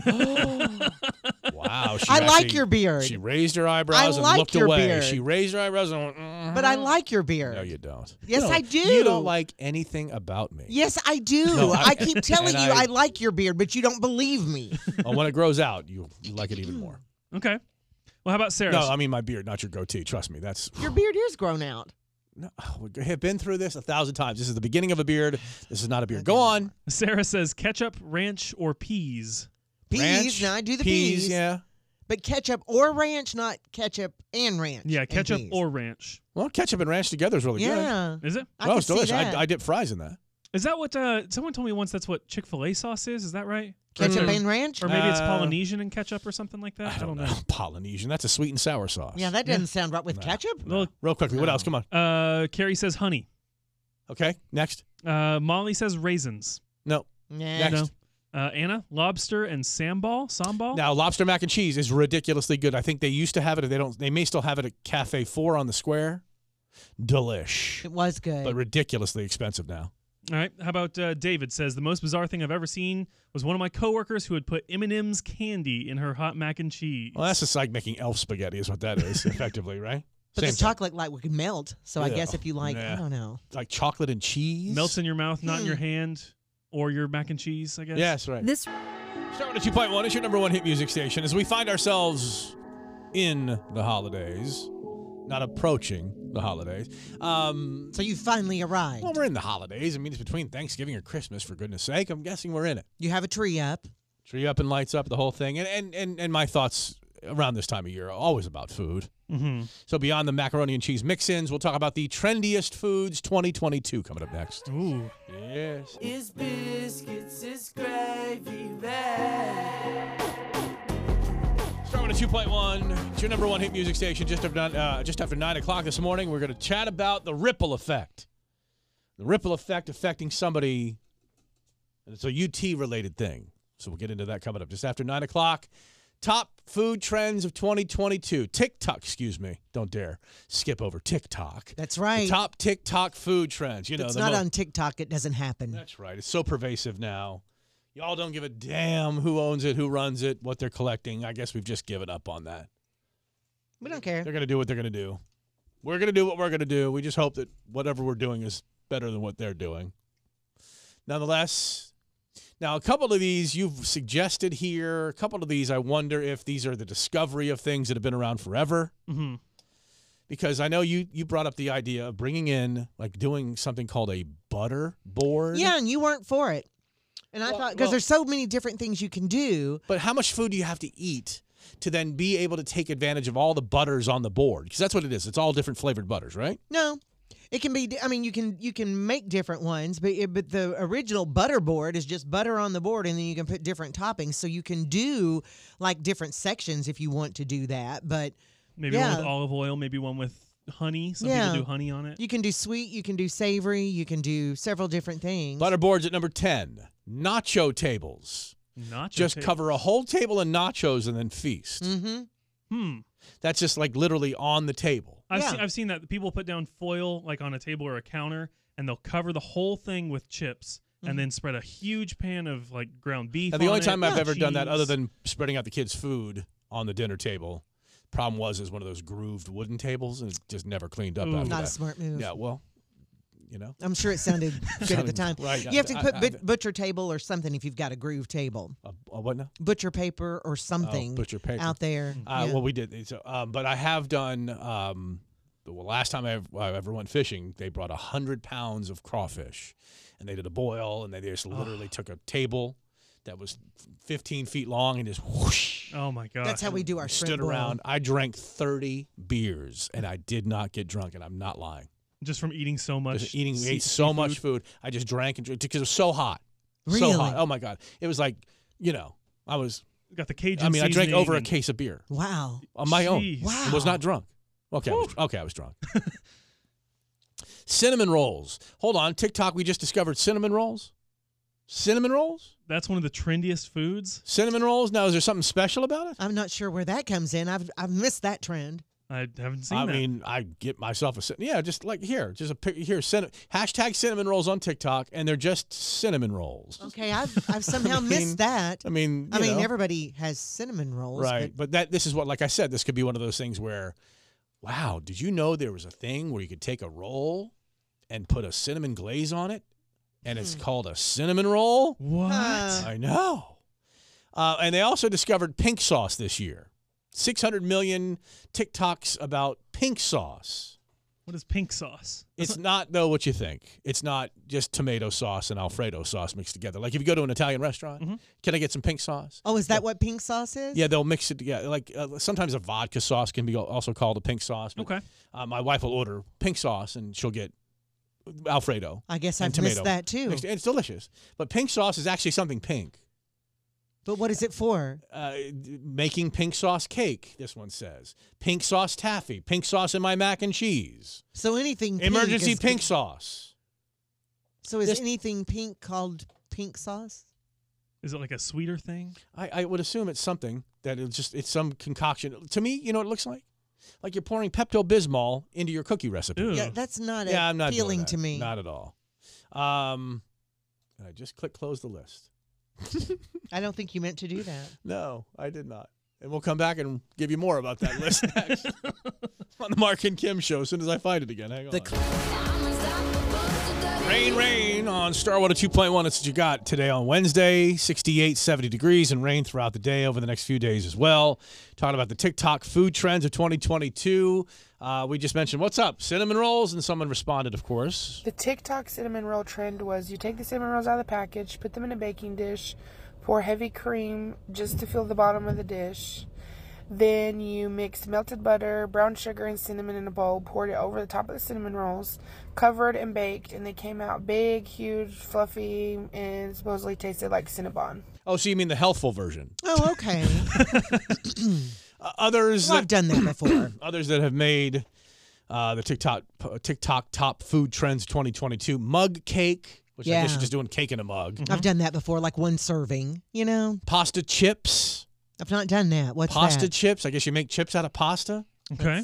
[SPEAKER 7] wow. she
[SPEAKER 5] Oh. I like
[SPEAKER 7] actually-
[SPEAKER 5] your beard.
[SPEAKER 7] She raised her eyebrows and
[SPEAKER 5] like
[SPEAKER 7] looked
[SPEAKER 5] your
[SPEAKER 7] away.
[SPEAKER 5] beard.
[SPEAKER 7] She raised her eyebrows and went, mm
[SPEAKER 5] But I like your beard.
[SPEAKER 7] No, you don't.
[SPEAKER 5] Yes,
[SPEAKER 7] You
[SPEAKER 5] I
[SPEAKER 7] don't- You
[SPEAKER 5] do.
[SPEAKER 7] don't like anything about me.
[SPEAKER 5] Yes, I do.
[SPEAKER 7] No, I-
[SPEAKER 5] I, keep telling
[SPEAKER 7] and
[SPEAKER 5] you
[SPEAKER 7] I-
[SPEAKER 5] I, like your beard, but you don't believe me.
[SPEAKER 7] Well, when it grows out, you, you like it even
[SPEAKER 5] Mm.
[SPEAKER 7] more.
[SPEAKER 8] Okay. Well, how about Sarah?
[SPEAKER 7] No, I mean my beard, not your goatee. Trust me, that's.
[SPEAKER 5] Your beard is grown out.
[SPEAKER 7] No, I have been through this a thousand times. This is the beginning of a beard. This is not a beard. Go on.
[SPEAKER 8] Sarah says ketchup, ranch, or peas.
[SPEAKER 5] Peas.
[SPEAKER 7] Ranch,
[SPEAKER 5] now I do the
[SPEAKER 7] peas,
[SPEAKER 5] peas.
[SPEAKER 7] yeah.
[SPEAKER 5] But ketchup or ranch, not ketchup and ranch.
[SPEAKER 8] Yeah,
[SPEAKER 5] and
[SPEAKER 8] ketchup
[SPEAKER 5] peas.
[SPEAKER 8] or ranch.
[SPEAKER 7] Well, ketchup and ranch together is really good.
[SPEAKER 5] Yeah.
[SPEAKER 8] Is it?
[SPEAKER 5] I
[SPEAKER 7] oh,
[SPEAKER 5] can
[SPEAKER 7] it's
[SPEAKER 5] see
[SPEAKER 7] delicious.
[SPEAKER 5] that.
[SPEAKER 7] I, I dip fries in that.
[SPEAKER 8] Is that what? Uh, someone told me once that's what Chick Fil A sauce is. Is that right?
[SPEAKER 5] ketchup
[SPEAKER 8] or,
[SPEAKER 5] and ranch?
[SPEAKER 8] or maybe it's
[SPEAKER 7] Uh,
[SPEAKER 8] Polynesian and ketchup or something like that.
[SPEAKER 7] I don't know. Polynesian. That's a sweet and sour sauce.
[SPEAKER 5] yeah, that doesn't sound right with ketchup.
[SPEAKER 7] No. Real quickly, what else? Come on.
[SPEAKER 8] Uh, Carrie says honey.
[SPEAKER 7] Okay, next.
[SPEAKER 8] Uh, Molly says raisins.
[SPEAKER 7] No.
[SPEAKER 5] Nah.
[SPEAKER 7] Next.
[SPEAKER 8] No. Uh, Anna, lobster and sambal. Sambal.
[SPEAKER 7] Now, lobster mac and cheese is ridiculously good. I think they used to have it. Or they don't. They may still have it at Cafe Four on the Square. Delish,
[SPEAKER 5] It was good.
[SPEAKER 7] but ridiculously expensive now.
[SPEAKER 8] All right. How about uh, David says the most bizarre thing I've ever seen was one of my coworkers who had put M&M's candy in her hot mac and cheese.
[SPEAKER 7] Well, that's just like making elf spaghetti, is what that is, effectively, right?
[SPEAKER 5] but the
[SPEAKER 7] thing.
[SPEAKER 5] chocolate light would melt. So I
[SPEAKER 7] Yeah.
[SPEAKER 5] guess if you like,
[SPEAKER 7] Nah.
[SPEAKER 5] I don't know.
[SPEAKER 7] like chocolate and cheese.
[SPEAKER 8] Melts in your mouth, not in
[SPEAKER 5] Hmm.
[SPEAKER 8] your hand or your mac and cheese. I guess.
[SPEAKER 7] Yeah, that's right. This starting at two point one. It's your number one hit music station. As we find ourselves in the holidays, not approaching the holidays. Um,
[SPEAKER 5] So you finally arrived.
[SPEAKER 7] well, we're in the holidays. I mean, it's between Thanksgiving and Christmas, for goodness sake. I'm guessing we're in it.
[SPEAKER 5] You have a tree up.
[SPEAKER 7] Tree up and lights up the whole thing. And and and, and my thoughts around this time of year, always about food.
[SPEAKER 8] Mhm.
[SPEAKER 7] So beyond the macaroni and cheese mix-ins, we'll talk about the trendiest foods 2022 coming up next.
[SPEAKER 8] Ooh.
[SPEAKER 7] Yes.
[SPEAKER 6] Is biscuits, is gravy there?
[SPEAKER 7] Starting with a 2.1. It's your number one hit music station. Just after, nine- uh, just after 9 o'clock this morning, we're going to chat about the ripple effect. The ripple effect affecting somebody. And it's a UT related thing. So we'll get into that coming up just after 9 o'clock. Top food trends of 2022. TikTok, excuse me. Don't dare skip over TikTok.
[SPEAKER 5] That's right.
[SPEAKER 7] The top TikTok food trends. You know,
[SPEAKER 5] it's
[SPEAKER 7] the
[SPEAKER 5] not
[SPEAKER 7] mo-
[SPEAKER 5] on TikTok. It doesn't happen.
[SPEAKER 7] That's right. It's so pervasive now. Y'all don't give a damn who owns it, who runs it, what they're collecting. I guess we've just given up on that.
[SPEAKER 5] We don't care.
[SPEAKER 7] They're going to do what they're going to do. We're going to do what we're going to do. We just hope that whatever we're doing is better than what they're doing. Nonetheless, now a couple of these you've suggested here. A couple of these I wonder if these are the discovery of things that have been around forever.
[SPEAKER 8] Mm-hmm.
[SPEAKER 7] Because I know you you brought up the idea of bringing in like doing something called a butter board.
[SPEAKER 5] Yeah, and you weren't for it. And I
[SPEAKER 7] Well-
[SPEAKER 5] thought because
[SPEAKER 7] well-
[SPEAKER 5] there's so many different things you can do.
[SPEAKER 7] But how much food do you have to eat to then be able to take advantage of all the butters on the board? Because that's what it is. It's all different flavored butters, right?
[SPEAKER 5] No, it can be. di- I mean, you can you can make different ones, but it, but the original butter board is just butter on the board, and then you can put different toppings. So you can do like different sections if you want to do that. But
[SPEAKER 8] Maybe one with
[SPEAKER 5] Yeah.
[SPEAKER 8] olive oil, maybe one with honey. Some
[SPEAKER 5] Yeah.
[SPEAKER 8] people do honey on it.
[SPEAKER 5] you can do sweet, you can do savory, you can do several different things.
[SPEAKER 7] Butter boards at number 10, nacho tables.
[SPEAKER 8] Not
[SPEAKER 7] Just cover a whole table of nachos and then feast.
[SPEAKER 5] Mm-hmm.
[SPEAKER 8] Hmm.
[SPEAKER 7] That's just like literally on the table.
[SPEAKER 8] I've,
[SPEAKER 5] Yeah.
[SPEAKER 8] seen, I've seen that people put down foil like on a table or a counter and they'll cover the whole thing with chips
[SPEAKER 5] Hmm.
[SPEAKER 8] and then spread a huge pan of like ground beef.
[SPEAKER 7] And the
[SPEAKER 8] on
[SPEAKER 7] only
[SPEAKER 8] it,
[SPEAKER 7] time I've ever done that,
[SPEAKER 8] cheese.
[SPEAKER 7] other than spreading out the kids' food on the dinner table, problem was is one of those grooved wooden tables and it just never cleaned up
[SPEAKER 8] Ooh.
[SPEAKER 7] after
[SPEAKER 5] Not a
[SPEAKER 7] that.
[SPEAKER 5] smart move.
[SPEAKER 7] Yeah, well, you know.
[SPEAKER 5] I'm sure it sounded good at the
[SPEAKER 7] Sounded
[SPEAKER 5] time.
[SPEAKER 7] right.
[SPEAKER 5] You have to
[SPEAKER 7] I-
[SPEAKER 5] put
[SPEAKER 7] I-
[SPEAKER 5] but, butcher table or something if you've got a groove table,
[SPEAKER 7] A, a what now?
[SPEAKER 5] butcher paper or something
[SPEAKER 7] Oh, butcher paper.
[SPEAKER 5] out there.
[SPEAKER 7] Uh,
[SPEAKER 5] Yeah.
[SPEAKER 7] Well, we did. So, um, but I have done. Um, the well, last time I ev- I ever went fishing, they brought hundred pounds of crawfish, and they did a boil, and they just literally took a table that was fifteen feet long and just whoosh,
[SPEAKER 8] Oh my god.
[SPEAKER 5] That's how we do our shrimp
[SPEAKER 7] stood
[SPEAKER 5] boil.
[SPEAKER 7] around. I drank thirty beers, and I did not get drunk, and I'm not lying.
[SPEAKER 8] just from eating so much
[SPEAKER 7] Just eating, we
[SPEAKER 8] sea-
[SPEAKER 7] ate so much
[SPEAKER 8] seafood.
[SPEAKER 7] food. I just drank and drank because it was so hot,
[SPEAKER 5] Really?
[SPEAKER 7] so hot. Oh my god, it was like you know, I was.
[SPEAKER 8] Got the Cajun.
[SPEAKER 7] I mean, I drank
[SPEAKER 8] seasoning
[SPEAKER 7] over a
[SPEAKER 8] and-
[SPEAKER 7] case of beer
[SPEAKER 5] Wow.
[SPEAKER 7] on my own.
[SPEAKER 8] Jeez.
[SPEAKER 5] Wow.
[SPEAKER 7] It was not drunk. Okay, I was, okay, I was drunk. cinnamon rolls. Hold on, TikTok. We just discovered cinnamon rolls. Cinnamon rolls.
[SPEAKER 8] That's one of the trendiest foods.
[SPEAKER 7] Cinnamon rolls. Now, is there something special about it?
[SPEAKER 5] I'm not sure where that comes in. I've I've missed that trend.
[SPEAKER 8] I haven't seen
[SPEAKER 7] I
[SPEAKER 8] that.
[SPEAKER 7] mean, I get myself a cin- yeah, just like here, just a pic- here cinnamon hashtag cinnamon rolls on TikTok, and they're just cinnamon rolls.
[SPEAKER 5] Okay, I've I've somehow
[SPEAKER 7] mean,
[SPEAKER 5] missed that.
[SPEAKER 7] I mean,
[SPEAKER 5] I
[SPEAKER 7] you
[SPEAKER 5] mean,
[SPEAKER 7] know.
[SPEAKER 5] everybody has cinnamon rolls,
[SPEAKER 7] Right. But, that this is what like I said, this could be one of those things where wow, did you know there was a thing where you could take a roll and put a cinnamon glaze on it and it's called a cinnamon roll?
[SPEAKER 8] what?
[SPEAKER 5] Uh,
[SPEAKER 7] I know. Uh, and they also discovered pink sauce this year. 600 million TikToks about pink sauce.
[SPEAKER 8] what is pink sauce?
[SPEAKER 7] It's not though what you think. It's not just tomato sauce and alfredo sauce mixed together. Like if you go to an Italian restaurant, can I get some pink sauce?
[SPEAKER 5] Oh, is that what pink sauce is?
[SPEAKER 7] Yeah, they'll mix it together. Like uh, sometimes a vodka sauce can be al- also called a pink sauce. but,
[SPEAKER 8] Okay.
[SPEAKER 7] Uh, my wife will order pink sauce, and she'll get Alfredo
[SPEAKER 5] I guess
[SPEAKER 7] and
[SPEAKER 5] I've
[SPEAKER 7] tomato.
[SPEAKER 5] missed that too.
[SPEAKER 7] Mixed- It's delicious, but pink sauce is actually something pink.
[SPEAKER 5] But what is it for?
[SPEAKER 7] Uh, d- making pink sauce cake. This one says pink sauce taffy, pink sauce in my mac and cheese,
[SPEAKER 5] So anything pink
[SPEAKER 7] emergency
[SPEAKER 5] is-
[SPEAKER 7] pink sauce.
[SPEAKER 5] So is
[SPEAKER 7] This-
[SPEAKER 5] anything pink called pink sauce?
[SPEAKER 8] Is it like a sweeter thing?
[SPEAKER 7] I, I would assume it's something that it's just it's some concoction. To me, you know what it looks like? Like you're pouring Pepto Bismol into your cookie recipe.
[SPEAKER 8] Ew.
[SPEAKER 5] Yeah, that's not
[SPEAKER 7] Hmm. yeah, I'm not doing
[SPEAKER 5] appealing
[SPEAKER 7] that.
[SPEAKER 5] to me.
[SPEAKER 7] Not at all. Um, and I just click close the list.
[SPEAKER 5] I don't think you meant to do that.
[SPEAKER 7] No, I did not. And we'll come back and give you more about that list next on the Mark and Kim show as soon as I find it again. Hang on. rain, rain on Starwater 2.1. It's what you got today on Wednesday. 68, 70 degrees and rain throughout the day over the next few days as well. Talking about the TikTok food trends of 2022. Uh, we just mentioned what's up, cinnamon rolls, and someone responded, of course.
[SPEAKER 12] The TikTok cinnamon roll trend was you take the cinnamon rolls out of the package, put them in a baking dish, pour heavy cream just to fill the bottom of the dish, Then you mixed melted butter, brown sugar, and cinnamon in a bowl, poured it over the top of the cinnamon rolls, covered and baked, and they came out big, huge, fluffy, and supposedly tasted like Cinnabon.
[SPEAKER 7] Oh, so you mean the healthful version?
[SPEAKER 5] Oh, okay.
[SPEAKER 7] Uh, others
[SPEAKER 5] Well, I've done that before.
[SPEAKER 7] others that have made uh, the TikTok p- TikTok top food trends 2022 mug cake, which I guess
[SPEAKER 5] Yeah. Mm.
[SPEAKER 7] you're just doing cake in a mug.
[SPEAKER 5] I've done that before, like one serving. You know,
[SPEAKER 7] pasta chips.
[SPEAKER 5] I've not done that. What's
[SPEAKER 7] pasta
[SPEAKER 5] that?
[SPEAKER 7] chips. I guess you make chips out of pasta.
[SPEAKER 8] Okay.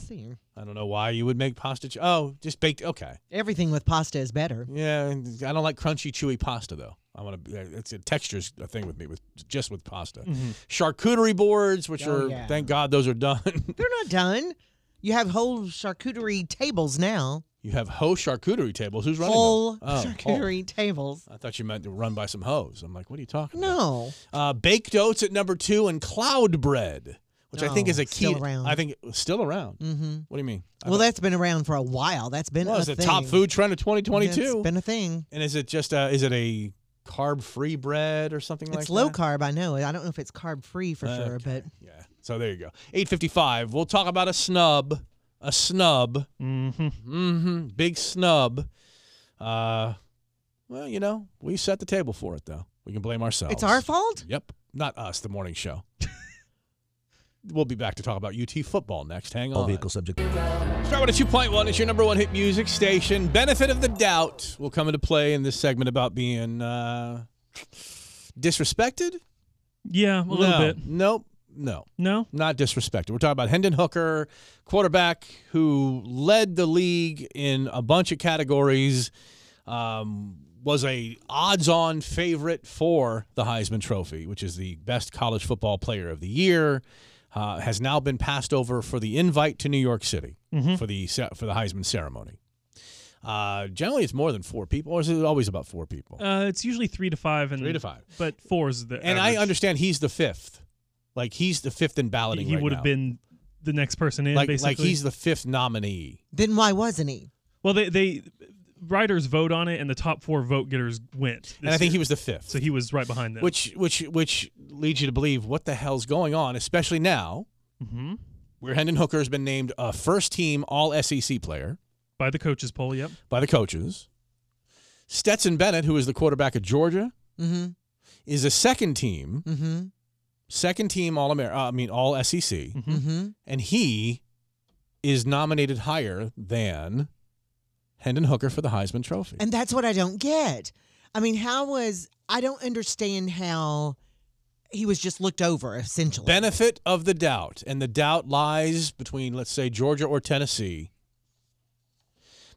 [SPEAKER 7] I don't know why you would make pasta. Chi- oh, just baked. Okay.
[SPEAKER 5] Everything with pasta is better.
[SPEAKER 7] Yeah, and I don't like crunchy, chewy pasta though. I want to. It's a texture's a thing with me with just with pasta.
[SPEAKER 5] Mhm.
[SPEAKER 7] Charcuterie boards, which
[SPEAKER 5] Oh,
[SPEAKER 7] are
[SPEAKER 5] yeah.
[SPEAKER 7] thank God those are done.
[SPEAKER 5] They're not done. You have whole charcuterie tables now.
[SPEAKER 7] you have hoe charcuterie tables. Who's running
[SPEAKER 5] Whole
[SPEAKER 7] them? Oh, whole.
[SPEAKER 5] charcuterie tables.
[SPEAKER 7] I thought you meant to run by some hoes. I'm like, what are you talking?
[SPEAKER 5] No.
[SPEAKER 7] Uh, baked oats at number two and cloud bread, which I think
[SPEAKER 5] No,
[SPEAKER 7] is a key.
[SPEAKER 5] still around.
[SPEAKER 7] I think still around.
[SPEAKER 5] Mm-hmm.
[SPEAKER 7] What do you mean? I
[SPEAKER 5] Well,
[SPEAKER 7] don't-
[SPEAKER 5] that's been around for a while. That's been
[SPEAKER 7] well,
[SPEAKER 5] a
[SPEAKER 7] it's a
[SPEAKER 5] thing.
[SPEAKER 7] top food trend of
[SPEAKER 5] It's
[SPEAKER 7] 2022.
[SPEAKER 5] been a thing.
[SPEAKER 7] and is it just uh, is it a carb free bread or something like
[SPEAKER 5] it's
[SPEAKER 7] that?
[SPEAKER 5] low carb. I know. I don't know if it's carb free for sure, but
[SPEAKER 7] Yeah. So there you go. 855. We'll talk about a snub. A snub.
[SPEAKER 8] Mm-hmm.
[SPEAKER 7] Mm-hmm. Big snub. Uh, well, you know, we set the table for it, though. We can blame ourselves.
[SPEAKER 5] it's our fault.
[SPEAKER 7] Yep. Not us, the morning show. we'll be back to talk about UT football next. Hang on.
[SPEAKER 13] All vehicle subject.
[SPEAKER 7] Start with a 2.1. It's your number one hit music station. Benefit of the doubt will come into play in this segment about being uh, disrespected.
[SPEAKER 8] Yeah, a little
[SPEAKER 7] no,
[SPEAKER 8] bit.
[SPEAKER 7] Nope. No.
[SPEAKER 8] No?
[SPEAKER 7] Not disrespected. We're talking about Hendon Hooker, quarterback who led the league in a bunch of categories. Um, was a odds-on favorite for the Heisman Trophy, which is the best college football player of the year. Uh, has now been passed over for the invite to New York City
[SPEAKER 8] Mhm.
[SPEAKER 7] for the ce- for the Heisman ceremony. Uh, generally, it's more than four people, or is it always about four people?
[SPEAKER 8] Uh, it's usually three to five, and
[SPEAKER 7] Three to five.
[SPEAKER 8] but four is the.
[SPEAKER 7] And
[SPEAKER 8] average.
[SPEAKER 7] I understand he's the fifth. Like he's the fifth in balloting.
[SPEAKER 8] he
[SPEAKER 7] right
[SPEAKER 8] would have
[SPEAKER 7] now.
[SPEAKER 8] been the next person in.
[SPEAKER 7] like
[SPEAKER 8] basically,
[SPEAKER 7] like he's the fifth nominee.
[SPEAKER 5] Then why wasn't he?
[SPEAKER 8] well, they they writers vote on it, and the top four vote getters went.
[SPEAKER 7] And I
[SPEAKER 8] this
[SPEAKER 7] think he
[SPEAKER 8] year.
[SPEAKER 7] was the fifth.
[SPEAKER 8] So he was right behind them.
[SPEAKER 7] Which which which leads you to believe what the hell's going on, especially now
[SPEAKER 8] hmm
[SPEAKER 7] where Hendon Hooker has been named a first team all SEC player
[SPEAKER 8] by the coaches poll. Yep.
[SPEAKER 7] by the coaches. Stetson Bennett, who is the quarterback of Georgia,
[SPEAKER 5] Mm-hmm.
[SPEAKER 7] is a second team,
[SPEAKER 5] Mm-hmm.
[SPEAKER 7] second team all Amer- uh, I mean all SEC,
[SPEAKER 5] Mm-hmm.
[SPEAKER 7] and he is nominated higher than Hendon Hooker for the Heisman Trophy.
[SPEAKER 5] And that's what I don't get. I mean, how was I don't understand how he was just looked over essentially.
[SPEAKER 7] benefit of the doubt, and the doubt lies between, let's say, Georgia or Tennessee,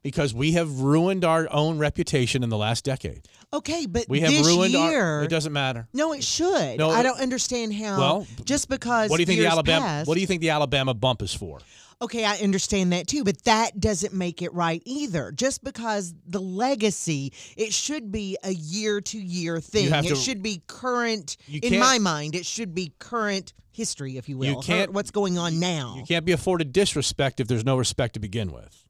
[SPEAKER 7] because we have ruined our own reputation in the last decade.
[SPEAKER 5] okay, but
[SPEAKER 7] We have
[SPEAKER 5] this
[SPEAKER 7] ruined
[SPEAKER 5] year,
[SPEAKER 7] our. It doesn't matter.
[SPEAKER 5] no, it should.
[SPEAKER 7] No,
[SPEAKER 5] I
[SPEAKER 7] it-
[SPEAKER 5] don't understand how.
[SPEAKER 7] Well,
[SPEAKER 5] just because
[SPEAKER 7] What do you think the
[SPEAKER 5] years
[SPEAKER 7] Alabama?
[SPEAKER 5] Passed,
[SPEAKER 7] What do you think the Alabama bump is for?
[SPEAKER 5] Okay, I understand that too, but that doesn't make it right either. Just because the legacy, it should be a year to year thing.
[SPEAKER 7] have
[SPEAKER 5] It
[SPEAKER 7] to-
[SPEAKER 5] should be current.
[SPEAKER 7] You
[SPEAKER 5] In my
[SPEAKER 7] can't-
[SPEAKER 5] mind, it should be current history, if you will.
[SPEAKER 7] You
[SPEAKER 5] Current-
[SPEAKER 7] can't-
[SPEAKER 5] What's going on now?
[SPEAKER 7] You can't be afforded disrespect if there's no respect to begin with.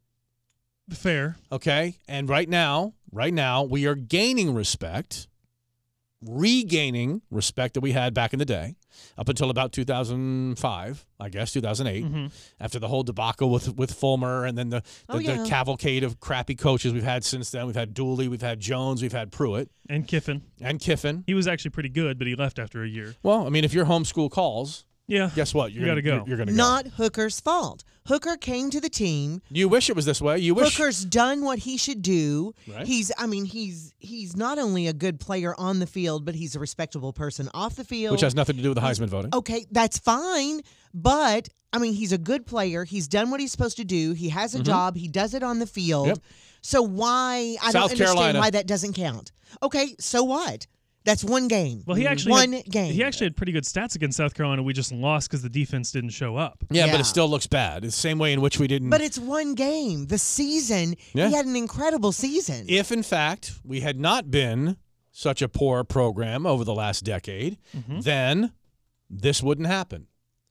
[SPEAKER 8] Fair.
[SPEAKER 7] Okay, and right now, right now, we are gaining respect, regaining respect that we had back in the day, up until about 2005, I guess 2008.
[SPEAKER 8] Mhm.
[SPEAKER 7] after the whole debacle with with Fulmer and then the the,
[SPEAKER 5] Oh, yeah.
[SPEAKER 7] the cavalcade of crappy coaches we've had since then. We've had Dooley, we've had Jones, we've had Pruitt
[SPEAKER 8] And Kiffin.
[SPEAKER 7] and Kiffin.
[SPEAKER 8] He was actually pretty good, but he left after a year.
[SPEAKER 7] Well, I mean, if your homeschool calls,
[SPEAKER 8] Yeah.
[SPEAKER 7] guess what? You're
[SPEAKER 8] You gotta
[SPEAKER 7] gonna-
[SPEAKER 8] go.
[SPEAKER 7] You're, you're gonna
[SPEAKER 5] Not Hooker's fault. Hooker came to the team.
[SPEAKER 7] go. You wish it was this way. You wish.
[SPEAKER 5] Hooker's done what he should do.
[SPEAKER 7] Right.
[SPEAKER 5] He's, I mean, he's he's not only a good player on the field, but he's a respectable person off the field.
[SPEAKER 7] Which has nothing to do with the Heisman voting.
[SPEAKER 5] Okay, that's fine, but I mean, he's a good player. He's done what he's supposed to do. He has a job. He does it on the field.
[SPEAKER 7] Mm-hmm. Yep.
[SPEAKER 5] So why I
[SPEAKER 7] South
[SPEAKER 5] don't understand
[SPEAKER 7] Carolina.
[SPEAKER 5] why that doesn't count. Okay, so what? That's one game.
[SPEAKER 7] Mm.
[SPEAKER 8] Well, he actually
[SPEAKER 5] one
[SPEAKER 8] had,
[SPEAKER 5] game.
[SPEAKER 8] He actually had pretty good stats against South Carolina. We just lost because the defense didn't show up.
[SPEAKER 7] Yeah, but
[SPEAKER 5] Yeah.
[SPEAKER 7] it still looks bad. It's the same way in which we didn't.
[SPEAKER 5] but it's one game. The season.
[SPEAKER 7] Yeah.
[SPEAKER 5] He had an incredible season.
[SPEAKER 7] if in fact we had not been such a poor program over the last decade,
[SPEAKER 8] Mm-hmm.
[SPEAKER 7] then this wouldn't happen.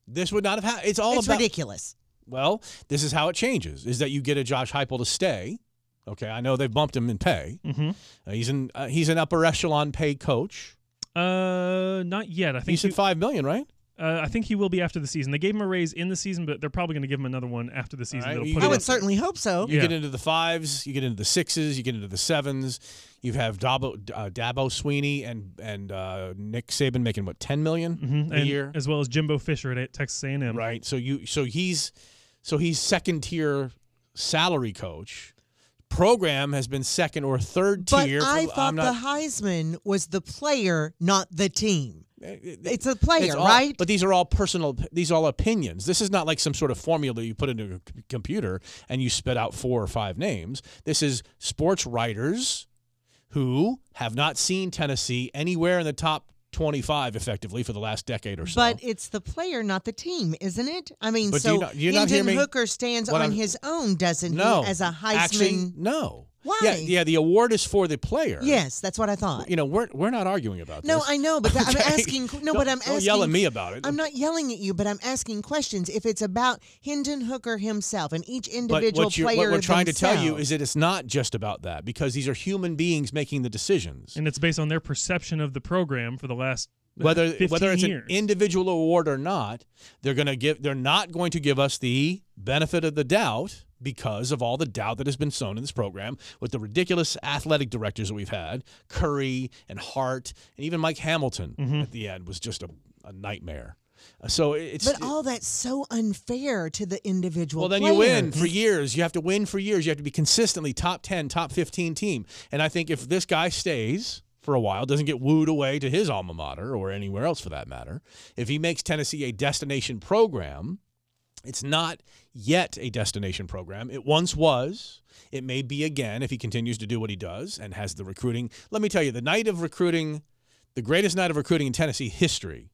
[SPEAKER 7] This would not have happened. It's all
[SPEAKER 5] it's
[SPEAKER 7] about
[SPEAKER 5] ridiculous.
[SPEAKER 7] Well, this is how it changes: is that you get a Josh Heupel to stay. Okay, I know they've bumped him in pay.
[SPEAKER 8] Mhm.
[SPEAKER 7] Uh, he's an uh, he's an upper echelon pay coach.
[SPEAKER 8] Uh, not yet. I
[SPEAKER 7] He
[SPEAKER 8] think
[SPEAKER 7] said
[SPEAKER 8] he,
[SPEAKER 7] five million, right?
[SPEAKER 8] Uh, I think he will be after the season. They gave him a raise in the season, but they're probably going to give him another one after the season.
[SPEAKER 7] All right,
[SPEAKER 8] That'll
[SPEAKER 7] you
[SPEAKER 8] put
[SPEAKER 7] get
[SPEAKER 8] him
[SPEAKER 7] into-
[SPEAKER 8] up-
[SPEAKER 7] You
[SPEAKER 8] Yeah.
[SPEAKER 7] get into the fives, you get into the sixes, you get into the sevens. You have Dabo, uh, Dabo Sweeney and and uh, Nick Saban making what ten million
[SPEAKER 8] Mhm,
[SPEAKER 7] a
[SPEAKER 8] and-
[SPEAKER 7] year,
[SPEAKER 8] as well as Jimbo Fisher at Texas A&M.
[SPEAKER 7] Right. So you so he's so he's second tier salary coach. Program has been second or third
[SPEAKER 5] But
[SPEAKER 7] tier. for-
[SPEAKER 5] I
[SPEAKER 7] I'm
[SPEAKER 5] thought
[SPEAKER 7] not-
[SPEAKER 5] the Heisman was the player, not the team. It's a player,
[SPEAKER 7] Uh, It's all-
[SPEAKER 5] right?
[SPEAKER 7] But these are all personal. These are all opinions. This is not like some sort of formula you put into a c- computer and you spit out four or five names. This is sports writers who have not seen Tennessee anywhere in the top twenty-five, effectively, for the last decade or so.
[SPEAKER 5] But it's the player, not the team, isn't it? I mean,
[SPEAKER 7] But do
[SPEAKER 5] so
[SPEAKER 7] you not- you not hear
[SPEAKER 5] Hendon
[SPEAKER 7] me?
[SPEAKER 5] Hooker stands
[SPEAKER 7] What
[SPEAKER 5] on
[SPEAKER 7] I'm-
[SPEAKER 5] his own, doesn't
[SPEAKER 7] no,
[SPEAKER 5] he? As a Heisman.
[SPEAKER 7] actually, no. Why? Yeah, yeah, the award is for the player.
[SPEAKER 5] Yes, that's what I thought.
[SPEAKER 7] You know, we're we're not arguing about
[SPEAKER 5] No,
[SPEAKER 7] this.
[SPEAKER 5] I know, but I'm
[SPEAKER 7] Okay.
[SPEAKER 5] asking. No, but
[SPEAKER 7] Don't-
[SPEAKER 5] I'm asking.
[SPEAKER 7] don't yell at me about it.
[SPEAKER 5] I'm not yelling at you, but I'm asking questions. If it's about Hendon Hooker himself and each
[SPEAKER 7] But
[SPEAKER 5] individual
[SPEAKER 7] what, you're,
[SPEAKER 5] player,
[SPEAKER 7] what we're trying to tell you
[SPEAKER 5] themselves-
[SPEAKER 7] is that it's not just about that because these are human beings making the decisions.
[SPEAKER 8] And it's based on their perception of the program for the last
[SPEAKER 7] Whether
[SPEAKER 8] 15
[SPEAKER 7] whether it's
[SPEAKER 8] years.
[SPEAKER 7] an individual award or not, they're going to give they're not going to give us the benefit of the doubt because of all the doubt that has been sown in this program with the ridiculous athletic directors that we've had, Curry and Hart and even Mike Hamilton at the end was just a, a nightmare. Uh, So it- it's
[SPEAKER 5] But all that's so unfair to the individual.
[SPEAKER 7] well, then
[SPEAKER 5] player.
[SPEAKER 7] you win for years. You have to win for years. You have to be consistently top 10, top 15 team. And I think if this guy stays for a while, doesn't get wooed away to his alma mater or anywhere else for that matter, if he makes Tennessee a destination program, it's not yet a destination program. It once was. It may be again if he continues to do what he does and has the recruiting. Let me tell you, the night of recruiting, the greatest night of recruiting in Tennessee history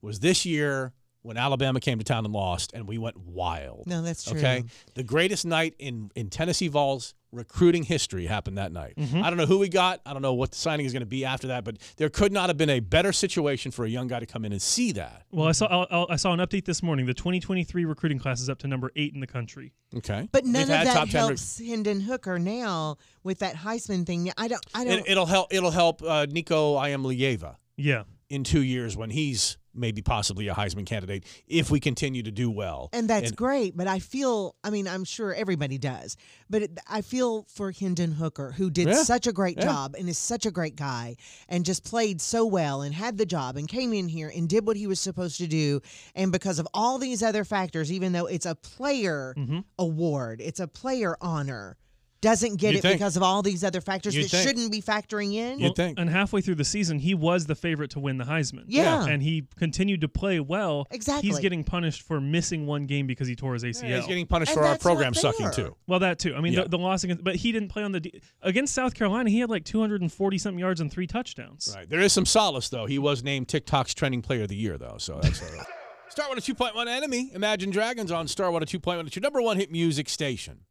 [SPEAKER 7] was this year when Alabama came to town and lost, and we went wild.
[SPEAKER 5] No, that's true.
[SPEAKER 7] Okay. The greatest night in, in Tennessee Vols recruiting history happened that night.
[SPEAKER 5] Mm-hmm.
[SPEAKER 7] I don't know who we got. I don't know what the signing is going to be after that, but there could not have been a better situation for a young guy to come in and see that.
[SPEAKER 8] Well, I saw I'll, I'll, I saw an update this morning. The 2023 recruiting class is up to number eight in the country.
[SPEAKER 7] Okay,
[SPEAKER 5] But none of that helps Hendon Hooker now with that Heisman thing. I don't. I don't.
[SPEAKER 7] It, will help. It'll help uh, Nico Iamlieva.
[SPEAKER 8] Yeah.
[SPEAKER 7] In two years, when he's maybe possibly a Heisman candidate, if we continue to do well,
[SPEAKER 5] and that's great, but I feel, I mean, I'm sure everybody does, but it, I feel for Hendon Hooker, who did
[SPEAKER 7] Yeah,
[SPEAKER 5] such a great
[SPEAKER 7] yeah.
[SPEAKER 5] job and is such a great guy and just played so well and had the job and came in here and did what he was supposed to do. And because of all these other factors, even though it's a player award, it's a player honor, doesn't get
[SPEAKER 8] You'd
[SPEAKER 5] it
[SPEAKER 8] think.
[SPEAKER 5] because of all these other factors
[SPEAKER 8] You'd
[SPEAKER 5] that
[SPEAKER 8] think.
[SPEAKER 5] shouldn't be factoring in.
[SPEAKER 8] Well, And halfway through the season, he was the favorite to win the Heisman.
[SPEAKER 5] Yeah. Yeah.
[SPEAKER 8] And he continued to play well. He's
[SPEAKER 5] Exactly.
[SPEAKER 8] getting punished for missing one game because he tore his ACL.
[SPEAKER 7] he's getting punished And for our that's not program sucking, fair. too.
[SPEAKER 8] Well, that too. I mean,
[SPEAKER 7] Yeah.
[SPEAKER 8] the, the loss against, but he didn't play on the de- against South Carolina. He had like 240 something yards and three touchdowns.
[SPEAKER 7] Right. There is some solace, though. He was named TikTok's trending player of the year, though. So that's all right. Star 102.1 Enemy, Imagine Dragons on Star 102.1. It's your number one hit music station.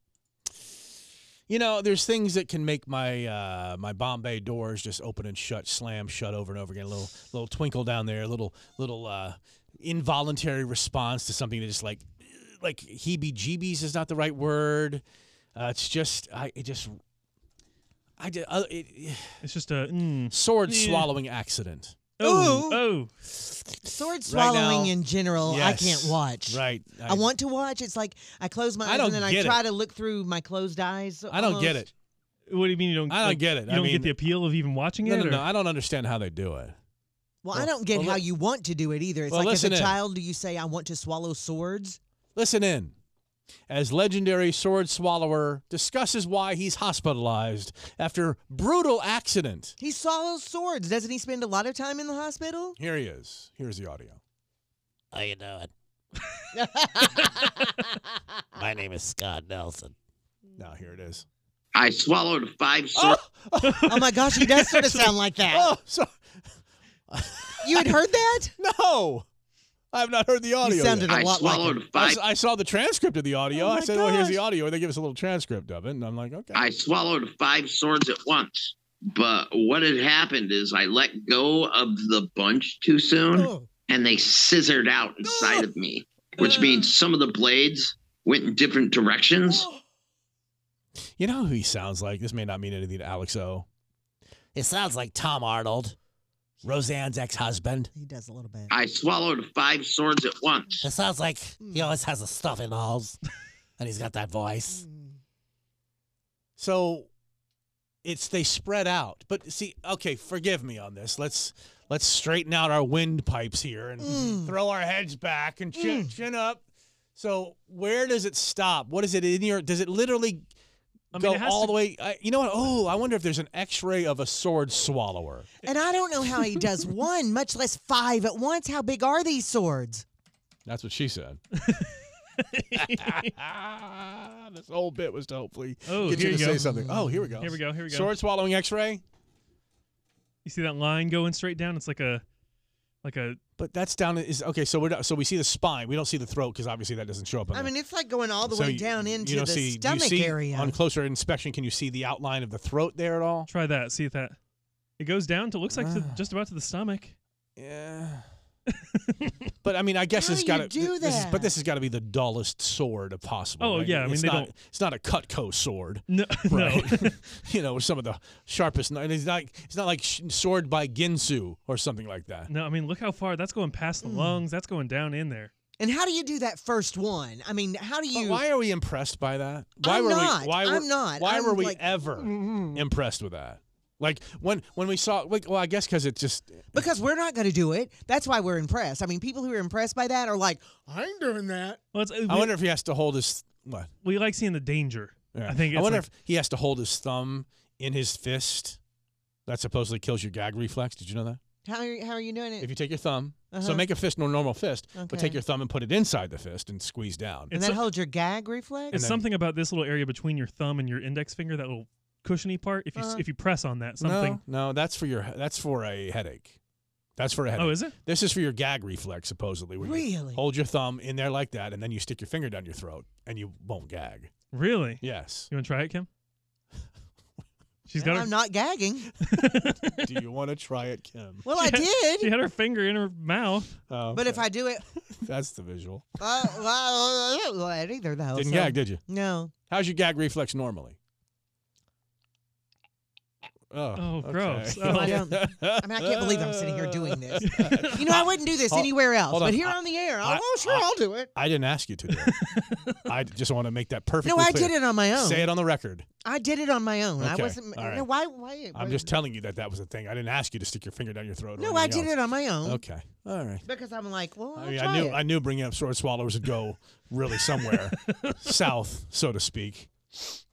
[SPEAKER 7] You know, there's things that can make my uh, my Bombay doors just open and shut, slam shut over and over again. A little little twinkle down there, a little little uh, involuntary response to something that just like like heebie-jeebies is not the right word. Uh, it's just I it just I did. Uh, it,
[SPEAKER 8] it's just a
[SPEAKER 7] sword
[SPEAKER 8] Yeah.
[SPEAKER 7] swallowing accident.
[SPEAKER 8] Oh, oh.
[SPEAKER 5] Sword
[SPEAKER 7] Right now-
[SPEAKER 5] swallowing in general, Oh, I
[SPEAKER 7] Yes.
[SPEAKER 5] can't watch.
[SPEAKER 7] Right.
[SPEAKER 5] I, want to watch. It's like I close my
[SPEAKER 7] I
[SPEAKER 5] eyes
[SPEAKER 7] don't
[SPEAKER 5] and then I
[SPEAKER 7] get it.
[SPEAKER 5] try to look through my closed eyes.
[SPEAKER 7] I don't get
[SPEAKER 5] almost.
[SPEAKER 7] it.
[SPEAKER 8] What do you mean you don't?
[SPEAKER 7] I don't
[SPEAKER 8] like,
[SPEAKER 7] get it.
[SPEAKER 8] You
[SPEAKER 7] I
[SPEAKER 8] don't
[SPEAKER 7] mean-
[SPEAKER 8] get the appeal of even watching
[SPEAKER 7] No,
[SPEAKER 8] it.
[SPEAKER 7] no,
[SPEAKER 8] or-
[SPEAKER 7] no. I don't understand how they do it.
[SPEAKER 5] Well, I
[SPEAKER 7] Well-
[SPEAKER 5] don't get
[SPEAKER 7] well,
[SPEAKER 5] how
[SPEAKER 7] li-
[SPEAKER 5] you want to do it either. It's
[SPEAKER 7] Well,
[SPEAKER 5] like as a
[SPEAKER 7] listen in.
[SPEAKER 5] child, do you say I want to swallow swords?
[SPEAKER 7] Listen in. As legendary sword swallower discusses why he's hospitalized after brutal accident.
[SPEAKER 5] He swallows swords. Doesn't he spend a lot of time in the hospital?
[SPEAKER 7] Here he is. Here's the audio.
[SPEAKER 13] How you doing? My name is Scott Nelson.
[SPEAKER 7] Now here it is.
[SPEAKER 13] I swallowed five swords.
[SPEAKER 5] oh my gosh, he does sort of sound like that.
[SPEAKER 7] Oh, sorry.
[SPEAKER 5] You had heard that?
[SPEAKER 7] No. I've not heard the audio.
[SPEAKER 5] sounded a
[SPEAKER 7] yet.
[SPEAKER 5] I lot like swallowed him. five-
[SPEAKER 7] I s- I saw the transcript of the audio.
[SPEAKER 13] Oh
[SPEAKER 7] I
[SPEAKER 13] my
[SPEAKER 7] said, "Well, here's the
[SPEAKER 13] gosh.
[SPEAKER 7] audio." They give us a little transcript of it, and I'm like, "Okay."
[SPEAKER 13] I swallowed five swords at once. But what had happened is I let go of the bunch too soon
[SPEAKER 5] Oh,
[SPEAKER 13] and they scissored out inside of me, which means some of the blades went in different directions.
[SPEAKER 7] You know who he sounds like? This may not mean anything to Alex O.
[SPEAKER 13] It sounds like Tom Arnold.
[SPEAKER 7] Roseanne's ex-husband.
[SPEAKER 5] He does a little bit.
[SPEAKER 13] I swallowed five swords at once.
[SPEAKER 14] It sounds like he always has a stuffy nose, and he's got that voice.
[SPEAKER 7] So it's they spread out. But see, okay, forgive me on this. Let's let's straighten out our windpipes here and throw our heads back and chin, chin up. So where does it stop? What is it in your? Does it literally
[SPEAKER 8] I mean,
[SPEAKER 7] go
[SPEAKER 8] it has
[SPEAKER 7] all
[SPEAKER 8] to-
[SPEAKER 7] the way? I, you know what? Oh, I wonder if there's an X-ray of a sword swallower.
[SPEAKER 5] And I don't know how he does one, much less five at once. How big are these swords?
[SPEAKER 7] That's what she said. this whole bit was to hopefully
[SPEAKER 8] Oh,
[SPEAKER 7] get
[SPEAKER 8] here
[SPEAKER 7] you
[SPEAKER 8] you
[SPEAKER 7] to
[SPEAKER 8] go.
[SPEAKER 7] say something. Oh, here we go.
[SPEAKER 8] Here we go, here we go.
[SPEAKER 7] Sword swallowing X-ray.
[SPEAKER 8] You see that line going straight down? It's like a, like a.
[SPEAKER 7] But that's down is okay. So we're not- so we see the spine. We don't see the throat because obviously that doesn't show up. on
[SPEAKER 5] I
[SPEAKER 7] the-
[SPEAKER 5] mean, it's like going all the
[SPEAKER 7] So
[SPEAKER 5] way
[SPEAKER 7] you-
[SPEAKER 5] down
[SPEAKER 7] you
[SPEAKER 5] into
[SPEAKER 7] don't
[SPEAKER 5] the
[SPEAKER 7] see- do you
[SPEAKER 5] stomach
[SPEAKER 7] see
[SPEAKER 5] area.
[SPEAKER 7] On closer inspection, can you see the outline of the throat there at all?
[SPEAKER 8] Try that. See if that. It goes down to looks like
[SPEAKER 7] Ah.
[SPEAKER 8] to, just about to the stomach.
[SPEAKER 7] Yeah. But I mean, I guess
[SPEAKER 8] How
[SPEAKER 7] it's
[SPEAKER 8] do
[SPEAKER 7] got to.
[SPEAKER 8] you do
[SPEAKER 7] This is,
[SPEAKER 8] that?
[SPEAKER 7] but this has got to be the dullest sword possible.
[SPEAKER 8] Oh,
[SPEAKER 7] right?
[SPEAKER 8] yeah, I mean,
[SPEAKER 7] it's
[SPEAKER 8] they
[SPEAKER 7] not.
[SPEAKER 8] don't-
[SPEAKER 7] It's not a Cutco sword.
[SPEAKER 8] No,
[SPEAKER 7] right? you know, with some of the sharpest. kni- And it's not. It's not like sh- sword by Ginsu or something like that.
[SPEAKER 8] No, I mean look how far that's going past
[SPEAKER 7] Hmm.
[SPEAKER 8] the lungs. That's going down in there.
[SPEAKER 5] and how do you do that first one? I mean, how do you?
[SPEAKER 7] Why are we impressed by that? Why
[SPEAKER 5] I'm
[SPEAKER 7] were
[SPEAKER 5] not.
[SPEAKER 7] we? Why were,
[SPEAKER 5] I'm not.
[SPEAKER 7] Why
[SPEAKER 5] I'm
[SPEAKER 7] were we
[SPEAKER 5] like-
[SPEAKER 7] ever
[SPEAKER 8] Mm-hmm.
[SPEAKER 7] impressed with that? Like when when we saw like well I guess because it just
[SPEAKER 5] because we're not going to do it. That's why we're impressed. I mean, people who are impressed by that are like, I ain't doing that.
[SPEAKER 8] Well, it's, uh,
[SPEAKER 7] I wonder if he has to hold his what
[SPEAKER 8] we like seeing the danger. I think. It's
[SPEAKER 7] I wonder
[SPEAKER 8] like-
[SPEAKER 7] if he has to hold his thumb in his fist. That supposedly kills your gag reflex. Did you know that?
[SPEAKER 5] How are you, how are you doing it?
[SPEAKER 7] If you take your thumb,
[SPEAKER 5] Uh-huh.
[SPEAKER 7] so make a fist, no normal fist, but
[SPEAKER 5] Okay.
[SPEAKER 7] take your thumb and put it inside the fist and squeeze down.
[SPEAKER 5] and that holds your gag reflex.
[SPEAKER 8] it's something about this little area between your thumb and your index finger, that little cushiony part. If you s
[SPEAKER 5] Uh,
[SPEAKER 8] if you press on that, something.
[SPEAKER 7] No, no, that's for your that's for a headache. That's for a headache.
[SPEAKER 8] Oh, is it?
[SPEAKER 7] This is for your gag reflex, supposedly. where you
[SPEAKER 8] Really?
[SPEAKER 7] Hold your thumb in there like that, and then you stick your finger down your throat, and you won't gag.
[SPEAKER 8] Really?
[SPEAKER 7] Yes.
[SPEAKER 8] You want to try it, Kim? She's
[SPEAKER 5] Well,
[SPEAKER 8] got her.
[SPEAKER 5] I'm not gagging.
[SPEAKER 7] do you want to try it, Kim?
[SPEAKER 5] Well, I
[SPEAKER 8] She had-
[SPEAKER 5] did.
[SPEAKER 8] She had her finger in her mouth.
[SPEAKER 7] Oh,
[SPEAKER 5] But if
[SPEAKER 7] okay.
[SPEAKER 5] I do it,
[SPEAKER 7] that's the visual.
[SPEAKER 5] uh, well, I don't like it either though.
[SPEAKER 7] Didn't
[SPEAKER 5] so-
[SPEAKER 7] gag, did you?
[SPEAKER 5] No.
[SPEAKER 7] How's your gag reflex normally? Oh,
[SPEAKER 8] Oh,
[SPEAKER 7] okay.
[SPEAKER 8] gross.
[SPEAKER 5] I don't- I mean, I can't believe I'm sitting here doing this. You know, I wouldn't do this
[SPEAKER 7] Hold-
[SPEAKER 5] anywhere else,
[SPEAKER 7] hold
[SPEAKER 5] but
[SPEAKER 7] on.
[SPEAKER 5] here
[SPEAKER 7] I-
[SPEAKER 5] on the air,
[SPEAKER 7] I-
[SPEAKER 5] oh, sure,
[SPEAKER 7] I-
[SPEAKER 5] I'll do it.
[SPEAKER 7] I didn't ask you to. do it. I just want to make that perfectly.
[SPEAKER 5] I
[SPEAKER 7] clear.
[SPEAKER 5] did it on my own.
[SPEAKER 7] Say it on the record.
[SPEAKER 5] I did it on my own. I
[SPEAKER 7] Okay,
[SPEAKER 5] wasn't.
[SPEAKER 7] all right.
[SPEAKER 5] No, why? Why?
[SPEAKER 7] I'm just telling you that that was a thing. I didn't ask you to stick your finger down your throat. or
[SPEAKER 5] No, I
[SPEAKER 7] anything
[SPEAKER 5] did it
[SPEAKER 7] else.
[SPEAKER 5] on my own.
[SPEAKER 7] Okay. All right.
[SPEAKER 5] Because I'm like, well, I'll
[SPEAKER 7] I mean,
[SPEAKER 5] try
[SPEAKER 7] I knew
[SPEAKER 5] it.
[SPEAKER 7] I knew bringing up sword swallowers would go really somewhere south, so to speak.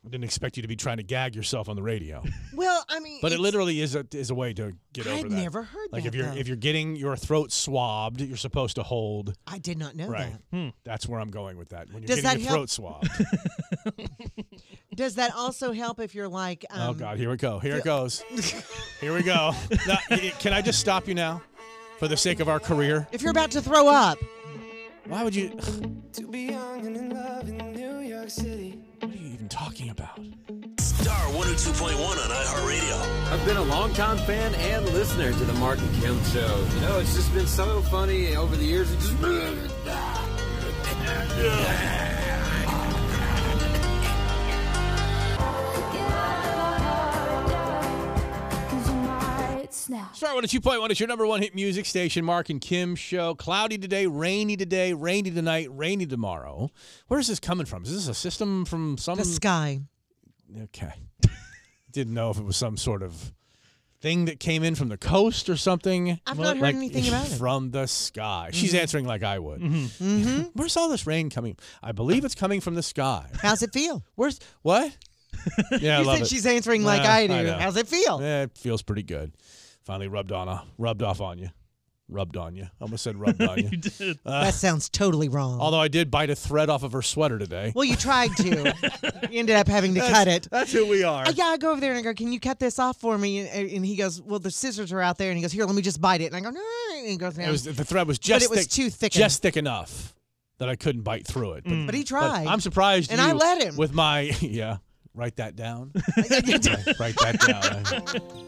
[SPEAKER 7] I didn't expect you to be trying to gag yourself on the radio,
[SPEAKER 5] well, I mean,
[SPEAKER 7] but it
[SPEAKER 5] it's-
[SPEAKER 7] literally is a is a way to get over
[SPEAKER 5] I'd
[SPEAKER 7] that.
[SPEAKER 5] never heard
[SPEAKER 7] like
[SPEAKER 5] that,
[SPEAKER 7] if you're
[SPEAKER 5] though.
[SPEAKER 7] if you're getting your throat swabbed, you're supposed to hold.
[SPEAKER 5] I did not know
[SPEAKER 7] right. Hmm.
[SPEAKER 5] that.
[SPEAKER 7] That's where I'm going with that. When you're
[SPEAKER 5] Does that
[SPEAKER 7] getting your
[SPEAKER 5] help?
[SPEAKER 7] throat swabbed.
[SPEAKER 5] Does that also help if you're like, um,
[SPEAKER 7] oh God, here we go. Here it goes. here we go. Now, y- can I just stop you now, for the sake of our career?
[SPEAKER 5] if you're about to throw up?
[SPEAKER 7] Why would you?
[SPEAKER 6] To be young and in love in New York City.
[SPEAKER 7] What are you even talking about?
[SPEAKER 15] Star 102.1 on iHeartRadio.
[SPEAKER 16] I've been a longtime fan and listener to the Mark and Kim show. You know, it's just been so funny over the years. It just
[SPEAKER 7] Start with a 2.1. It's your number oh one hit music station, Mark and Kim show. Cloudy today, rainy today, rainy tonight, rainy tomorrow. Where is this coming from? Is this a system from some
[SPEAKER 5] The sky.
[SPEAKER 7] Okay. Didn't know if it was some sort of thing that came in from the coast or something.
[SPEAKER 5] I've not heard
[SPEAKER 7] Like,
[SPEAKER 5] anything about it.
[SPEAKER 7] From the sky. She's
[SPEAKER 5] Mhm.
[SPEAKER 7] answering like I would.
[SPEAKER 5] Mm-hmm.
[SPEAKER 7] Where's all this rain coming? I believe it's coming from the sky.
[SPEAKER 5] How's it feel?
[SPEAKER 7] Where's what? Yeah, I
[SPEAKER 5] you
[SPEAKER 7] love
[SPEAKER 5] said
[SPEAKER 7] it.
[SPEAKER 5] she's answering like
[SPEAKER 7] Yeah,
[SPEAKER 5] I do.
[SPEAKER 7] know.
[SPEAKER 5] How's it feel?
[SPEAKER 7] Yeah, Eh, it feels pretty good. Finally rubbed on a, rubbed off on you. Rubbed on you. Almost said rubbed on you.
[SPEAKER 8] You did.
[SPEAKER 7] Uh,
[SPEAKER 5] that sounds totally wrong.
[SPEAKER 7] although I did bite a thread off of her sweater today.
[SPEAKER 5] Well, you tried to. you ended up having to
[SPEAKER 7] That's-
[SPEAKER 5] cut it.
[SPEAKER 7] That's who we are.
[SPEAKER 5] Uh, yeah, I go over there and I go, "Can you cut this off for me?" And, and he goes, "Well, the scissors are out there." And he goes, "Here, let me just bite it." And I go, "No," and he goes,
[SPEAKER 7] It
[SPEAKER 5] "No."
[SPEAKER 7] was the thread was
[SPEAKER 5] But
[SPEAKER 7] just
[SPEAKER 5] it was
[SPEAKER 7] thick,
[SPEAKER 5] too thick
[SPEAKER 7] just thick enough that I couldn't bite through it.
[SPEAKER 5] But he tried.
[SPEAKER 7] I'm surprised,
[SPEAKER 5] And I
[SPEAKER 7] you-
[SPEAKER 5] let him.
[SPEAKER 7] with my yeah. Write that down. write that down.